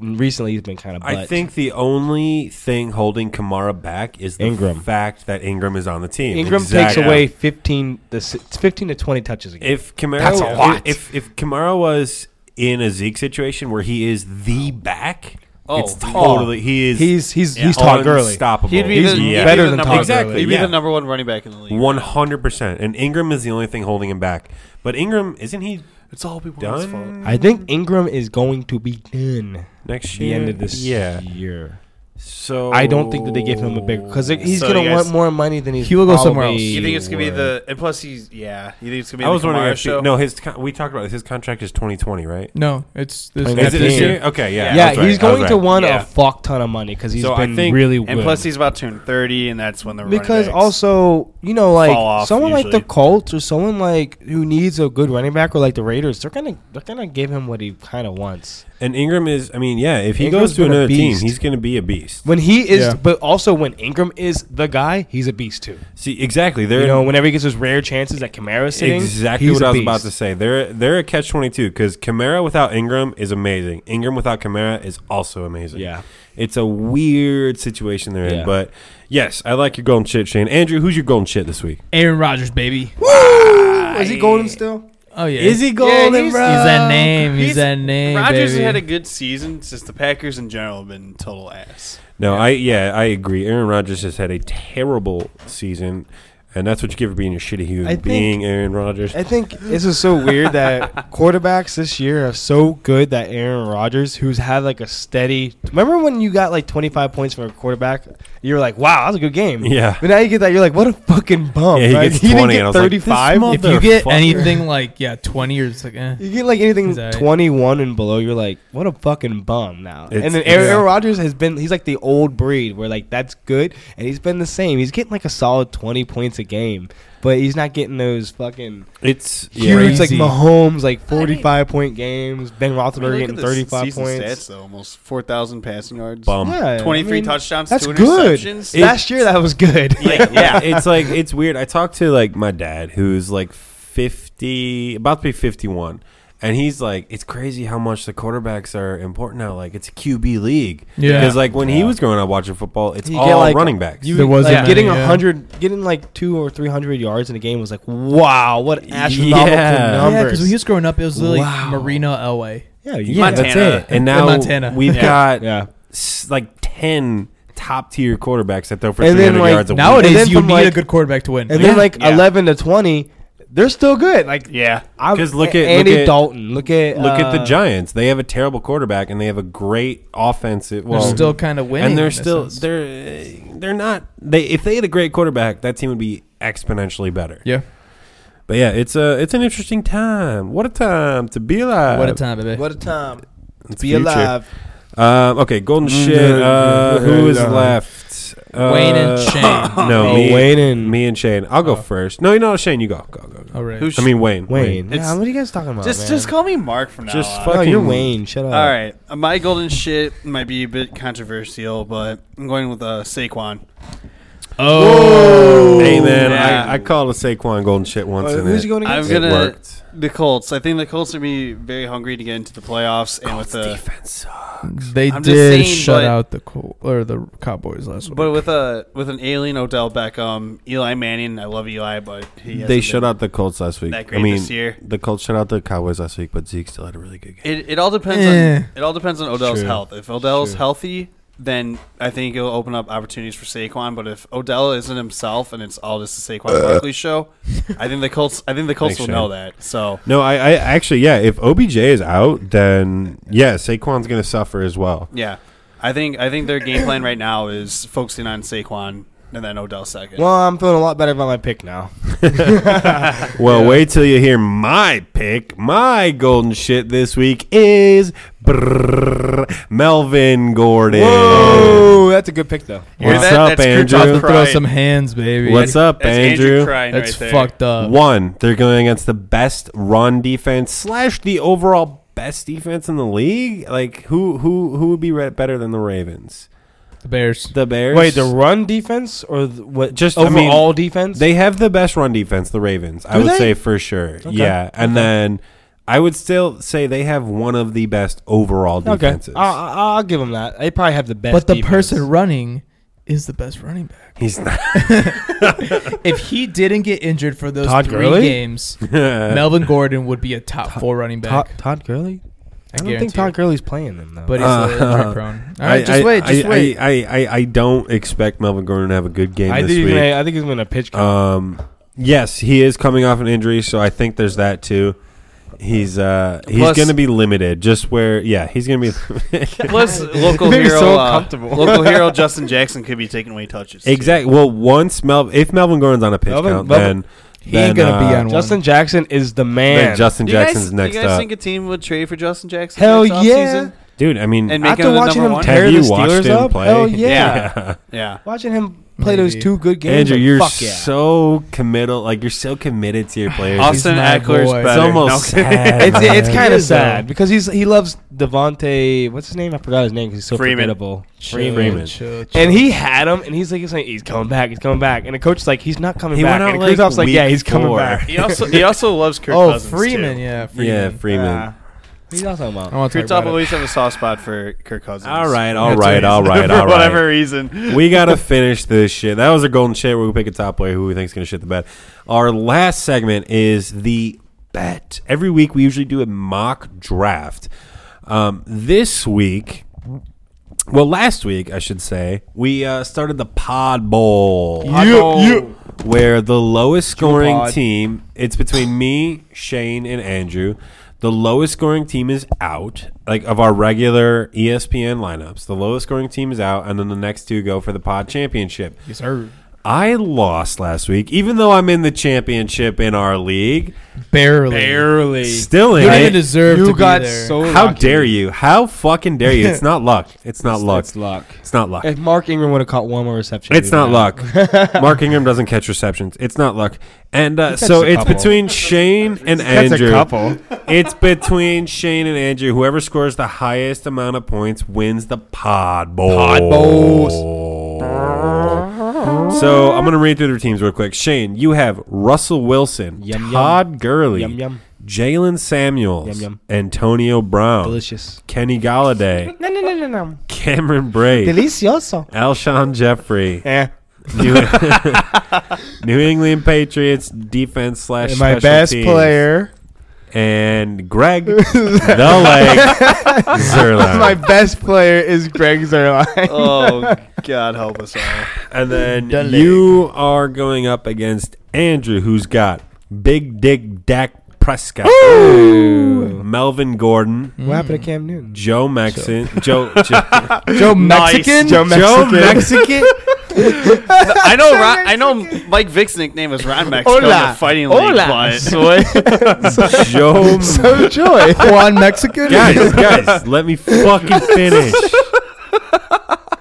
Speaker 2: recently he's been kind of.
Speaker 1: I think the only thing holding Kamara back is the
Speaker 2: Ingram.
Speaker 1: fact that Ingram is on the team.
Speaker 2: Ingram
Speaker 1: Exactly.
Speaker 2: takes away fifteen the fifteen to twenty touches a game.
Speaker 1: If Kamara,
Speaker 2: That's a lot.
Speaker 1: If if Kamara was in a Zeke situation where he is the back,
Speaker 3: Oh,
Speaker 1: it's
Speaker 3: yeah.
Speaker 1: totally he is
Speaker 2: he's he's
Speaker 3: Yeah,
Speaker 2: he's Todd Gurley.
Speaker 1: unstoppable.
Speaker 3: He'd be
Speaker 2: He's
Speaker 3: the,
Speaker 1: yeah.
Speaker 3: he'd
Speaker 2: better
Speaker 3: be the
Speaker 2: than
Speaker 3: number,
Speaker 2: Todd
Speaker 1: Exactly,
Speaker 2: Gurley.
Speaker 3: He'd be
Speaker 1: yeah.
Speaker 3: the number one running back in the league.
Speaker 1: One hundred percent, and Ingram is the only thing holding him back. But Ingram isn't he
Speaker 3: It's all people.
Speaker 1: done
Speaker 2: I think Ingram is going to be done
Speaker 1: next
Speaker 2: the
Speaker 1: year?
Speaker 2: end of this
Speaker 1: Yeah,
Speaker 2: year.
Speaker 1: so
Speaker 2: I don't think that they give him a big because he's
Speaker 3: So you
Speaker 2: gonna
Speaker 3: guys-
Speaker 2: want more money than he's.
Speaker 4: He will go somewhere
Speaker 2: probably
Speaker 4: else.
Speaker 3: You think it's gonna be
Speaker 2: worth.
Speaker 3: the and plus he's yeah. You think it's gonna be
Speaker 1: I
Speaker 3: the
Speaker 1: was wondering
Speaker 3: Kamara
Speaker 1: if he-
Speaker 3: show?
Speaker 1: no, his con- we talked about this. His contract is twenty twenty, right?
Speaker 4: No, it's this
Speaker 2: Is
Speaker 1: Is it this
Speaker 2: Yeah.
Speaker 1: year? Okay, yeah,
Speaker 2: Yeah,
Speaker 1: that's right,
Speaker 2: he's
Speaker 1: I was
Speaker 2: going to
Speaker 1: right.
Speaker 2: want
Speaker 3: Yeah.
Speaker 2: a fuck ton of money because he's
Speaker 1: So I
Speaker 2: been
Speaker 1: think-
Speaker 2: really
Speaker 3: and
Speaker 2: good.
Speaker 3: plus he's about to turn thirty, and that's when the running
Speaker 2: because
Speaker 3: backs-
Speaker 2: also you know
Speaker 3: fall off
Speaker 2: like someone like
Speaker 3: usually.
Speaker 2: the Colts or someone like who needs a good running back or like the Raiders, they're gonna they're gonna give him what he kind of wants.
Speaker 1: And Ingram is, I mean, yeah, if he
Speaker 2: Ingram's
Speaker 1: goes to
Speaker 2: been a
Speaker 1: another team,
Speaker 2: beast.
Speaker 1: he's going to be a beast.
Speaker 2: When he is,
Speaker 4: Yeah.
Speaker 2: but also when Ingram is the guy, he's a beast too.
Speaker 1: See, exactly. They're
Speaker 2: You know, whenever he gets his rare chances that Kamara's sitting,
Speaker 1: exactly
Speaker 2: he's
Speaker 1: what
Speaker 2: a
Speaker 1: I was
Speaker 2: beast.
Speaker 1: about to say. They're they're a catch twenty two because Kamara without Ingram is amazing. Ingram without Kamara is also amazing.
Speaker 2: Yeah.
Speaker 1: it's a weird situation they're in.
Speaker 2: Yeah.
Speaker 1: But yes, I like your golden shit, Shane. Andrew, who's your golden shit this week?
Speaker 4: Aaron Rodgers, baby.
Speaker 2: Is he golden still?
Speaker 4: Oh yeah.
Speaker 1: Is he golden,
Speaker 3: he's-
Speaker 1: bro?
Speaker 4: He's that name. He's,
Speaker 3: He's-
Speaker 4: that name.
Speaker 3: Rodgers has
Speaker 4: baby.
Speaker 3: had a good season since the Packers in general have been total ass.
Speaker 1: No, I yeah, I agree. Aaron Rodgers has had a terrible season, and that's what you get for being a shitty human
Speaker 2: I think-
Speaker 1: being, Aaron Rodgers.
Speaker 2: I think this is so weird that quarterbacks this year are so good that Aaron Rodgers, who's had like a steady. Remember when you got like 25 points from a quarterback? You were like, wow, that was a good game.
Speaker 1: Yeah.
Speaker 2: But now you get that, you're like, what a fucking bump.
Speaker 1: Yeah, he
Speaker 2: right?
Speaker 1: gets
Speaker 2: didn't
Speaker 1: 20,
Speaker 2: get
Speaker 1: and I was like, this
Speaker 2: 35.
Speaker 1: mother-
Speaker 4: If you get
Speaker 1: Motherfucker.
Speaker 4: anything like yeah, twenty or it's like eh.
Speaker 2: you get like anything
Speaker 4: He's all right.
Speaker 2: 21 and below, you're like, what a fucking bum now.
Speaker 1: It's-
Speaker 2: and then Aaron,
Speaker 4: yeah.
Speaker 2: Aaron Rodgers has been, he's like the old breed where like that's good, and he's been the same. He's getting like a solid 20 points a game, but he's not getting those fucking
Speaker 1: it's yeah,
Speaker 2: huge like
Speaker 4: Crazy.
Speaker 2: Mahomes, like forty-five point games. Ben Roethlisberger getting thirty-five
Speaker 3: season
Speaker 2: points.
Speaker 3: Stats though, almost four thousand passing yards,
Speaker 1: bum.
Speaker 2: Yeah,
Speaker 3: twenty-three
Speaker 2: I mean,
Speaker 3: touchdowns,
Speaker 2: That's
Speaker 3: two
Speaker 2: good.
Speaker 3: interceptions.
Speaker 2: Last year that was good.
Speaker 3: yeah,
Speaker 1: yeah,
Speaker 3: yeah.
Speaker 1: it's like it's weird. I talked to like my dad, who's like fifty, about to be fifty-one, and he's like, "It's crazy how much the quarterbacks are important now. Like it's a QB league.
Speaker 4: Yeah.
Speaker 1: because like when he
Speaker 2: Yeah.
Speaker 1: was growing up watching football, it's
Speaker 2: You
Speaker 1: all
Speaker 2: get, like,
Speaker 1: running backs.
Speaker 4: There was
Speaker 2: like,
Speaker 4: a minute,
Speaker 2: getting a
Speaker 4: yeah.
Speaker 2: hundred, getting like two or three hundred yards in a game was like, wow, what
Speaker 1: Yeah.
Speaker 2: astronomical
Speaker 4: Yeah, because
Speaker 2: numbers!
Speaker 4: when he was growing up, it was literally
Speaker 2: Wow.
Speaker 4: Marino Elway.
Speaker 2: yeah,
Speaker 1: yeah,
Speaker 2: you-
Speaker 1: that's
Speaker 3: Montana.
Speaker 1: it. And now
Speaker 4: Montana.
Speaker 1: we've
Speaker 3: Yeah.
Speaker 1: got
Speaker 2: yeah.
Speaker 1: s- like ten top tier quarterbacks that throw for
Speaker 2: And
Speaker 1: three
Speaker 2: then,
Speaker 1: hundred
Speaker 2: like,
Speaker 1: yards a week.
Speaker 2: And then
Speaker 4: Nowadays, you
Speaker 2: from,
Speaker 4: need
Speaker 2: like-
Speaker 4: a good quarterback to win.
Speaker 2: And
Speaker 1: Yeah.
Speaker 2: then like
Speaker 3: Yeah.
Speaker 2: eleven to twenty, they're still good. Like
Speaker 3: Yeah.
Speaker 2: I'm-
Speaker 1: 'Cause look at-
Speaker 2: Andy
Speaker 1: look at-
Speaker 2: Dalton. Look at
Speaker 1: Look at the
Speaker 2: uh,
Speaker 1: Giants. They have a terrible quarterback and they have a great offensive.
Speaker 4: they're
Speaker 1: Well,
Speaker 4: still kind of winning,
Speaker 1: and they're
Speaker 4: in
Speaker 1: still
Speaker 4: a sense.
Speaker 1: they're uh, they're not they if they had a great quarterback that team would be exponentially better
Speaker 4: yeah.
Speaker 1: but yeah it's a it's an interesting time what a time to be alive
Speaker 4: Uh, What a time, baby!
Speaker 2: What a time.
Speaker 1: It's
Speaker 2: Be
Speaker 1: future.
Speaker 2: alive.
Speaker 1: um, okay golden shit uh, who is left uh,
Speaker 4: Mm-hmm. Wayne and Shane.
Speaker 1: no
Speaker 2: Oh,
Speaker 1: me,
Speaker 2: Wayne and
Speaker 1: me and Shane I'll
Speaker 4: Oh.
Speaker 1: go first no you know Shane you go go go, go.
Speaker 4: All right.
Speaker 3: Who's-
Speaker 1: I mean Wayne
Speaker 2: Wayne.
Speaker 3: It's-
Speaker 2: Yeah, what are you guys talking about?
Speaker 3: Just
Speaker 2: man?
Speaker 3: just call me Mark from now
Speaker 1: Oh, Just
Speaker 3: on.
Speaker 1: fuck-
Speaker 2: No, you're
Speaker 1: fucking-
Speaker 2: Wayne. Shut up.
Speaker 3: All right. Uh, My golden shit might be a bit controversial, but I'm going with uh, Saquon.
Speaker 4: oh,
Speaker 1: hey man
Speaker 3: Yeah.
Speaker 1: I, I called a Saquon golden shit once
Speaker 2: Uh,
Speaker 1: and
Speaker 2: who's
Speaker 1: it,
Speaker 2: he going
Speaker 3: I'm
Speaker 2: against?
Speaker 1: it
Speaker 3: gonna
Speaker 1: worked
Speaker 3: the Colts. I think the Colts are be very hungry to get into the playoffs and with the
Speaker 1: defense sucks.
Speaker 4: they
Speaker 3: I'm just
Speaker 4: did
Speaker 3: saying,
Speaker 4: shut
Speaker 3: but-
Speaker 4: out the Col- or the Cowboys last week.
Speaker 3: but with a with an alien Odell Beckham, Eli Manning. I love Eli, but he hasn't
Speaker 1: they
Speaker 3: been
Speaker 1: shut out the Colts last week.
Speaker 3: that great
Speaker 1: I mean,
Speaker 3: this year.
Speaker 1: the Colts shut out the Cowboys last week, but Zeke still had a really good game.
Speaker 3: It, it all depends
Speaker 4: Eh.
Speaker 3: on it all depends on Odell's
Speaker 2: True.
Speaker 3: health. If Odell's
Speaker 2: True.
Speaker 3: healthy, then I think it'll open up opportunities for Saquon. But if Odell isn't himself and it's all just a Saquon Barkley show, I think the Colts I think the Colts
Speaker 1: Thanks,
Speaker 3: will
Speaker 1: Shane.
Speaker 3: know that. So
Speaker 1: No, I, I actually, yeah. If OBJ is out, then yeah, Saquon's gonna suffer as well.
Speaker 3: yeah. I think I think their game plan right now is focusing on Saquon and then Odell second.
Speaker 2: Well, I'm feeling a lot better about my pick now.
Speaker 1: Well, wait till you hear my pick. My golden shit this week is brrrr, Melvin Gordon.
Speaker 2: Whoa, that's a good pick though.
Speaker 3: Hear
Speaker 1: What's
Speaker 3: that?
Speaker 1: up,
Speaker 3: That's Kirk
Speaker 4: About
Speaker 1: Andrew?
Speaker 4: to throw
Speaker 3: Crying.
Speaker 4: some hands, baby.
Speaker 1: What's up,
Speaker 3: That's
Speaker 1: Andrew?
Speaker 3: crying
Speaker 4: That's
Speaker 3: right there.
Speaker 4: fucked up.
Speaker 1: Uh, One, they're going against the best run defense slash the overall best defense in the league. Like who who who would be re- better than the Ravens?
Speaker 4: The Bears.
Speaker 1: The Bears.
Speaker 2: Wait, the run defense or the, what?
Speaker 1: Just, I mean,
Speaker 2: overall defense?
Speaker 1: They have the best run defense, the Ravens. I
Speaker 2: Do
Speaker 1: would
Speaker 2: they?
Speaker 1: say for sure. Yeah, and then I would still say they have one of the best overall
Speaker 2: okay. Uh,
Speaker 1: defenses.
Speaker 2: I'll, I'll I'll give them that. They probably have the best.
Speaker 4: But the
Speaker 2: defense.
Speaker 4: person running is the best running back.
Speaker 1: He's not.
Speaker 4: If he didn't get injured for those
Speaker 2: Todd
Speaker 4: three
Speaker 2: Gurley?
Speaker 4: games,
Speaker 1: Uh,
Speaker 4: Melvin Gordon would be a top four running
Speaker 2: Todd,
Speaker 4: back.
Speaker 2: Todd Gurley. I, don't
Speaker 4: guarantee
Speaker 2: think Todd
Speaker 4: it.
Speaker 2: Gurley's playing them though.
Speaker 4: but he's
Speaker 1: Uh,
Speaker 4: injury prone. All right, just
Speaker 1: I,
Speaker 4: wait, just
Speaker 1: I,
Speaker 4: wait.
Speaker 1: I, I, I, I don't expect Melvin Gordon to have a good game
Speaker 2: I
Speaker 1: this
Speaker 2: think he's
Speaker 1: week.
Speaker 2: gonna, I think he's gonna pitch. count.
Speaker 1: Um, yes, he is coming off an injury, so I think there's that too. He's uh he's
Speaker 3: Plus-
Speaker 1: gonna be limited. Just where, yeah, he's gonna be
Speaker 3: Plus local
Speaker 2: They're
Speaker 3: hero
Speaker 2: so
Speaker 3: uh,
Speaker 2: comfortable.
Speaker 3: local hero Justin Jackson could be taking away touches. too.
Speaker 1: exactly. Well, once Mel if Melvin Gordon's on a pitch
Speaker 2: Melvin-
Speaker 1: count,
Speaker 2: Melvin-
Speaker 1: then
Speaker 4: he ain't
Speaker 1: then,
Speaker 4: gonna be
Speaker 1: uh,
Speaker 4: on
Speaker 2: Justin
Speaker 4: one.
Speaker 2: Jackson is the man.
Speaker 1: then Justin
Speaker 3: Do you guys-
Speaker 1: Jackson's next
Speaker 3: do you guys
Speaker 1: up.
Speaker 3: think a team would trade for Justin Jackson?
Speaker 2: Hell
Speaker 3: next
Speaker 2: yeah!
Speaker 3: offseason?
Speaker 1: Dude, I mean,
Speaker 3: And make
Speaker 2: After
Speaker 3: him the
Speaker 2: watching
Speaker 3: number
Speaker 2: him
Speaker 3: one?
Speaker 2: tear
Speaker 1: Have
Speaker 2: the
Speaker 1: you watched
Speaker 2: Steelers
Speaker 1: him
Speaker 2: up,
Speaker 1: play?
Speaker 2: hell yeah.
Speaker 3: Yeah. yeah.
Speaker 2: Watching him play those
Speaker 4: Maybe.
Speaker 2: two good games,
Speaker 1: Andrew,
Speaker 2: like,
Speaker 1: you're
Speaker 2: fuck yeah.
Speaker 1: so committal. Like you're so committed to your players.
Speaker 4: He's
Speaker 3: Austin
Speaker 4: my
Speaker 3: Eckler's
Speaker 4: boy.
Speaker 3: better.
Speaker 1: it's almost
Speaker 3: No, I'm kidding.
Speaker 1: sad.
Speaker 2: it's it's
Speaker 4: He
Speaker 2: kind of
Speaker 4: is, though.
Speaker 2: sad because he's he loves Devonte. What's his name? I forgot his name because he's so
Speaker 3: Freeman.
Speaker 2: forgettable.
Speaker 4: Chill,
Speaker 1: Freeman.
Speaker 4: chill, chill.
Speaker 2: And he had him, and he's like, he's like, he's coming back, he's coming back, and the coach is like, he's not coming
Speaker 1: He
Speaker 2: back.
Speaker 1: went out,
Speaker 2: and Kristoff's
Speaker 1: like,
Speaker 2: like, yeah,
Speaker 1: week
Speaker 2: he's coming
Speaker 1: four.
Speaker 2: back.
Speaker 3: He also he also loves Kirk
Speaker 4: oh,
Speaker 3: Cousins.
Speaker 4: Freeman,
Speaker 3: too.
Speaker 4: yeah, Freeman.
Speaker 1: yeah, Freeman.
Speaker 2: Ah. what are you talking
Speaker 4: I
Speaker 2: about?
Speaker 4: don't want to
Speaker 3: Kirk
Speaker 4: talk
Speaker 3: Top
Speaker 4: about it.
Speaker 3: always have a soft spot for Kirk Cousins.
Speaker 1: All right, all
Speaker 4: That's
Speaker 1: right,
Speaker 4: a
Speaker 1: all right, all
Speaker 3: for
Speaker 1: right.
Speaker 3: whatever reason.
Speaker 1: we gotta finish this shit. That was a golden shit. We're gonna pick a top player who we think's gonna shit the bed. Our last segment is the bet. Every week we usually do a mock draft. Um, this week, well, last week I should say, we uh, started the Pod Bowl. where the lowest scoring
Speaker 2: pod.
Speaker 1: team it's between me shane and andrew the lowest scoring team is out like of our regular E espn lineups the lowest scoring team is out and then the next two go for the pod championship
Speaker 4: Yes, sir.
Speaker 1: i lost last week even though i'm in the championship in our league
Speaker 4: Barely.
Speaker 2: Barely.
Speaker 1: still in
Speaker 4: You don't even
Speaker 1: it.
Speaker 4: deserve
Speaker 2: You
Speaker 4: to
Speaker 2: got
Speaker 4: be there.
Speaker 2: so.
Speaker 1: how dare you how fucking dare you it's not luck it's not luck
Speaker 2: It's luck.
Speaker 1: it's not luck
Speaker 2: If Mark Ingram would have caught one more reception,
Speaker 1: It's
Speaker 2: we'd
Speaker 1: not
Speaker 2: win.
Speaker 1: luck. Mark Ingram doesn't catch receptions. It's not luck. And uh,
Speaker 2: catches
Speaker 1: so
Speaker 2: a
Speaker 1: it's
Speaker 2: couple.
Speaker 1: between Shane and
Speaker 2: That's
Speaker 1: Andrew.
Speaker 2: a couple.
Speaker 1: It's between Shane and Andrew. Whoever scores the highest amount of points wins the pod bowl. Pod bowls. So I'm gonna read through their teams real quick. Shane, you have Russell Wilson,
Speaker 2: Yum, yum.
Speaker 1: Todd Gurley,
Speaker 2: Yum yum.
Speaker 1: Jalen Samuels,
Speaker 2: Yum, yum.
Speaker 1: Antonio Brown,
Speaker 2: Delicious.
Speaker 1: Kenny Galladay,
Speaker 2: No no no no no.
Speaker 1: Cameron Bray,
Speaker 2: Delicioso.
Speaker 1: Alshon Jeffrey,
Speaker 2: Eh.
Speaker 1: New, New England Patriots defense slash
Speaker 2: And my
Speaker 1: special
Speaker 2: best
Speaker 1: teams.
Speaker 2: player.
Speaker 1: and Greg the Leg Zerline.
Speaker 2: My best player is Greg Zerline.
Speaker 3: Oh God, help us all.
Speaker 1: And then
Speaker 4: The leg.
Speaker 1: you are going up against Andrew, who's got Big Dick Dak Prescott, Melvin Gordon,
Speaker 2: What happened to Cam Newton?
Speaker 1: Joe Mexon, Joe, Joe,
Speaker 4: Joe
Speaker 3: Nice.
Speaker 4: Mexican?
Speaker 2: Joe
Speaker 1: Joe Mexican.
Speaker 2: Mexican.
Speaker 3: I know. Ron, I know. Mike Vick's nickname was Ron Mexico in
Speaker 2: Hola.
Speaker 3: the fighting league.
Speaker 2: Hola.
Speaker 3: But
Speaker 1: Joe.
Speaker 2: so joy.
Speaker 4: Juan Mexican?
Speaker 1: Guys, guys, let me fucking finish.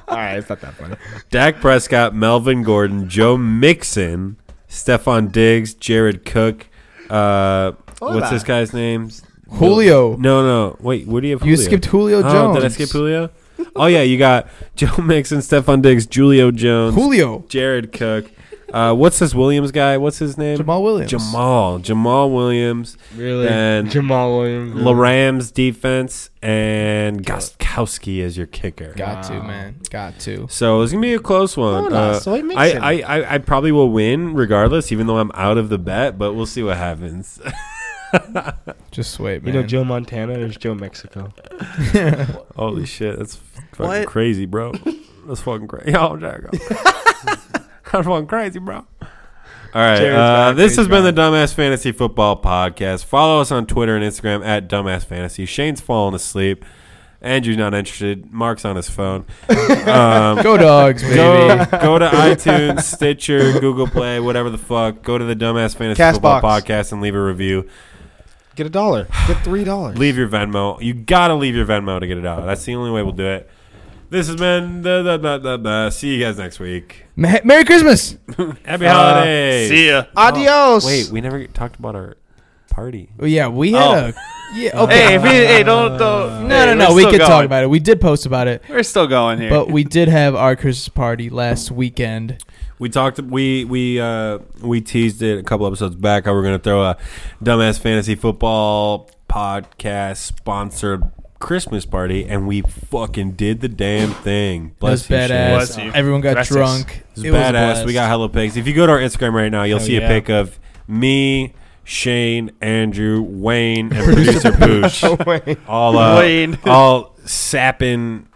Speaker 2: All right, it's not that funny.
Speaker 1: Dak Prescott, Melvin Gordon, Joe Mixon, Stefan Diggs, Jared Cook. Uh,
Speaker 2: Hola.
Speaker 1: what's this guy's name?
Speaker 4: Julio.
Speaker 1: No, no. Wait, where do you have
Speaker 4: You
Speaker 1: Julio?
Speaker 4: skipped Julio Jones.
Speaker 1: Oh, did I skip Julio? oh yeah, you got Joe Mixon, Stefan Diggs, Julio Jones,
Speaker 4: Julio.
Speaker 1: Jared Cook. Uh, what's this Williams guy? What's his name?
Speaker 4: Jamal Williams.
Speaker 1: Jamal. Jamal Williams
Speaker 2: Really?
Speaker 1: And
Speaker 2: Jamal Williams.
Speaker 1: the Rams defense and Gostkowski as your kicker.
Speaker 4: Got to,
Speaker 2: Wow.
Speaker 4: man. Got to.
Speaker 1: So it's gonna be a close one.
Speaker 2: Hola,
Speaker 1: Uh,
Speaker 2: soy
Speaker 1: I,
Speaker 2: Mixon.
Speaker 1: I, I, I probably will win regardless, even though I'm out of the bet. But we'll see what happens.
Speaker 4: Just wait,
Speaker 2: You
Speaker 4: man.
Speaker 2: know Joe Montana is Joe Mexico.
Speaker 1: Holy shit, that's fucking
Speaker 3: What?
Speaker 1: crazy, bro. That's fucking crazy. Yo, Jacko. that's fucking crazy, bro. All right,
Speaker 2: Jared's
Speaker 1: uh,
Speaker 2: back,
Speaker 1: this
Speaker 2: he's
Speaker 1: has been the Dumbass Fantasy Football Podcast. Follow us on Twitter and Instagram at Dumbass Fantasy. Shane's falling asleep. Andrew's not interested. Mark's on his phone. Um,
Speaker 4: Go dogs, baby.
Speaker 1: Go, go to iTunes, Stitcher, Google Play, whatever the fuck. Go to the Dumbass Fantasy
Speaker 2: Castbox.
Speaker 1: Football Podcast and leave a review.
Speaker 2: Get a dollar. Get three dollars.
Speaker 1: Leave your Venmo. You gotta leave your Venmo to get it out. That's the only way we'll do it. This has been the, the, the, the, the. See you guys next week.
Speaker 4: Ma- Merry Christmas.
Speaker 1: Happy holidays.
Speaker 3: see ya.
Speaker 2: Adios.
Speaker 1: Uh, Wait, we never talked about our party.
Speaker 4: Oh, yeah, we had
Speaker 3: Oh.
Speaker 4: a. Yeah, okay.
Speaker 3: Hey, if we, hey, don't, don't.
Speaker 4: no, no, no. We could talk about it. We did post about it,
Speaker 3: We're still going here.
Speaker 4: but we did have our Christmas party last weekend.
Speaker 1: We talked. We we uh, we teased it a couple episodes back. How we're gonna throw a dumbass fantasy football podcast sponsored Christmas party, and we fucking did the damn thing. Bless
Speaker 4: it was
Speaker 1: you, Shane.
Speaker 4: badass.
Speaker 3: Bless you.
Speaker 4: Everyone got
Speaker 3: Bless us.
Speaker 4: drunk.
Speaker 1: It's
Speaker 4: It was a
Speaker 1: badass.
Speaker 4: blast.
Speaker 1: we got hella pics. If you go to our Instagram right now, you'll
Speaker 2: Hell
Speaker 1: see a
Speaker 2: yeah.
Speaker 1: pic of me, Shane, Andrew, Wayne, and producer Pooch.
Speaker 2: Wait.
Speaker 1: All uh,
Speaker 3: Wayne.
Speaker 1: all sapping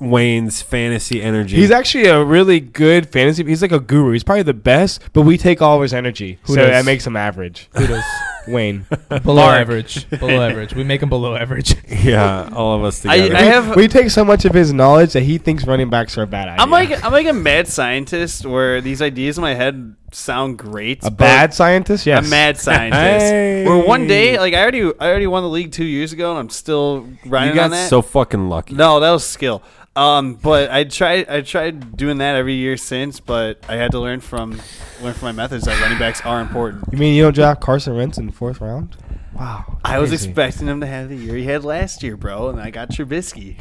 Speaker 1: Wayne's fantasy energy.
Speaker 2: He's actually a really good fantasy. He's like a guru. He's probably the best, but we take all of his energy,
Speaker 4: Who
Speaker 2: so
Speaker 4: does?
Speaker 2: that makes him average.
Speaker 4: Kudos.
Speaker 2: Wayne,
Speaker 4: below
Speaker 3: Mark.
Speaker 4: average. Below average. We make them below average.
Speaker 1: yeah, all of us
Speaker 3: I,
Speaker 1: together.
Speaker 3: I have.
Speaker 2: we take so much of his knowledge that he thinks running backs are a bad idea.
Speaker 3: I'm like I'm like a mad scientist where these ideas in my head sound great.
Speaker 2: a
Speaker 3: but
Speaker 2: bad scientist. Yes,
Speaker 3: a mad scientist.
Speaker 1: Hey.
Speaker 3: Where one day, like I already, I already won the league two years ago, and I'm still riding
Speaker 1: you got
Speaker 3: on that.
Speaker 1: so fucking lucky.
Speaker 3: No, that was skill. Um, but I tried I tried doing that every year since, but I had to learn from learn from my methods that running backs are important.
Speaker 2: You mean you don't draft Carson Wentz in the fourth round? Wow,
Speaker 3: I was
Speaker 2: crazy.
Speaker 3: expecting him to have the year he had last year, bro, and I got Trubisky.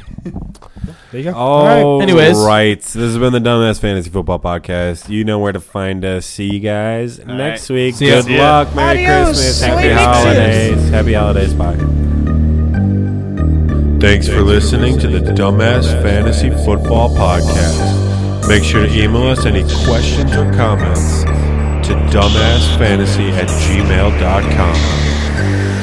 Speaker 2: There you go.
Speaker 1: Oh,
Speaker 4: Anyways.
Speaker 1: right. This has been the Dumbass Fantasy Football Podcast. You know where to find us. See you guys next
Speaker 3: right.
Speaker 1: week.
Speaker 4: See ya.
Speaker 1: Good
Speaker 3: See ya.
Speaker 1: luck. Merry
Speaker 2: Adios,
Speaker 1: Christmas.
Speaker 2: soy
Speaker 1: Happy
Speaker 2: mixes.
Speaker 1: holidays. Happy holidays. Bye. Thanks for listening to the Dumbass Fantasy Football Podcast. Make sure to email us any questions or comments to dumbassfantasy at gmail.com.